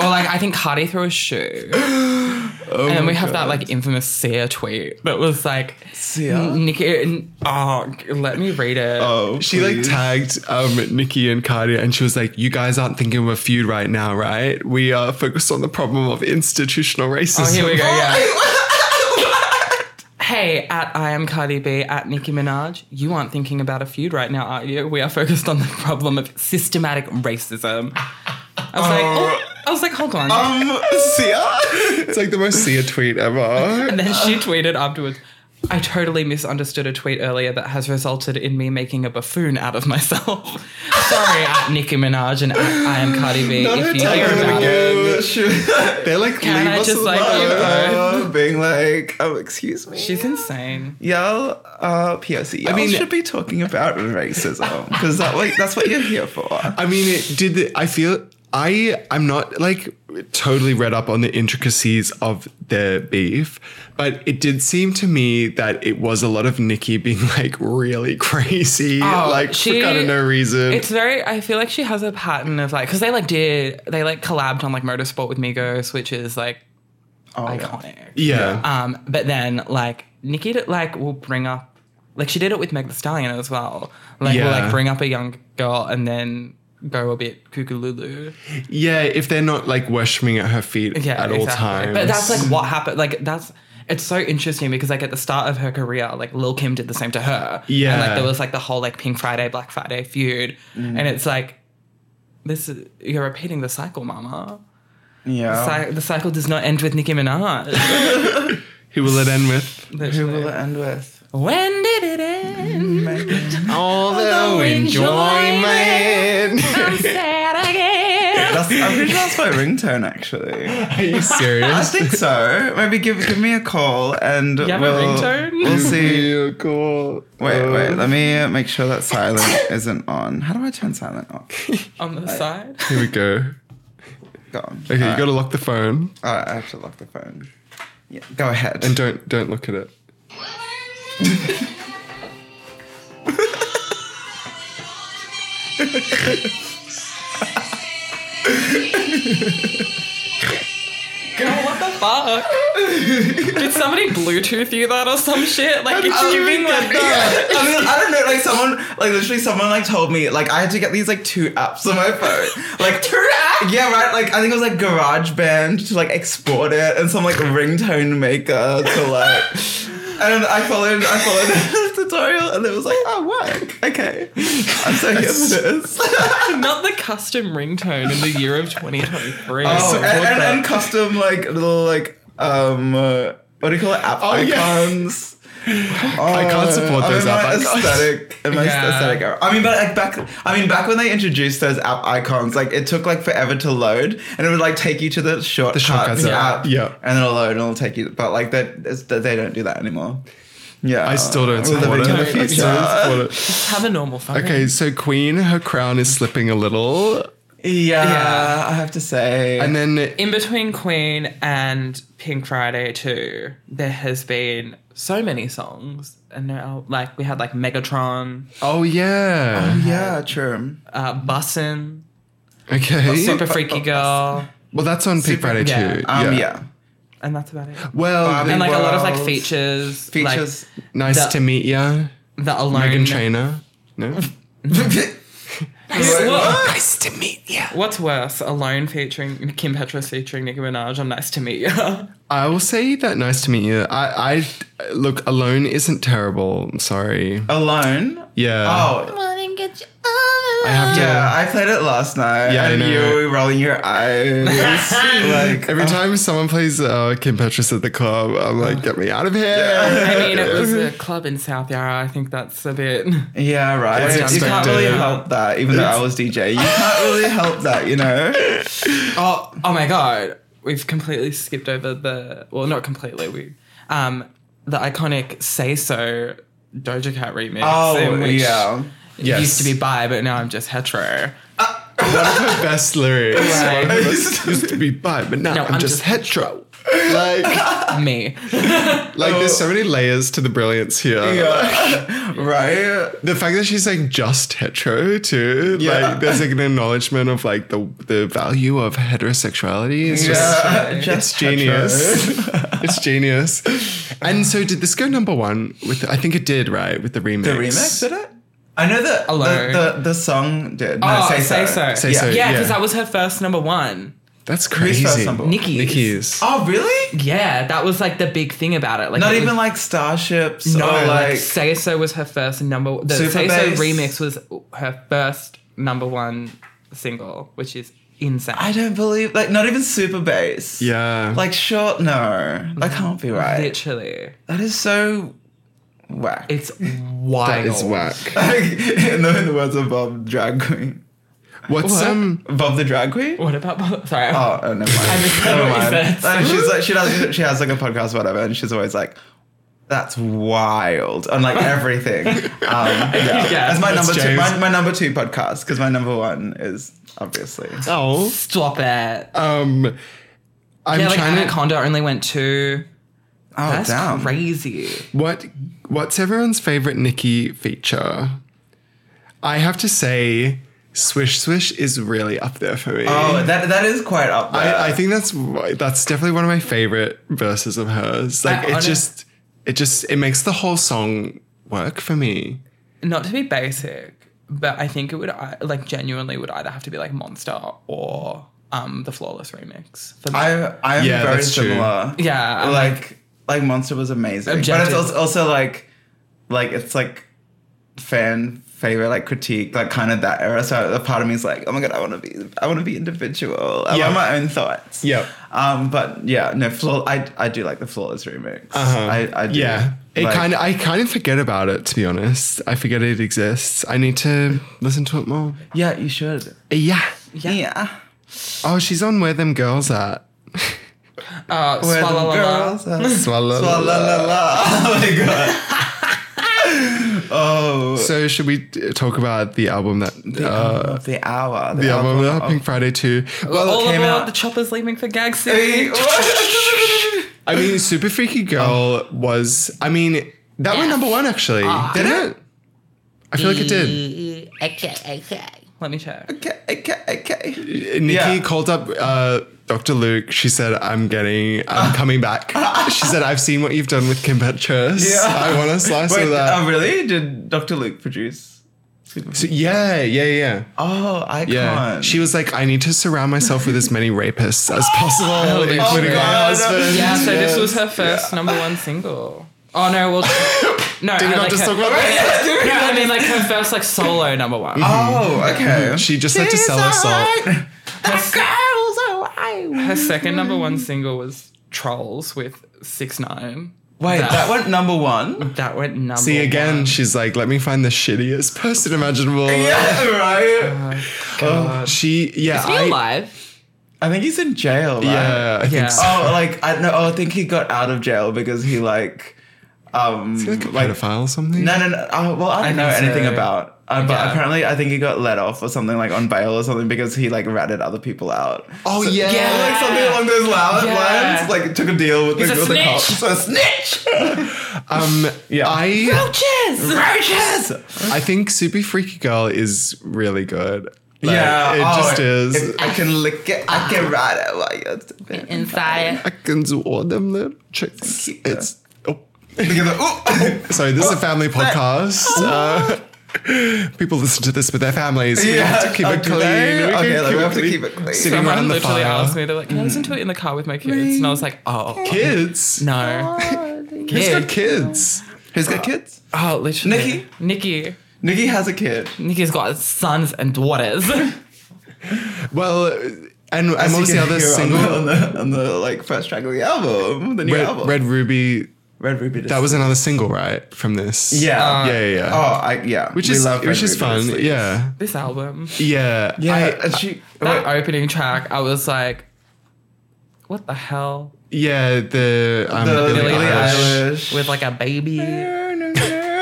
[SPEAKER 4] or like I think Cardi threw a shoe.
[SPEAKER 6] Oh
[SPEAKER 4] and then we have that like infamous Sia tweet that was like
[SPEAKER 6] Sia?
[SPEAKER 4] Nikki. Oh, let me read it.
[SPEAKER 6] Oh,
[SPEAKER 5] she like
[SPEAKER 6] please.
[SPEAKER 5] tagged um, Nikki and Cardi, and she was like, "You guys aren't thinking of a feud right now, right? We are focused on the problem of institutional racism."
[SPEAKER 4] Oh, here we go. Yeah. Hey, at I am Cardi B, at Nicki Minaj, you aren't thinking about a feud right now, are you? We are focused on the problem of systematic racism. I was like, oh, I was like, hold on.
[SPEAKER 6] Um, Sia?
[SPEAKER 5] It's like the most see a tweet ever.
[SPEAKER 4] and then she tweeted afterwards. I totally misunderstood a tweet earlier that has resulted in me making a buffoon out of myself. Sorry, at Nicki Minaj and at I am Cardi B. if you hear
[SPEAKER 5] attacking them
[SPEAKER 4] about it,
[SPEAKER 5] again.
[SPEAKER 6] She was
[SPEAKER 5] They're like,
[SPEAKER 4] Can
[SPEAKER 5] leave
[SPEAKER 4] I
[SPEAKER 5] us
[SPEAKER 4] just, like,
[SPEAKER 5] alone.
[SPEAKER 4] leave her?
[SPEAKER 6] being like, oh, excuse me.
[SPEAKER 4] she's insane.
[SPEAKER 6] Y'all, uh, POC. Y'all I
[SPEAKER 5] mean-
[SPEAKER 6] mean, should be talking about racism because that, like, that's what you're here for.
[SPEAKER 5] I mean, it did. The, I feel I I'm not like totally read up on the intricacies of their beef, but it did seem to me that it was a lot of Nikki being like really crazy,
[SPEAKER 4] Oh,
[SPEAKER 5] like
[SPEAKER 4] she-
[SPEAKER 5] for kind of no reason.
[SPEAKER 4] It's very. I feel like she has a pattern of like because they like did they like collabed on like motorsport with Migos, which is like iconic.
[SPEAKER 5] yeah.
[SPEAKER 4] Um, but then like Nikki did, like will bring up like she did it with Meg The Stallion as well. Like will
[SPEAKER 5] Yeah.
[SPEAKER 4] like bring up a young girl and then go a bit cuckoo lulu.
[SPEAKER 5] yeah, if they're not like worshipping at her feet
[SPEAKER 4] Yeah,
[SPEAKER 5] at all times.
[SPEAKER 4] But that's like what happened. Like that's it's so interesting because like at the start of her career, like Lil Kim did the same to her. and
[SPEAKER 5] Yeah. Mm.
[SPEAKER 4] like there was like the whole like Pink Friday, Black Friday feud, and it's like this is you're repeating the cycle, Mama.
[SPEAKER 5] Oh.
[SPEAKER 6] Yeah.
[SPEAKER 4] Cy- the cycle does not end with Nicki Minaj.
[SPEAKER 5] who will it end with?
[SPEAKER 6] Who will it end with?
[SPEAKER 4] when did it end?
[SPEAKER 5] Although enjoyment.
[SPEAKER 4] I'm sad again.
[SPEAKER 6] That's, I'm pretty sure that's my ringtone, actually.
[SPEAKER 5] Are you
[SPEAKER 6] I
[SPEAKER 5] serious?
[SPEAKER 6] think so. Maybe give give me a call and
[SPEAKER 4] have a
[SPEAKER 6] we'll,
[SPEAKER 4] ringtone?
[SPEAKER 6] we'll see.
[SPEAKER 5] cool.
[SPEAKER 6] Wait, wait. Let me uh, make sure that silent isn't on. How do I turn silent on?
[SPEAKER 4] On the side.
[SPEAKER 5] Here we go.
[SPEAKER 6] Go on.
[SPEAKER 5] Okay, you
[SPEAKER 6] Alright.
[SPEAKER 5] gotta lock the phone
[SPEAKER 6] Alright, I have to lock the phone. Yeah, go ahead.
[SPEAKER 5] and don't don't look at it.
[SPEAKER 4] Girl, what the fuck? Did somebody Bluetooth you that or some shit? Like it's giving like
[SPEAKER 6] I mean, I don't know. Like someone, like literally, someone like told me like I had to get these like two apps on my phone. Like two apps. Yeah, right. Like I think it was like GarageBand to like export it, and some like ringtone maker to like. And I followed, I followed the tutorial, and it was like, oh, work. Okay, I'm so here for this.
[SPEAKER 4] Not the custom ringtone in the year of 2023.
[SPEAKER 6] Oh, and, and, and custom like little like um uh, what do you call it app
[SPEAKER 5] Oh, yeah.
[SPEAKER 6] icons. Uh, I
[SPEAKER 5] can't support those app icons.
[SPEAKER 6] Aesthetic, in my
[SPEAKER 4] Yeah.
[SPEAKER 6] aesthetic era. I mean, but like back, I mean, back when they introduced those app icons, like it took like forever to load, and it would like take you to the shortcuts,
[SPEAKER 5] shortcuts
[SPEAKER 4] app.
[SPEAKER 6] app,
[SPEAKER 5] Yeah.
[SPEAKER 6] and it'll load and it'll take you. But like that, it's- that they don't do that anymore. Yeah,
[SPEAKER 5] I still don't
[SPEAKER 6] We're
[SPEAKER 5] support Oh. it.
[SPEAKER 6] living in the
[SPEAKER 5] I still
[SPEAKER 6] future.
[SPEAKER 5] don't support
[SPEAKER 4] Have a normal phone.
[SPEAKER 5] it. Okay, so Queen, her crown is slipping a little,
[SPEAKER 6] Yeah,
[SPEAKER 4] Yeah.
[SPEAKER 6] I have to say,
[SPEAKER 5] and then
[SPEAKER 4] In between Queen and Pink Friday too, there has been so many songs. And no al- like we had like Megatron,
[SPEAKER 5] oh yeah,
[SPEAKER 6] yeah, true. Um,
[SPEAKER 4] uh, Bussin,
[SPEAKER 5] okay.
[SPEAKER 4] Super Freaky Girl,
[SPEAKER 5] Well, that's on Pink Friday
[SPEAKER 4] yeah.
[SPEAKER 5] too.
[SPEAKER 6] Um, yeah.
[SPEAKER 4] and that's about it.
[SPEAKER 5] Well,
[SPEAKER 6] Barbie
[SPEAKER 5] the-
[SPEAKER 4] And like a lot of like
[SPEAKER 6] World.
[SPEAKER 4] features,
[SPEAKER 6] features.
[SPEAKER 5] nice
[SPEAKER 4] the-
[SPEAKER 5] to meet ya,
[SPEAKER 4] like the alone.
[SPEAKER 5] Megan Trainer. No,
[SPEAKER 4] What-
[SPEAKER 5] nice to meet ya.
[SPEAKER 4] What's worse, Alone featuring Kim Petras featuring Nicki Minaj on Nice to Meet You?
[SPEAKER 5] I will say that nice to meet you. I, I look alone isn't terrible. I'm sorry.
[SPEAKER 6] Alone.
[SPEAKER 5] Yeah.
[SPEAKER 6] Oh,
[SPEAKER 5] I have to.
[SPEAKER 6] Yeah, I played it last night.
[SPEAKER 5] Yeah, I
[SPEAKER 6] and
[SPEAKER 5] know.
[SPEAKER 6] you were rolling your eyes. like
[SPEAKER 5] Every time someone plays uh, Kim Petras at the club, I'm like, get me out of here.
[SPEAKER 4] I mean, it was a club in South Yarra. I think that's a bit.
[SPEAKER 6] Yeah, right.
[SPEAKER 5] It's
[SPEAKER 6] you can't
[SPEAKER 5] expected.
[SPEAKER 6] really help that, even though I was DJ. You can't really help that, you know?
[SPEAKER 4] Oh, oh my god, we've completely skipped over the. Well, not completely. We, um, the iconic "Say So" Doja Cat remix. in
[SPEAKER 6] Oh
[SPEAKER 4] which
[SPEAKER 6] yeah.
[SPEAKER 4] it
[SPEAKER 5] Yes.
[SPEAKER 4] Used to be bi, but now I'm just hetero.
[SPEAKER 5] One of her best lyrics.
[SPEAKER 4] Right.
[SPEAKER 5] One of us used to be bi, but now
[SPEAKER 4] No,
[SPEAKER 5] I'm,
[SPEAKER 4] I'm just-
[SPEAKER 5] just hetero. Like,
[SPEAKER 4] Me.
[SPEAKER 5] like there's so many layers to the brilliance here.
[SPEAKER 6] Yeah. right?
[SPEAKER 5] The fact that she's like just hetero too.
[SPEAKER 6] Yeah.
[SPEAKER 5] Like, there's like an acknowledgement of like the the value of heterosexuality. It's just
[SPEAKER 6] Yeah.
[SPEAKER 5] it's genius. it's genius. And so, did this go number one? With I think it did, right? With the remix.
[SPEAKER 6] The remix did it? I know that
[SPEAKER 4] Alone.
[SPEAKER 6] the, the, the song did. No,
[SPEAKER 4] Oh,
[SPEAKER 6] say,
[SPEAKER 4] Say
[SPEAKER 6] so.
[SPEAKER 4] So.
[SPEAKER 5] Say so.
[SPEAKER 4] Yeah, because
[SPEAKER 5] yeah.
[SPEAKER 4] that was her first number one.
[SPEAKER 5] That's
[SPEAKER 6] Who's
[SPEAKER 5] crazy.
[SPEAKER 6] first number one?
[SPEAKER 4] Nikki's.
[SPEAKER 5] Nikki's.
[SPEAKER 6] Oh really?
[SPEAKER 4] Yeah, that was like the big thing about it. Like
[SPEAKER 6] Not
[SPEAKER 4] it was-
[SPEAKER 6] even like starships
[SPEAKER 4] No,
[SPEAKER 6] or
[SPEAKER 4] like,
[SPEAKER 6] like
[SPEAKER 4] Say So was her first number. The
[SPEAKER 6] Super
[SPEAKER 4] Say
[SPEAKER 6] Bass.
[SPEAKER 4] So remix was her first number one single, which is insane.
[SPEAKER 6] I don't believe like not even super bass.
[SPEAKER 5] Yeah.
[SPEAKER 6] Like short no. That can't be right.
[SPEAKER 4] Mm-hmm. Literally,
[SPEAKER 6] That is so whack.
[SPEAKER 4] it's wild.
[SPEAKER 5] that is whack.
[SPEAKER 6] in, the, in the words of Bob Drag Queen.
[SPEAKER 5] What's
[SPEAKER 4] What?
[SPEAKER 5] um?
[SPEAKER 6] Bob the Drag Queen?
[SPEAKER 4] What about? Sorry, I'm-
[SPEAKER 6] Oh, oh, never mind.
[SPEAKER 4] I misheard
[SPEAKER 6] Never
[SPEAKER 4] what you
[SPEAKER 6] mind.
[SPEAKER 4] said.
[SPEAKER 6] Uh, she's like, she, does, she has like a podcast, whatever, and she's always like, That's wild on like everything. Um, yeah.
[SPEAKER 4] Yeah,
[SPEAKER 6] that's my
[SPEAKER 5] that's
[SPEAKER 6] number two.
[SPEAKER 5] James.
[SPEAKER 6] My, my number two podcast because my number one is obviously.
[SPEAKER 5] Oh.
[SPEAKER 4] Stop it.
[SPEAKER 5] Um, I'm
[SPEAKER 4] yeah, like
[SPEAKER 5] trying to.
[SPEAKER 4] Anaconda only went two.
[SPEAKER 6] Oh
[SPEAKER 4] That's
[SPEAKER 6] damn!
[SPEAKER 4] crazy.
[SPEAKER 5] What what's everyone's favorite Nikki feature? I have to say, Swish Swish is really up there for me.
[SPEAKER 6] Oh, that that is quite up there.
[SPEAKER 5] I, I think that's why- that's definitely one of my favorite verses of hers. Like
[SPEAKER 4] I
[SPEAKER 5] it
[SPEAKER 4] honest-
[SPEAKER 5] just it just it makes the whole song work for me.
[SPEAKER 4] Not to be basic, but I think it would ei- like genuinely would either have to be like Monster or um the Flawless remix. For me.
[SPEAKER 6] I I'm
[SPEAKER 5] Yeah,
[SPEAKER 6] very
[SPEAKER 5] that's true.
[SPEAKER 6] similar.
[SPEAKER 4] Yeah, I'm
[SPEAKER 6] like like Monster was amazing,
[SPEAKER 4] Objective.
[SPEAKER 6] but it's also, also like like it's like fan favorite, like critique, like kind of that era. So a part of me is like, oh my god, I want to be, I want to be individual. I
[SPEAKER 5] Yeah.
[SPEAKER 6] want my own thoughts.
[SPEAKER 5] Yep.
[SPEAKER 6] Um, but yeah, no, flaw. I I do like the flawless remix.
[SPEAKER 5] Uh-huh.
[SPEAKER 6] I I do.
[SPEAKER 5] yeah. It
[SPEAKER 6] Like,
[SPEAKER 5] kind of I kind of forget about it to be honest. I forget it exists. I need to listen to it more.
[SPEAKER 6] yeah, you should.
[SPEAKER 5] Yeah.
[SPEAKER 6] Yeah.
[SPEAKER 5] Oh, she's on where them girls at.
[SPEAKER 4] uh,
[SPEAKER 6] Where the
[SPEAKER 4] Swalla La La.
[SPEAKER 6] girls are-
[SPEAKER 5] Swallow.
[SPEAKER 6] La la la la. Oh my god. oh.
[SPEAKER 5] So should we uh, talk about the album that
[SPEAKER 6] The,
[SPEAKER 5] uh,
[SPEAKER 6] album Oh. of the hour.
[SPEAKER 5] the album that
[SPEAKER 6] of-
[SPEAKER 5] Pink Friday too? Well,
[SPEAKER 4] All
[SPEAKER 6] came out-
[SPEAKER 4] about
[SPEAKER 6] oh.
[SPEAKER 4] the choppers leaving for Gag City.
[SPEAKER 6] Hey,
[SPEAKER 5] I mean, Super Freaky
[SPEAKER 6] Oh.
[SPEAKER 5] Girl was. I mean, that went number one actually.
[SPEAKER 6] Ah.
[SPEAKER 5] did it? I feel like it
[SPEAKER 6] Mm.
[SPEAKER 5] did.
[SPEAKER 4] Let me check.
[SPEAKER 6] okay, okay, okay.
[SPEAKER 5] Nikki
[SPEAKER 6] Yeah.
[SPEAKER 5] called up uh, Dr. Luke. She said, "I'm getting. I'm coming back." She said, "I've seen what you've done with Kim Petras.
[SPEAKER 6] Yeah.
[SPEAKER 5] I want a slice
[SPEAKER 6] Wait,
[SPEAKER 5] of that."
[SPEAKER 6] oh, really? Did Dr. Luke produce?
[SPEAKER 5] So- yeah, yeah, yeah,
[SPEAKER 6] Oh, I
[SPEAKER 5] yeah.
[SPEAKER 6] can't.
[SPEAKER 5] She was like, "I need to surround myself with as many rapists as possible, including my
[SPEAKER 6] Oh, God.
[SPEAKER 5] husband."
[SPEAKER 4] Yeah, so
[SPEAKER 6] Yes.
[SPEAKER 4] this was her first number one single. Oh no, well, no,
[SPEAKER 5] Did we
[SPEAKER 4] I,
[SPEAKER 5] not
[SPEAKER 4] like
[SPEAKER 5] just
[SPEAKER 4] her,
[SPEAKER 5] talk about that?
[SPEAKER 4] no, I mean like her first like solo number one.
[SPEAKER 6] Oh, okay.
[SPEAKER 5] She just had to sell her soul.
[SPEAKER 4] Her second number one single was Trolls with Six Nine.
[SPEAKER 6] Wait, that went number one.
[SPEAKER 4] That went number.
[SPEAKER 5] See
[SPEAKER 6] Oh,
[SPEAKER 5] again,
[SPEAKER 4] one.
[SPEAKER 5] she's like, "Let me find the shittiest person imaginable." Uh,
[SPEAKER 6] Yeah, Oh. right.
[SPEAKER 5] She, yeah,
[SPEAKER 4] Is he
[SPEAKER 5] I-
[SPEAKER 4] alive?
[SPEAKER 6] I think he's in jail. Right?
[SPEAKER 5] Yeah, I
[SPEAKER 4] Yeah.
[SPEAKER 5] think so.
[SPEAKER 6] Oh, like I know. Oh, I think he got out of jail because he like, um,
[SPEAKER 5] Like a pedophile or something?
[SPEAKER 6] No, no, no. Oh, well, I don't know
[SPEAKER 4] think so.
[SPEAKER 6] anything about. Uh, but
[SPEAKER 4] Yeah.
[SPEAKER 6] apparently, I think he got let off or something like on bail or something because he like ratted other people out.
[SPEAKER 5] Oh, yeah.
[SPEAKER 4] Yeah.
[SPEAKER 6] like something along those loud
[SPEAKER 4] Yeah.
[SPEAKER 6] lines. Like took a deal with, the,
[SPEAKER 4] He's a
[SPEAKER 6] with the
[SPEAKER 4] snitch.
[SPEAKER 6] cops. A snitch.
[SPEAKER 5] Um,
[SPEAKER 6] Yeah.
[SPEAKER 5] I,
[SPEAKER 6] Roaches.
[SPEAKER 5] I think Super Freaky Girl is really good. Like,
[SPEAKER 6] yeah,
[SPEAKER 5] It
[SPEAKER 6] oh,
[SPEAKER 5] just is.
[SPEAKER 6] If I can lick it. I can ride it while you're doing it.
[SPEAKER 2] Inside.
[SPEAKER 5] I can do all them little tricks.
[SPEAKER 6] Thank you.
[SPEAKER 5] It's. Oh,
[SPEAKER 6] Because of- ooh.
[SPEAKER 5] sorry, this is a family podcast.
[SPEAKER 6] Oh.
[SPEAKER 5] Uh, people listen to this with their families. We have to keep
[SPEAKER 6] Yeah.
[SPEAKER 5] it
[SPEAKER 6] Okay,
[SPEAKER 5] clean.
[SPEAKER 6] they-
[SPEAKER 5] can
[SPEAKER 6] okay, like, we have to keep it clean.
[SPEAKER 5] Sitting
[SPEAKER 4] Someone
[SPEAKER 5] around the
[SPEAKER 4] literally
[SPEAKER 5] fire.
[SPEAKER 4] asked me to like, can I listen to it in the car with my kids? And I was like, oh
[SPEAKER 5] Kids?
[SPEAKER 4] no,
[SPEAKER 5] Who's got
[SPEAKER 4] kid.
[SPEAKER 5] kids?
[SPEAKER 6] Who's got kids?
[SPEAKER 4] Oh, literally,
[SPEAKER 6] Nikki?
[SPEAKER 4] Nikki,
[SPEAKER 6] Nikki has a kid.
[SPEAKER 4] Nikki's got sons and daughters.
[SPEAKER 5] Well, and, and
[SPEAKER 6] As
[SPEAKER 5] what
[SPEAKER 6] you
[SPEAKER 5] was the
[SPEAKER 6] can
[SPEAKER 5] other
[SPEAKER 6] hear on the-
[SPEAKER 5] single?
[SPEAKER 6] on the, on the like first track of the album, the new
[SPEAKER 5] Red,
[SPEAKER 6] album,
[SPEAKER 5] Red Ruby.
[SPEAKER 6] Red Ruby.
[SPEAKER 5] That was another single, right? From this.
[SPEAKER 6] yeah,
[SPEAKER 4] Uh,
[SPEAKER 5] yeah, yeah, yeah.
[SPEAKER 6] Oh, I, yeah.
[SPEAKER 5] which
[SPEAKER 6] we
[SPEAKER 5] is
[SPEAKER 6] love
[SPEAKER 5] which
[SPEAKER 6] Red
[SPEAKER 5] is
[SPEAKER 6] Ruby
[SPEAKER 5] fun.
[SPEAKER 6] Sleeves.
[SPEAKER 5] Yeah,
[SPEAKER 4] this album,
[SPEAKER 5] yeah,
[SPEAKER 6] Yeah,
[SPEAKER 5] I-
[SPEAKER 6] and she.
[SPEAKER 4] that
[SPEAKER 6] wait,
[SPEAKER 4] opening track, I was like, what the hell?
[SPEAKER 5] yeah. The, um,
[SPEAKER 6] the
[SPEAKER 5] Billie
[SPEAKER 6] Billie
[SPEAKER 5] Eilish.
[SPEAKER 6] Eilish.
[SPEAKER 4] With like a baby.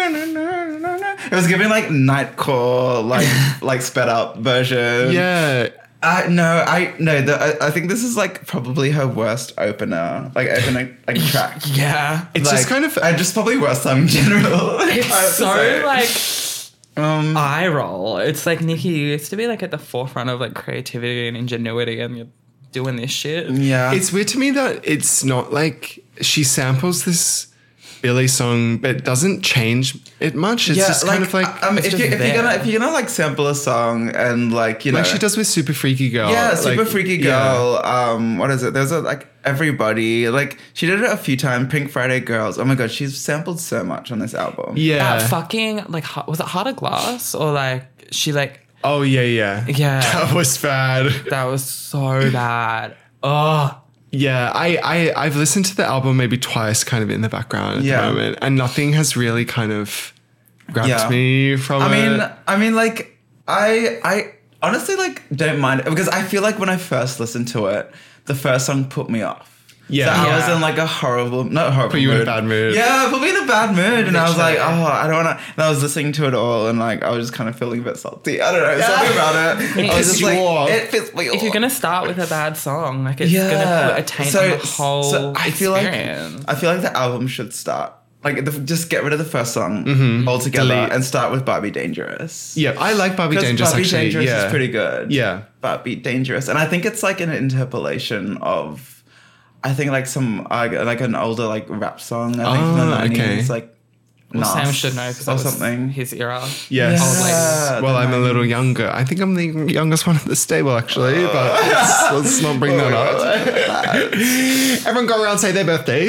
[SPEAKER 6] It was giving like nightcore, like like sped up version.
[SPEAKER 5] Yeah,
[SPEAKER 6] I no, I no. The, I, I think this is like probably her worst opener, like opening like track.
[SPEAKER 4] Yeah.
[SPEAKER 5] it's
[SPEAKER 6] Like, uh.
[SPEAKER 5] just kind of.
[SPEAKER 6] I just probably worst song in general. I have to
[SPEAKER 4] It's so
[SPEAKER 6] say.
[SPEAKER 4] like
[SPEAKER 6] um,
[SPEAKER 4] eye roll. It's like Nikki you used to be like at the forefront of like creativity and ingenuity, and you're doing this shit.
[SPEAKER 6] yeah.
[SPEAKER 5] it's weird to me that it's not like she samples this Billy song, but doesn't change it much. It's just kind of like
[SPEAKER 6] um,
[SPEAKER 4] it's
[SPEAKER 6] if,
[SPEAKER 4] just
[SPEAKER 6] you, if you're gonna
[SPEAKER 4] there.
[SPEAKER 6] if you're gonna like sample a song and like you know
[SPEAKER 5] like she does with Super Freaky Girl.
[SPEAKER 6] Yeah, super
[SPEAKER 5] Oh, like,
[SPEAKER 6] freaky
[SPEAKER 5] yeah.
[SPEAKER 6] girl. Um, what is it? There's a like everybody. Like she did it a few times. Pink Friday girls. Oh my god, she's sampled so much on this album.
[SPEAKER 5] Yeah.
[SPEAKER 4] That fucking like hot- was it Heart of Glass or like she like
[SPEAKER 5] oh yeah, yeah,
[SPEAKER 4] Yeah.
[SPEAKER 5] That was bad.
[SPEAKER 4] that was so bad. Oh,
[SPEAKER 5] Yeah, I, I I've listened to the album maybe twice, kind of in the background at
[SPEAKER 6] Yeah.
[SPEAKER 5] the moment, and nothing has really kind of grabbed
[SPEAKER 6] Yeah.
[SPEAKER 5] me from.
[SPEAKER 6] I
[SPEAKER 5] it.
[SPEAKER 6] mean, I mean, like I I honestly like don't mind it because I feel like when I first listened to it, the first song put me off.
[SPEAKER 5] Yeah.
[SPEAKER 6] So I
[SPEAKER 4] Yeah.
[SPEAKER 6] was in like a horrible, not horrible.
[SPEAKER 5] Put you in a bad mood.
[SPEAKER 6] Yeah, put me in a bad mood, and I was like,
[SPEAKER 4] Literally.
[SPEAKER 6] oh, I don't want to. And I was listening to it all, and like I was just kind of feeling a bit salty. I don't know something about it. I was
[SPEAKER 5] pissed
[SPEAKER 6] just
[SPEAKER 5] you
[SPEAKER 6] like,
[SPEAKER 5] off.
[SPEAKER 6] it pissed me off.
[SPEAKER 4] If you're gonna start with a bad song, like it's gonna put a taint on the whole
[SPEAKER 6] I feel
[SPEAKER 4] experience.
[SPEAKER 6] like I feel like the album should start like the, just get rid of the first song altogether
[SPEAKER 5] Mm-hmm. Delete.
[SPEAKER 6] and start with Barbie Dangerous.
[SPEAKER 5] Yeah, I like Barbie
[SPEAKER 6] Because
[SPEAKER 5] Dangerous
[SPEAKER 6] Barbie
[SPEAKER 5] actually.
[SPEAKER 6] Dangerous
[SPEAKER 5] yeah.
[SPEAKER 6] is pretty good.
[SPEAKER 5] Yeah.
[SPEAKER 6] Barbie Dangerous, and I think it's like an interpolation of, I think like some uh, like an older like rap song. I think
[SPEAKER 5] Ah,
[SPEAKER 6] from the nineties,
[SPEAKER 5] okay.
[SPEAKER 6] like.
[SPEAKER 4] Sam
[SPEAKER 6] Nas
[SPEAKER 4] should know because
[SPEAKER 6] or
[SPEAKER 4] that was
[SPEAKER 6] something.
[SPEAKER 4] his era.
[SPEAKER 5] Yes.
[SPEAKER 4] Old ladies.
[SPEAKER 6] Yeah,
[SPEAKER 5] well,
[SPEAKER 6] the
[SPEAKER 5] I'm a little younger. I think I'm the youngest one at this table, actually.
[SPEAKER 6] Oh.
[SPEAKER 5] But let's, let's not bring that up. Everyone go around and say their birthday.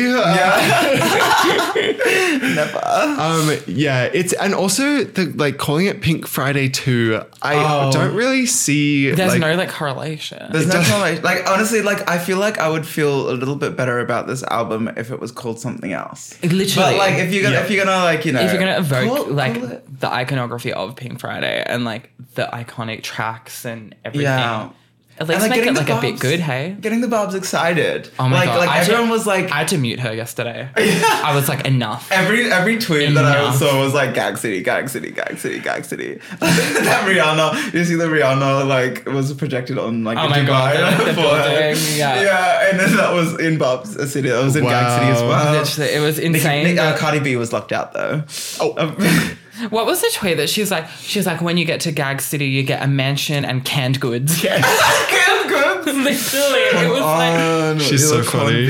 [SPEAKER 5] Yeah.
[SPEAKER 6] Never.
[SPEAKER 5] Um, yeah. It's and also the like calling it Pink Friday too. I
[SPEAKER 6] Oh.
[SPEAKER 5] don't really see.
[SPEAKER 4] There's
[SPEAKER 5] like,
[SPEAKER 4] no like correlation.
[SPEAKER 6] There's no
[SPEAKER 5] does-
[SPEAKER 6] correlation. Like honestly, like I feel like I would feel a little bit better about this album if it was called something else.
[SPEAKER 4] Literally,
[SPEAKER 6] But like, if you're gonna,
[SPEAKER 5] Yeah.
[SPEAKER 6] if you're gonna, like, you know,
[SPEAKER 4] if you're gonna evoke
[SPEAKER 6] call- call
[SPEAKER 4] like
[SPEAKER 6] it-
[SPEAKER 4] the iconography of Pink Friday and like the iconic tracks and everything,
[SPEAKER 6] Yeah.
[SPEAKER 4] at
[SPEAKER 6] And,
[SPEAKER 4] least
[SPEAKER 6] like,
[SPEAKER 4] make
[SPEAKER 6] getting
[SPEAKER 4] it
[SPEAKER 6] the
[SPEAKER 4] like a bit
[SPEAKER 6] vibes.
[SPEAKER 4] good. Hey,
[SPEAKER 6] getting the Bob's excited.
[SPEAKER 4] oh my
[SPEAKER 6] like,
[SPEAKER 4] god,
[SPEAKER 6] Like
[SPEAKER 4] I had to-
[SPEAKER 6] everyone was like.
[SPEAKER 4] I had to mute her yesterday. I was like, enough.
[SPEAKER 6] Every every tweet that I
[SPEAKER 4] Enough.
[SPEAKER 6] saw was like Gag City, Gag City, Gag City, Gag City. that Rihanna, you see the Rihanna like was projected on like
[SPEAKER 4] Oh
[SPEAKER 6] a
[SPEAKER 4] my
[SPEAKER 6] Dubai
[SPEAKER 4] God, the- the
[SPEAKER 6] forehead.
[SPEAKER 4] building, yeah.
[SPEAKER 6] yeah, and then that was in Bob's uh, city. That was in Gag City as
[SPEAKER 5] Wow.
[SPEAKER 6] well.
[SPEAKER 4] Literally, it was
[SPEAKER 6] Nicki-
[SPEAKER 4] insane.
[SPEAKER 6] Nick- Oh. uh, Cardi B was locked out though. Oh,
[SPEAKER 4] What was the tweet that she's like? She's like, when you get to Gag City, you get a mansion and canned goods. Literally, it was like.
[SPEAKER 6] Uh,
[SPEAKER 5] She's so funny.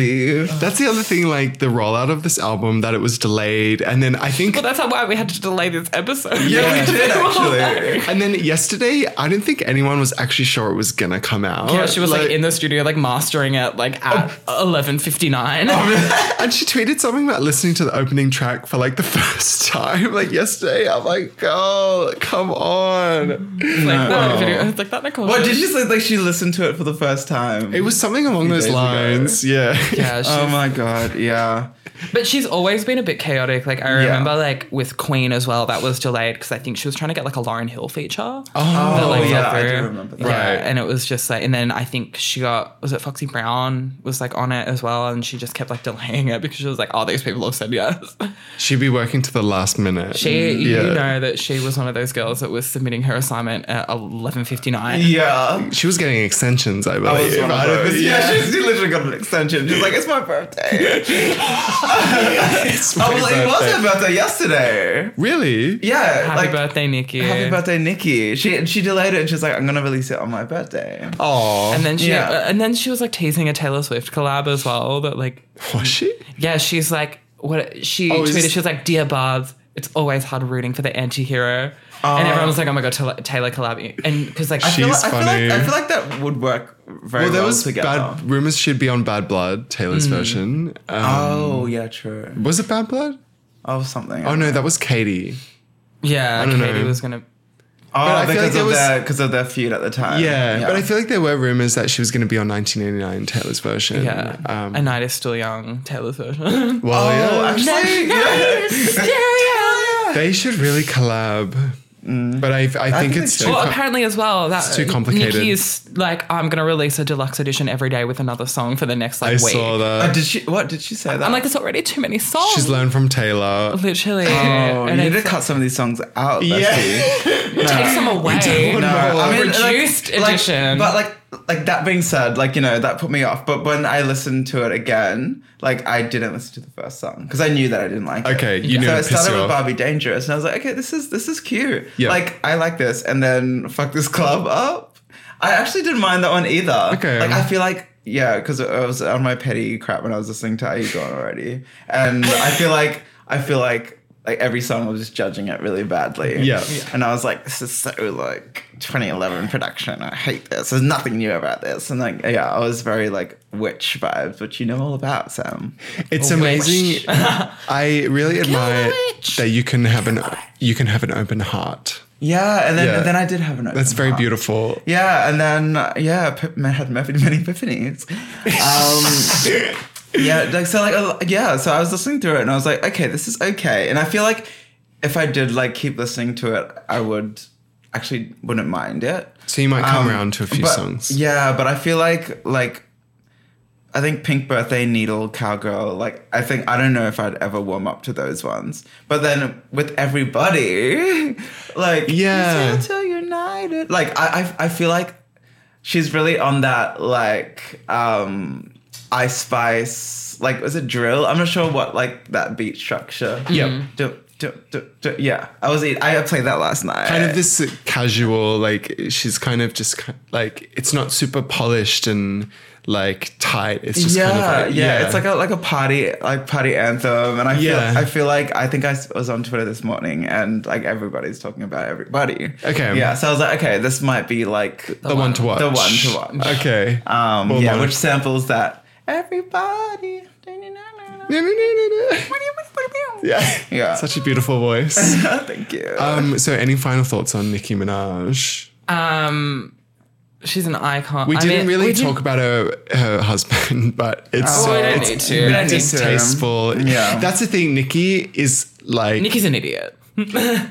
[SPEAKER 6] funny.
[SPEAKER 5] That's the other thing, like the rollout of this album, that it was delayed, and then I think
[SPEAKER 4] Well, that's why we had to delay this episode.
[SPEAKER 6] Yeah, we did actually.
[SPEAKER 5] And then yesterday, I didn't think anyone was actually sure it was gonna come out.
[SPEAKER 4] Yeah, she was like, in the studio, like mastering it, like at
[SPEAKER 6] Oh.
[SPEAKER 4] eleven fifty nine.
[SPEAKER 5] and she tweeted something about listening to the opening track for like the first time, like yesterday. I'm like, girl, come on.
[SPEAKER 4] Like that video, it's like that Nicole.
[SPEAKER 6] What did you say? Like she listened to it for the first time.
[SPEAKER 5] It was something along
[SPEAKER 6] Few
[SPEAKER 5] those
[SPEAKER 6] days ago.
[SPEAKER 5] lines. Yeah.
[SPEAKER 4] Yeah, she's-
[SPEAKER 6] Oh my god! Yeah.
[SPEAKER 4] but she's always been a bit chaotic. Like I remember, like with Queen as well, that was delayed because I think she was trying to get like a Lauren Hill feature.
[SPEAKER 5] Oh,
[SPEAKER 4] that, like, fell
[SPEAKER 6] yeah, I do
[SPEAKER 4] through.
[SPEAKER 6] remember that.
[SPEAKER 4] Yeah,
[SPEAKER 5] Right.
[SPEAKER 4] and it was just like, and then I think she got was it Foxy Brown was like on it as well, and she just kept like delaying it because she was like, oh, these people have said yes.
[SPEAKER 5] She'd be working to the last minute.
[SPEAKER 6] Mm,
[SPEAKER 4] She,
[SPEAKER 5] Yeah.
[SPEAKER 4] you know, that she was one of those girls that was submitting her assignment at eleven fifty nine.
[SPEAKER 6] Yeah.
[SPEAKER 5] She was getting extensions, I believe.
[SPEAKER 6] I was one of
[SPEAKER 5] I don't
[SPEAKER 6] those.
[SPEAKER 5] think-
[SPEAKER 6] Yeah, she's she literally got an extension. She's like, it's my birthday. I was like, it was her birthday yesterday.
[SPEAKER 5] Really?
[SPEAKER 6] Yeah.
[SPEAKER 4] Happy
[SPEAKER 6] like,
[SPEAKER 4] birthday, Nikki.
[SPEAKER 6] Happy birthday, Nikki. She she delayed it and she's like, I'm gonna release it on my birthday.
[SPEAKER 5] Oh.
[SPEAKER 4] And then she,
[SPEAKER 6] Yeah.
[SPEAKER 4] uh, and then she was like teasing a Taylor Swift collab as well. That like,
[SPEAKER 5] was she?
[SPEAKER 4] yeah, she's like, what she
[SPEAKER 5] Oh, is
[SPEAKER 4] tweeted.
[SPEAKER 5] this-
[SPEAKER 4] She was like, "Dear Barbs, it's always hard rooting for the anti-hero. and everyone was like, "Oh my god, Taylor, Taylor collab!" And because like, I feel
[SPEAKER 5] She's
[SPEAKER 4] like-
[SPEAKER 6] I feel
[SPEAKER 5] funny.
[SPEAKER 6] like I feel like that would work very well,
[SPEAKER 5] Well, there was
[SPEAKER 6] together.
[SPEAKER 5] bad rumors she'd be on Bad Blood, Taylor's
[SPEAKER 6] Mm.
[SPEAKER 5] version. Um,
[SPEAKER 6] oh yeah, true.
[SPEAKER 5] Was it Bad Blood?
[SPEAKER 6] Oh something.
[SPEAKER 5] Oh no, that was Katie.
[SPEAKER 4] yeah,
[SPEAKER 5] don't
[SPEAKER 4] Katie
[SPEAKER 5] know.
[SPEAKER 4] was gonna.
[SPEAKER 5] But I
[SPEAKER 6] Oh,
[SPEAKER 5] feel
[SPEAKER 6] because
[SPEAKER 5] like it
[SPEAKER 6] of
[SPEAKER 5] was-
[SPEAKER 6] their because of their feud at the time.
[SPEAKER 5] Yeah, but I feel like there were rumors that she was going to be on 1989 Taylor's version.
[SPEAKER 4] Yeah,
[SPEAKER 5] Um,
[SPEAKER 4] a night is still young. Taylor's version.
[SPEAKER 5] well,
[SPEAKER 6] Oh,
[SPEAKER 5] yeah.
[SPEAKER 6] actually,
[SPEAKER 5] they should really collab. But I, I think
[SPEAKER 6] Mm. think
[SPEAKER 5] it's
[SPEAKER 6] they
[SPEAKER 5] too.
[SPEAKER 6] should.
[SPEAKER 4] Well,
[SPEAKER 5] com-
[SPEAKER 4] apparently as well that it's
[SPEAKER 5] too complicated.
[SPEAKER 4] Nikki's like, I'm gonna release a deluxe edition every day with another song for the next like
[SPEAKER 5] I
[SPEAKER 4] week.
[SPEAKER 5] saw that.
[SPEAKER 6] Oh, did Oh. she? What did she say? That
[SPEAKER 4] I'm like, it's already too many songs.
[SPEAKER 5] She's learned from Taylor.
[SPEAKER 4] literally.
[SPEAKER 6] Oh, you
[SPEAKER 4] and
[SPEAKER 6] need to
[SPEAKER 4] it's,
[SPEAKER 6] cut some of these songs out.
[SPEAKER 5] Yeah.
[SPEAKER 6] Bestie.
[SPEAKER 4] take some away.
[SPEAKER 5] No,
[SPEAKER 6] I mean, like-
[SPEAKER 4] reduced
[SPEAKER 6] like,
[SPEAKER 4] edition.
[SPEAKER 6] but like, like that being said, like you know that put me off. But when I listened to it again, like I didn't listen to the first song because I knew that I didn't like it.
[SPEAKER 5] Okay, you knew
[SPEAKER 6] So
[SPEAKER 5] it
[SPEAKER 6] I
[SPEAKER 5] pissed
[SPEAKER 6] started
[SPEAKER 5] you
[SPEAKER 6] with
[SPEAKER 5] off.
[SPEAKER 6] Barbie Dangerous, and I was like, okay, this is this is cute.
[SPEAKER 5] Yeah.
[SPEAKER 6] Like I like this, and then fuck this club up. I actually didn't mind that one either.
[SPEAKER 5] Okay.
[SPEAKER 6] Like I feel like. Yeah, because I was on my petty crap when I was listening to Are You Gone Already, and I feel like I feel like like every song was just judging it really badly.
[SPEAKER 5] Yeah. Yeah.
[SPEAKER 6] And I was like, this is so like 2011 production. I hate this. There's nothing new about this. And like, yeah, I was very like witch vibes, which you know all about, Sam.
[SPEAKER 5] It's amazing. I really admire
[SPEAKER 4] witch.
[SPEAKER 5] that you can have an you can have an open heart.
[SPEAKER 6] Yeah. And then
[SPEAKER 5] Yeah.
[SPEAKER 6] and then I did have an open
[SPEAKER 5] That's very
[SPEAKER 6] heart.
[SPEAKER 5] beautiful.
[SPEAKER 6] Yeah. And then, uh, yeah, p- I had many, many epiphanies. Um, yeah. Like, so, like, uh, yeah. So I was listening through it and I was like, okay, this is okay. And I feel like if I did like keep listening to it, I would actually wouldn't mind it.
[SPEAKER 5] So you might come
[SPEAKER 6] Um,
[SPEAKER 5] around to a few
[SPEAKER 6] but-
[SPEAKER 5] songs.
[SPEAKER 6] Yeah, but I feel like like I think Pink Birthday, Needle, Cowgirl. Like, I think I don't know if I'd ever warm up to those ones. But then with everybody, like, you
[SPEAKER 5] Yeah.
[SPEAKER 6] say until united. Like, I, I, I feel like she's really on that like um Ice Spice. Like, was it drill? I'm not sure what like that beat structure.
[SPEAKER 5] Yep.
[SPEAKER 6] Du- du- du- du- Yeah, I was. I played that last night.
[SPEAKER 5] Kind of this casual, like she's kind of just ki- like it's not super polished and like tight. It's just
[SPEAKER 6] yeah,
[SPEAKER 5] kind of like,
[SPEAKER 6] yeah, It's like a like a party like party anthem, and I
[SPEAKER 5] Yeah.
[SPEAKER 6] feel I feel like I think I s- was on Twitter this morning, and like everybody's talking about everybody.
[SPEAKER 5] Okay.
[SPEAKER 6] yeah. So I was like, okay, this might be like the,
[SPEAKER 5] the one to watch.
[SPEAKER 6] the one to watch.
[SPEAKER 5] Okay.
[SPEAKER 6] Um,
[SPEAKER 5] Well,
[SPEAKER 6] yeah,
[SPEAKER 5] mine-
[SPEAKER 6] which samples that everybody.
[SPEAKER 5] yeah.
[SPEAKER 6] Yeah.
[SPEAKER 5] Such a beautiful voice.
[SPEAKER 6] Thank you.
[SPEAKER 5] Um, so any final thoughts on Nicki Minaj?
[SPEAKER 4] Um, she's an icon.
[SPEAKER 5] We
[SPEAKER 4] I
[SPEAKER 5] didn't
[SPEAKER 4] mean,
[SPEAKER 5] really
[SPEAKER 4] we
[SPEAKER 5] talk
[SPEAKER 4] didn't-
[SPEAKER 5] about her her husband, but it's
[SPEAKER 4] Oh,
[SPEAKER 5] so
[SPEAKER 4] we don't
[SPEAKER 5] it's
[SPEAKER 4] need to. We don't need to.
[SPEAKER 5] distasteful.
[SPEAKER 6] Yeah.
[SPEAKER 5] That's the thing, Nikki is like
[SPEAKER 4] Nikki's an idiot.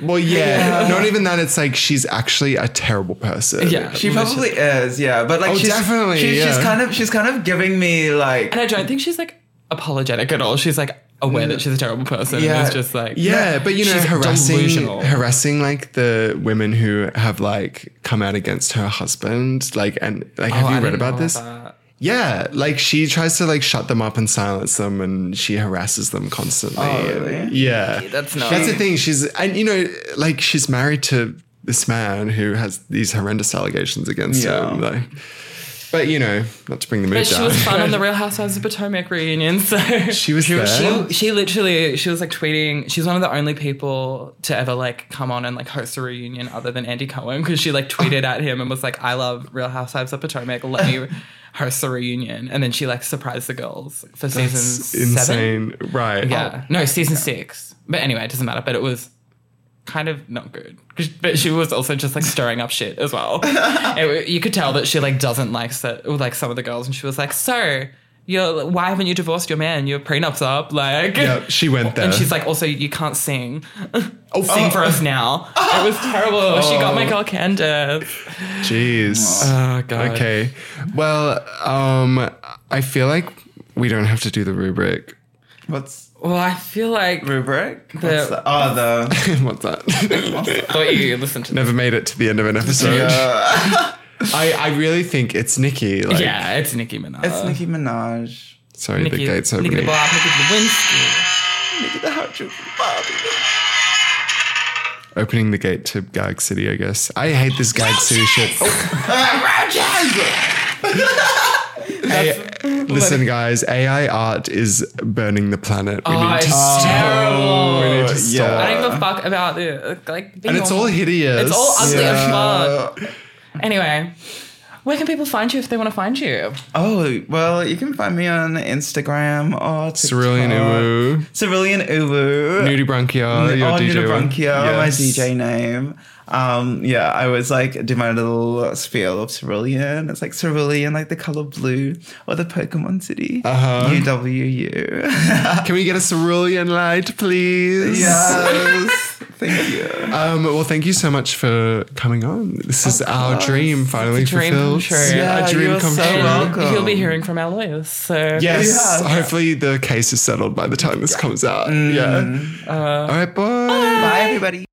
[SPEAKER 5] well, yeah. Not even that, it's like she's actually a terrible person.
[SPEAKER 4] Yeah.
[SPEAKER 6] She probably is, yeah. But like,
[SPEAKER 5] Oh,
[SPEAKER 6] she's,
[SPEAKER 5] definitely,
[SPEAKER 6] She's, she's
[SPEAKER 5] yeah.
[SPEAKER 6] kind of she's kind of giving me like
[SPEAKER 4] And I don't think she's like apologetic at all. She's like aware that she's a terrible person.
[SPEAKER 6] Yeah.
[SPEAKER 4] And it's just like
[SPEAKER 5] Yeah, but you know,
[SPEAKER 4] She's
[SPEAKER 5] harassing
[SPEAKER 4] delusional.
[SPEAKER 5] harassing like the women who have like come out against her husband, like and like have
[SPEAKER 4] Oh,
[SPEAKER 5] you
[SPEAKER 4] I
[SPEAKER 5] read
[SPEAKER 4] didn't
[SPEAKER 5] about
[SPEAKER 4] know
[SPEAKER 5] this?
[SPEAKER 4] that.
[SPEAKER 5] Yeah, like she tries to like shut them up and silence them, and she harasses them constantly.
[SPEAKER 6] Oh,
[SPEAKER 5] and-
[SPEAKER 6] really?
[SPEAKER 5] Yeah,
[SPEAKER 4] That's not-
[SPEAKER 5] That's the thing. She's and you know, like she's married to this man who has these horrendous allegations against
[SPEAKER 6] Yeah.
[SPEAKER 5] him. Like, but you know, not to bring the mood
[SPEAKER 4] But she
[SPEAKER 5] down.
[SPEAKER 4] was fun on the Real Housewives of Potomac reunion. So
[SPEAKER 5] She was there?
[SPEAKER 4] She, she literally she was like tweeting. She's one of the only people to ever like come on and like host a reunion other than Andy Cohen because she like tweeted at him and was like, "I love Real Housewives of Potomac. Let me host a reunion." And then she like surprised the girls for
[SPEAKER 5] It's
[SPEAKER 4] season seven.
[SPEAKER 5] insane, right?
[SPEAKER 4] Yeah. Oh, No, season six. But anyway, it doesn't matter. But it was kind of not good. 'Cause- But she was also just like stirring up shit as well. It wa- you could tell that she like doesn't like so, like some of the girls, and she was like, "So, you're why haven't you divorced your man? Your prenup's up." Like,
[SPEAKER 5] Oh, Yeah, she went there.
[SPEAKER 4] and she's like, "Also, you can't sing. sing for us now." It was terrible. She got my girl Candace.
[SPEAKER 5] Jeez.
[SPEAKER 4] Oh god.
[SPEAKER 5] Okay. Well, um, I feel like we don't have to do the rubric.
[SPEAKER 6] what's
[SPEAKER 4] Well, I feel like
[SPEAKER 6] rubric? What's the, oh, the
[SPEAKER 5] What's that?
[SPEAKER 4] thought you listened to.
[SPEAKER 5] Never made it to the end of an episode. I, I really think it's Nikki. Like,
[SPEAKER 4] Yeah, it's Nicki Minaj.
[SPEAKER 6] it's Nicki Minaj.
[SPEAKER 5] Sorry,
[SPEAKER 4] Nicki,
[SPEAKER 5] the gate's
[SPEAKER 4] Nicki
[SPEAKER 5] opening.
[SPEAKER 4] the Blob, Nicki Lewinsky.
[SPEAKER 6] Nicki the Hot Chip Bobby.
[SPEAKER 5] opening the gate to Gag City, I guess. I hate this Gag City shit.
[SPEAKER 4] Oh,
[SPEAKER 5] Hey, listen, guys, AI art is burning the planet. We
[SPEAKER 4] Oh,
[SPEAKER 5] need to
[SPEAKER 4] it's terrible.
[SPEAKER 5] We need to
[SPEAKER 6] yeah.
[SPEAKER 5] stop.
[SPEAKER 4] I don't give a fuck about it. Like, being
[SPEAKER 5] Uh, And it's all hideous.
[SPEAKER 4] It's all ugly
[SPEAKER 6] Yeah.
[SPEAKER 4] as fuck. Anyway, where can people find you if they want to find you?
[SPEAKER 6] Oh, well, you can find me on Instagram or TikTok.
[SPEAKER 5] Cerulean Uwu,
[SPEAKER 6] Cerulean Uwu.
[SPEAKER 5] Nudie
[SPEAKER 4] Oh,
[SPEAKER 5] Branchia, your
[SPEAKER 6] or
[SPEAKER 5] DJ.
[SPEAKER 6] Nuda Branchia, my
[SPEAKER 5] Yes.
[SPEAKER 6] DJ name. Um, yeah, I was like do my little spiel of cerulean. It's like cerulean, like the color blue, or the Pokemon City.
[SPEAKER 5] Uh-huh.
[SPEAKER 6] UWU.
[SPEAKER 5] Can we get a cerulean light, please?
[SPEAKER 6] yes, thank you.
[SPEAKER 5] Um, well, thank you so much for coming on. This is our dream finally
[SPEAKER 4] It's a dream come
[SPEAKER 5] fulfilled.
[SPEAKER 4] true.
[SPEAKER 6] Yeah,
[SPEAKER 5] a dream
[SPEAKER 6] you're
[SPEAKER 5] come
[SPEAKER 6] so
[SPEAKER 5] true.
[SPEAKER 6] welcome.
[SPEAKER 4] You'll be hearing from our lawyers. So
[SPEAKER 5] Yes.
[SPEAKER 6] Yeah. Mm.
[SPEAKER 5] Hopefully the case is settled by the time this comes out. Yeah. All right, bye.
[SPEAKER 6] Uh, Bye, everybody.